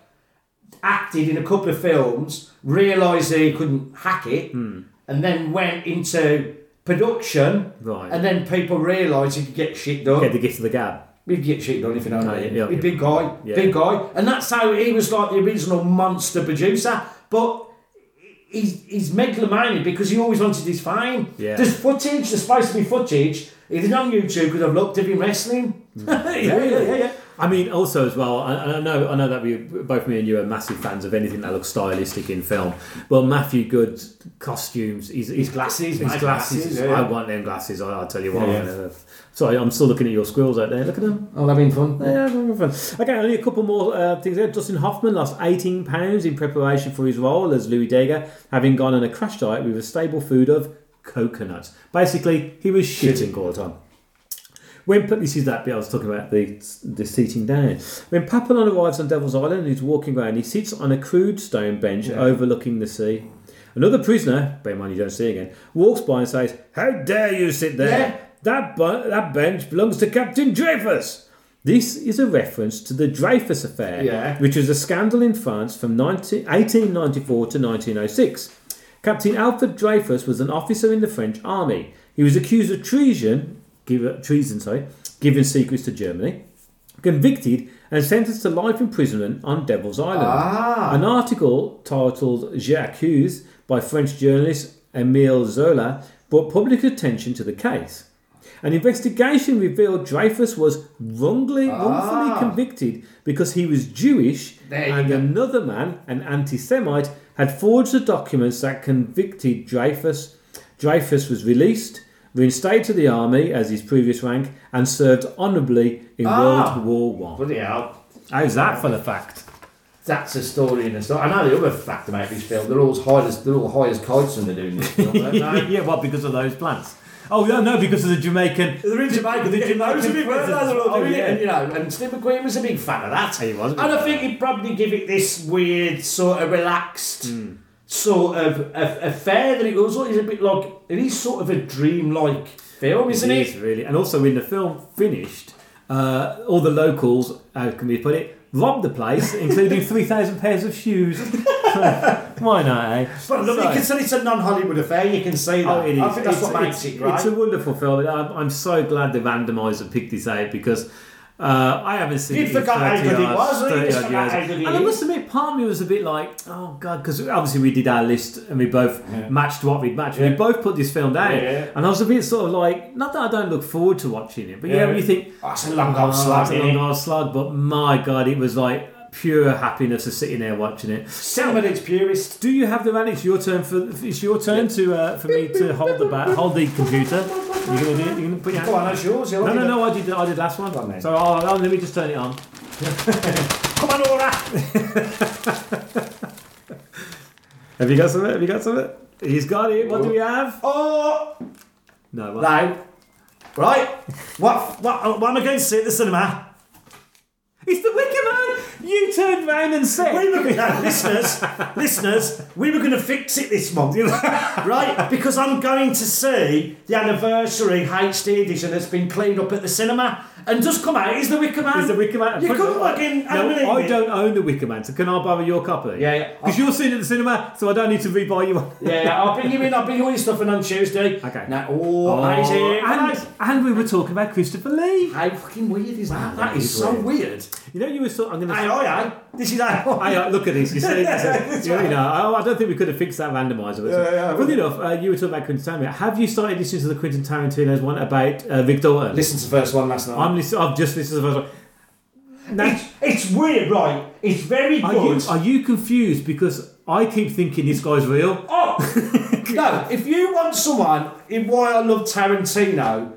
Speaker 10: acted in a couple of films, realised that he couldn't hack it,
Speaker 1: Hmm.
Speaker 10: and then went into production.
Speaker 1: Right.
Speaker 10: And then people realised he could get shit done.
Speaker 1: Get the gift of the gab.
Speaker 10: He'd get shit done if you know what I
Speaker 1: No,
Speaker 10: mean.
Speaker 1: yeah, yeah.
Speaker 10: Big guy,
Speaker 1: Yeah.
Speaker 10: big guy, and that's how he was like the original monster producer. But he's he's megalomaniac because he always wanted his fame.
Speaker 1: Yeah.
Speaker 10: There's footage. There's supposed to be footage. It is on YouTube because I've looked at him wrestling.
Speaker 1: Hmm.
Speaker 10: yeah, yeah, yeah, yeah.
Speaker 1: I mean, also as well, I, I know, I know that we both me and you are massive fans of anything that looks stylistic in film. Well, Matthew Good's costumes, his, his
Speaker 10: glasses,
Speaker 1: his
Speaker 10: mate,
Speaker 1: glasses.
Speaker 10: glasses, yeah.
Speaker 1: I want them glasses. I, I'll tell you what.
Speaker 10: Yeah,
Speaker 1: I'm gonna- Sorry, I'm still looking at your squirrels out there. Look at them.
Speaker 10: All having fun.
Speaker 1: Yeah, they're having fun. Okay, only a couple more uh, things there. Justin Hoffman lost 18 pounds in preparation for his role as Louis Dega, having gone on a crash diet with a stable food of coconuts. Basically, he was shitting all the time. When Pa- this is that bit I was talking about the the seating down. When Papillon arrives on Devil's Island and he's walking around, he sits on a crude stone bench overlooking the sea. Another prisoner, bear in mind you don't see again, walks by and says, "How dare you sit there?
Speaker 10: Yeah.
Speaker 1: That bu- that bench belongs to Captain Dreyfus." This is a reference to the Dreyfus affair,
Speaker 10: Yeah.
Speaker 1: which was a scandal in France from 19, 1894 to 1906. Captain Alfred Dreyfus was an officer in the French army. He was accused of treason, give, treason, sorry, giving secrets to Germany, convicted and sentenced to life imprisonment on Devil's Island.
Speaker 10: Ah.
Speaker 1: An article titled J'accuse by French journalist Emile Zola brought public attention to the case. An investigation revealed Dreyfus was wrongly,
Speaker 10: Ah.
Speaker 1: wrongfully convicted because he was Jewish
Speaker 10: There you
Speaker 1: and
Speaker 10: go.
Speaker 1: another man, an anti Semite, had forged the documents that convicted Dreyfus. Dreyfus was released, reinstated to the army as his previous rank, and served honourably in
Speaker 10: Ah.
Speaker 1: World War One.
Speaker 10: Bloody hell.
Speaker 1: How's that for the fact?
Speaker 10: That's a story in a story. I know the other fact about this film. They're all high as they're all high as kites when they're doing this film. aren't they?
Speaker 1: yeah, well, because of those plants. Oh yeah, no, because of the Jamaican.
Speaker 10: They're in Jamaica. The Jamaicans are big fans of that.
Speaker 1: Oh, yeah.
Speaker 10: And, you know, and Steve McQueen was a big fan of that.
Speaker 1: He was a big
Speaker 10: And I
Speaker 1: fan.
Speaker 10: think he'd probably give it this weird, sort of relaxed,
Speaker 1: Hmm.
Speaker 10: sort of a- affair that it was. It's a bit like, it is sort of a dreamlike film, isn't
Speaker 1: It
Speaker 10: it?
Speaker 1: is really, and also when the film finished, uh, all the locals, how can we put it, robbed the place, including three thousand pairs of shoes. Why not? Eh?
Speaker 10: But look,
Speaker 1: So-
Speaker 10: you can say it's a non-Hollywood affair. You can say that.
Speaker 1: Oh, it is.
Speaker 10: I think that's
Speaker 1: it's,
Speaker 10: what makes
Speaker 1: it's-
Speaker 10: it right.
Speaker 1: It's a wonderful film. I'm, I'm so glad the randomizer picked this out because uh, I haven't seen
Speaker 10: You
Speaker 1: it. in
Speaker 10: forgot how
Speaker 1: 30
Speaker 10: good it
Speaker 1: odd-
Speaker 10: was, and you
Speaker 1: 30
Speaker 10: just
Speaker 1: odd
Speaker 10: forgot
Speaker 1: years.
Speaker 10: how good it
Speaker 1: And I
Speaker 10: is.
Speaker 1: must admit, part of me was a bit like, oh god, because obviously we did our list and we both matched what we'd matched. We both put this film down,
Speaker 10: Yeah, yeah.
Speaker 1: and I was a bit sort of like, not that I don't look forward to watching it, but yeah,
Speaker 10: Yeah.
Speaker 1: when you think. Ah,
Speaker 10: Oh, it's a long old slab,
Speaker 1: it's a
Speaker 10: isn't
Speaker 1: long
Speaker 10: it?
Speaker 1: old slog, but my god, it was like pure happiness of sitting there watching it.
Speaker 10: Cinema at its purest.
Speaker 1: Do you have the man? It's your turn for it's your turn to uh, for me to hold the bat, hold the computer. You're gonna do it. You're gonna put your
Speaker 10: Go on,
Speaker 1: hand.
Speaker 10: that's yours. you're
Speaker 1: No, no,
Speaker 10: looking
Speaker 1: no. I did. I did last one.
Speaker 10: Go on then.
Speaker 1: So I'll, I'll- let me just turn it on.
Speaker 10: at- Come on, Aura.
Speaker 1: Have you got something? Have you got something? He's got it. What do we have?
Speaker 10: Oh,
Speaker 1: No. What?
Speaker 10: no. Right. What? What? What am I going to see at the cinema?
Speaker 1: It's the Wicker Man. You turned round and said.
Speaker 10: We were no, listeners, listeners. We were going to fix it this month, right? Because I'm going to see the anniversary HD edition that's been cleaned up at the cinema and just come out. Is the Wicker Man?
Speaker 1: Is the Wicker Man?
Speaker 10: You
Speaker 1: Put-
Speaker 10: couldn't fucking. unbelieve
Speaker 1: No, I
Speaker 10: it.
Speaker 1: don't own the Wicker Man, so can I borrow your copy?
Speaker 10: Yeah, yeah.
Speaker 1: Because you're seeing it at the cinema, so I don't need to rebuy you one.
Speaker 10: Yeah, yeah, I'll bring you in. I'll bring you all your stuff in on Tuesday.
Speaker 1: Okay.
Speaker 10: Now, oh, amazing.
Speaker 1: and, and we were talking about Christopher Lee.
Speaker 10: how fucking weird is that?
Speaker 1: that
Speaker 10: That is
Speaker 1: is
Speaker 10: so
Speaker 1: weird.
Speaker 10: weird.
Speaker 1: You know, you were sort. I'm gonna.
Speaker 10: Aye, aye, aye. This is how.
Speaker 1: Hey, uh, look at this. You see,
Speaker 10: Yeah,
Speaker 1: it's a-
Speaker 10: that's
Speaker 1: you
Speaker 10: right.
Speaker 1: know, oh, I, I don't think we could have fixed that randomizer.
Speaker 10: Yeah, yeah,
Speaker 1: Funny enough, uh, you were talking about Quentin Tarantino. Have you started listening to the Quentin Tarantino's one about uh, Vic Dalton?
Speaker 10: Listen to the first one last night.
Speaker 1: I'm listen- I've just listened to the first one. Now,
Speaker 10: it's, it's weird, right? It's very
Speaker 1: are, you,
Speaker 10: good.
Speaker 1: are you confused? Because I keep thinking this guy's real.
Speaker 10: Oh! no, if you want someone in why I love Tarantino,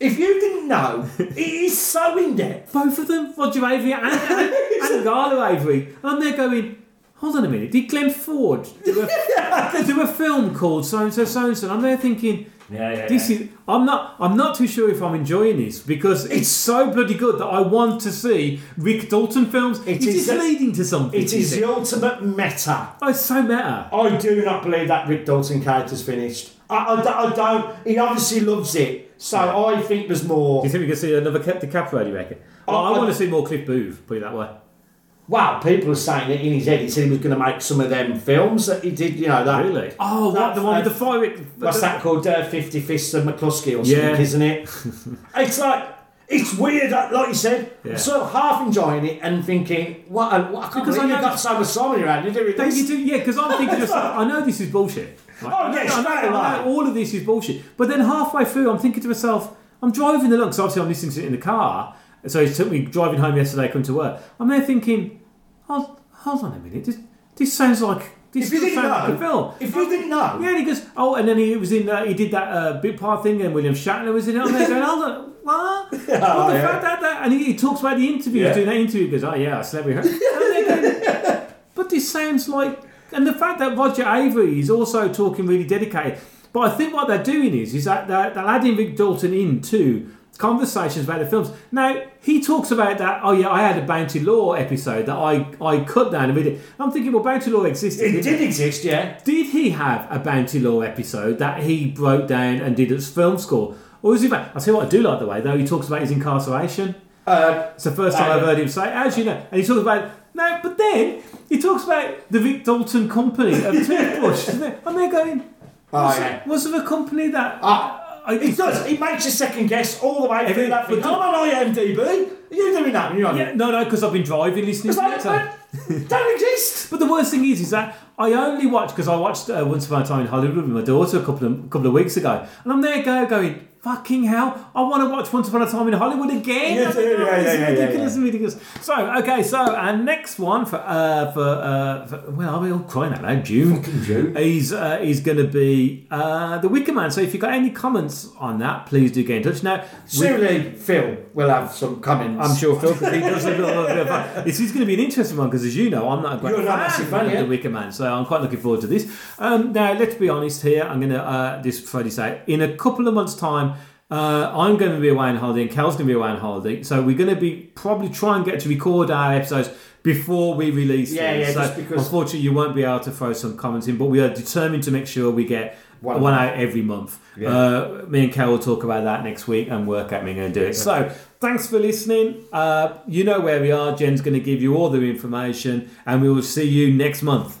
Speaker 10: if you didn't know, it is so in depth.
Speaker 1: Both of them, Roger Avery and, and, and Gala Avery. And I'm there going, hold on a minute, did Glenn Ford do a, do a film called So and So So and So? I'm there thinking,
Speaker 10: Yeah, yeah.
Speaker 1: This is. I'm not. I'm not too sure if I'm enjoying this because it's so bloody good that I want to see Rick Dalton films.
Speaker 10: It
Speaker 1: is,
Speaker 10: is
Speaker 1: this
Speaker 10: a-
Speaker 1: leading to something?
Speaker 10: It
Speaker 1: do you
Speaker 10: is
Speaker 1: think?
Speaker 10: the ultimate meta.
Speaker 1: Oh, it's so meta.
Speaker 10: I do not believe that Rick Dalton character's finished. I, I, don't- I don't. He obviously loves it, so I think there's more.
Speaker 1: Do you think we can see another Cap DiCaprio? Do you reckon?
Speaker 10: Oh,
Speaker 1: Well, I,
Speaker 10: I-
Speaker 1: want to see more Cliff Booth. Put it that way.
Speaker 10: Wow, people are saying that in his head he said he was going to make some of them films that he did. You know that.
Speaker 1: Really? Oh, what
Speaker 10: That-
Speaker 1: the one with
Speaker 10: that-
Speaker 1: the fire?
Speaker 10: What's that called? Uh, Fifty Fists of McCluskey or something,
Speaker 1: Yeah.
Speaker 10: isn't it? it's like. It's weird, like like you said.
Speaker 1: Yeah.
Speaker 10: I'm sort of half enjoying it and thinking, "What? A, what I can't
Speaker 1: Because
Speaker 10: because
Speaker 1: I
Speaker 10: believe
Speaker 1: know
Speaker 10: you got
Speaker 1: this-
Speaker 10: so much time in your hand. You're doing
Speaker 1: Don't
Speaker 10: this."
Speaker 1: you do? Yeah, because I'm thinking just. I know this is bullshit. Like,
Speaker 10: Oh, yeah,
Speaker 1: I know- I know-
Speaker 10: straight
Speaker 1: I know
Speaker 10: away.
Speaker 1: all of this is bullshit. But then halfway through, I'm thinking to myself, I'm driving along because obviously I'm listening to it in the car. So it took me driving home yesterday, coming to work. I'm there thinking, hold, hold on a minute. This, this sounds like this
Speaker 10: If you
Speaker 1: does
Speaker 10: didn't
Speaker 1: sound like a
Speaker 10: know,
Speaker 1: film.
Speaker 10: if you didn't know,
Speaker 1: Yeah, and he goes, oh, and then he was in. Uh, he did that uh, bit part thing, and William Shatner was in it. I'm there going, hold on, what? what the
Speaker 10: Oh, yeah.
Speaker 1: fuck, that, that? And he, he talks about the interview,
Speaker 10: Yeah.
Speaker 1: doing that interview. He goes, oh yeah, I slept with her. And I'm there going, but this sounds like, and the fact that Roger Avery is also talking really dedicated. But I think what they're doing is, is that they're, they're adding Rick Dalton into conversations about the films. Now he talks about that. Oh yeah, I had a Bounty Law episode that I I cut down and read it. I'm thinking, well, Bounty Law existed.
Speaker 10: it
Speaker 1: didn't
Speaker 10: did exist, yeah.
Speaker 1: did he have a Bounty Law episode that he broke down and did at film school? Or is he back? I'll tell you what I do like the way, though, he talks about his incarceration.
Speaker 10: Uh,
Speaker 1: It's the first time
Speaker 10: Uh,
Speaker 1: I've heard him say, as you know. And he talks about, no, but then he talks about the Vic Dalton company of toothbrush. isn't it? and they're going,
Speaker 10: oh,
Speaker 1: was,
Speaker 10: yeah.
Speaker 1: was there a company that.
Speaker 10: Ah,
Speaker 1: I-
Speaker 10: It does. It makes you second guess all the way
Speaker 1: Every-
Speaker 10: through that thing. Oh,
Speaker 1: but-
Speaker 10: I'm on IMDb. Are you doing that? You're on
Speaker 1: Yeah,
Speaker 10: it.
Speaker 1: no, no, because I've been driving listening
Speaker 10: It's
Speaker 1: to
Speaker 10: like,
Speaker 1: it. so-
Speaker 10: that don't exist.
Speaker 1: But the worst thing is, is that I only watch because I watched uh, Once Upon a Time in Hollywood with my daughter a couple of couple of weeks ago, and I'm there go going. Fucking hell! I want to watch Once Upon a Time in Hollywood again.
Speaker 10: Yeah, yeah, yeah,
Speaker 1: This is
Speaker 10: yeah, yeah,
Speaker 1: ridiculous, ridiculous. So okay, so our next one for uh, for, uh, for well, are we all crying out loud? June.
Speaker 10: June.
Speaker 1: He's uh, he's going to be uh, the Wicker Man. So if you've got any comments on that, please do get in touch. Now, we-
Speaker 10: Surely Phil will have some comments.
Speaker 1: I'm sure Phil, because he does a little bit of fun. This is going to be an interesting one because, as you know, I'm not a great
Speaker 10: You're not a
Speaker 1: fan
Speaker 10: massive fan,
Speaker 1: of
Speaker 10: yeah.
Speaker 1: the Wicker Man. So so I'm quite looking forward to this. Um, now, let's be honest here. I'm going to uh, just throw this out. In a couple of months' time, uh, I'm going to be away on holiday, and Cal's going to be away on holiday. So we're going to be probably try and get to record our episodes before we release
Speaker 10: Yeah,
Speaker 1: them.
Speaker 10: yeah,
Speaker 1: so
Speaker 10: just because-
Speaker 1: unfortunately, you won't be able to throw some comments in, but we are determined to make sure we get
Speaker 10: One
Speaker 1: one, out every month. Uh, me and Cal will talk about that next week and work out me going to do it. So thanks for listening. Uh, you know where we are. Jen's going to give you all the information, and we will see you next month.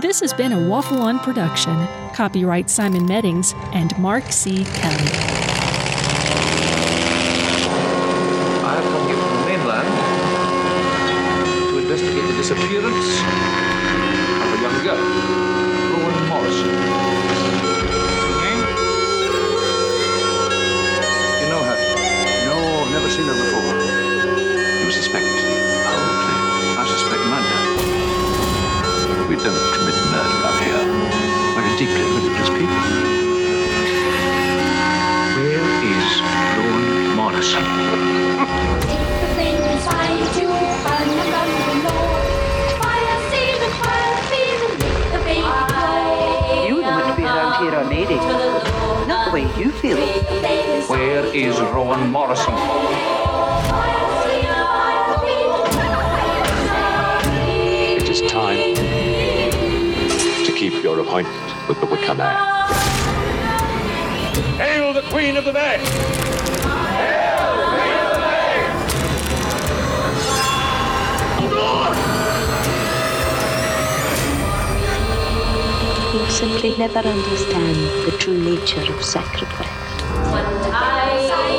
Speaker 11: This has been a Waffle On production. Copyright Simon Meddings and Mark C. Kelly.
Speaker 12: I have come here from the mainland to investigate the disappearance of a young girl, Rowan Morrison. You know her? No, I've never seen her before. You suspect? Probably. I suspect murder. We don't commit murder up here. We're a deeply religious people. Where is Rowan Morrison?
Speaker 13: You wouldn't be around here on Mayday. Not the way you feel.
Speaker 12: Where is Rowan Morrison?
Speaker 2: It is time to keep your appointment with the Wicker Man.
Speaker 4: Hail the Queen of the Bay!
Speaker 14: You simply never understand the true nature of sacrifice.
Speaker 13: I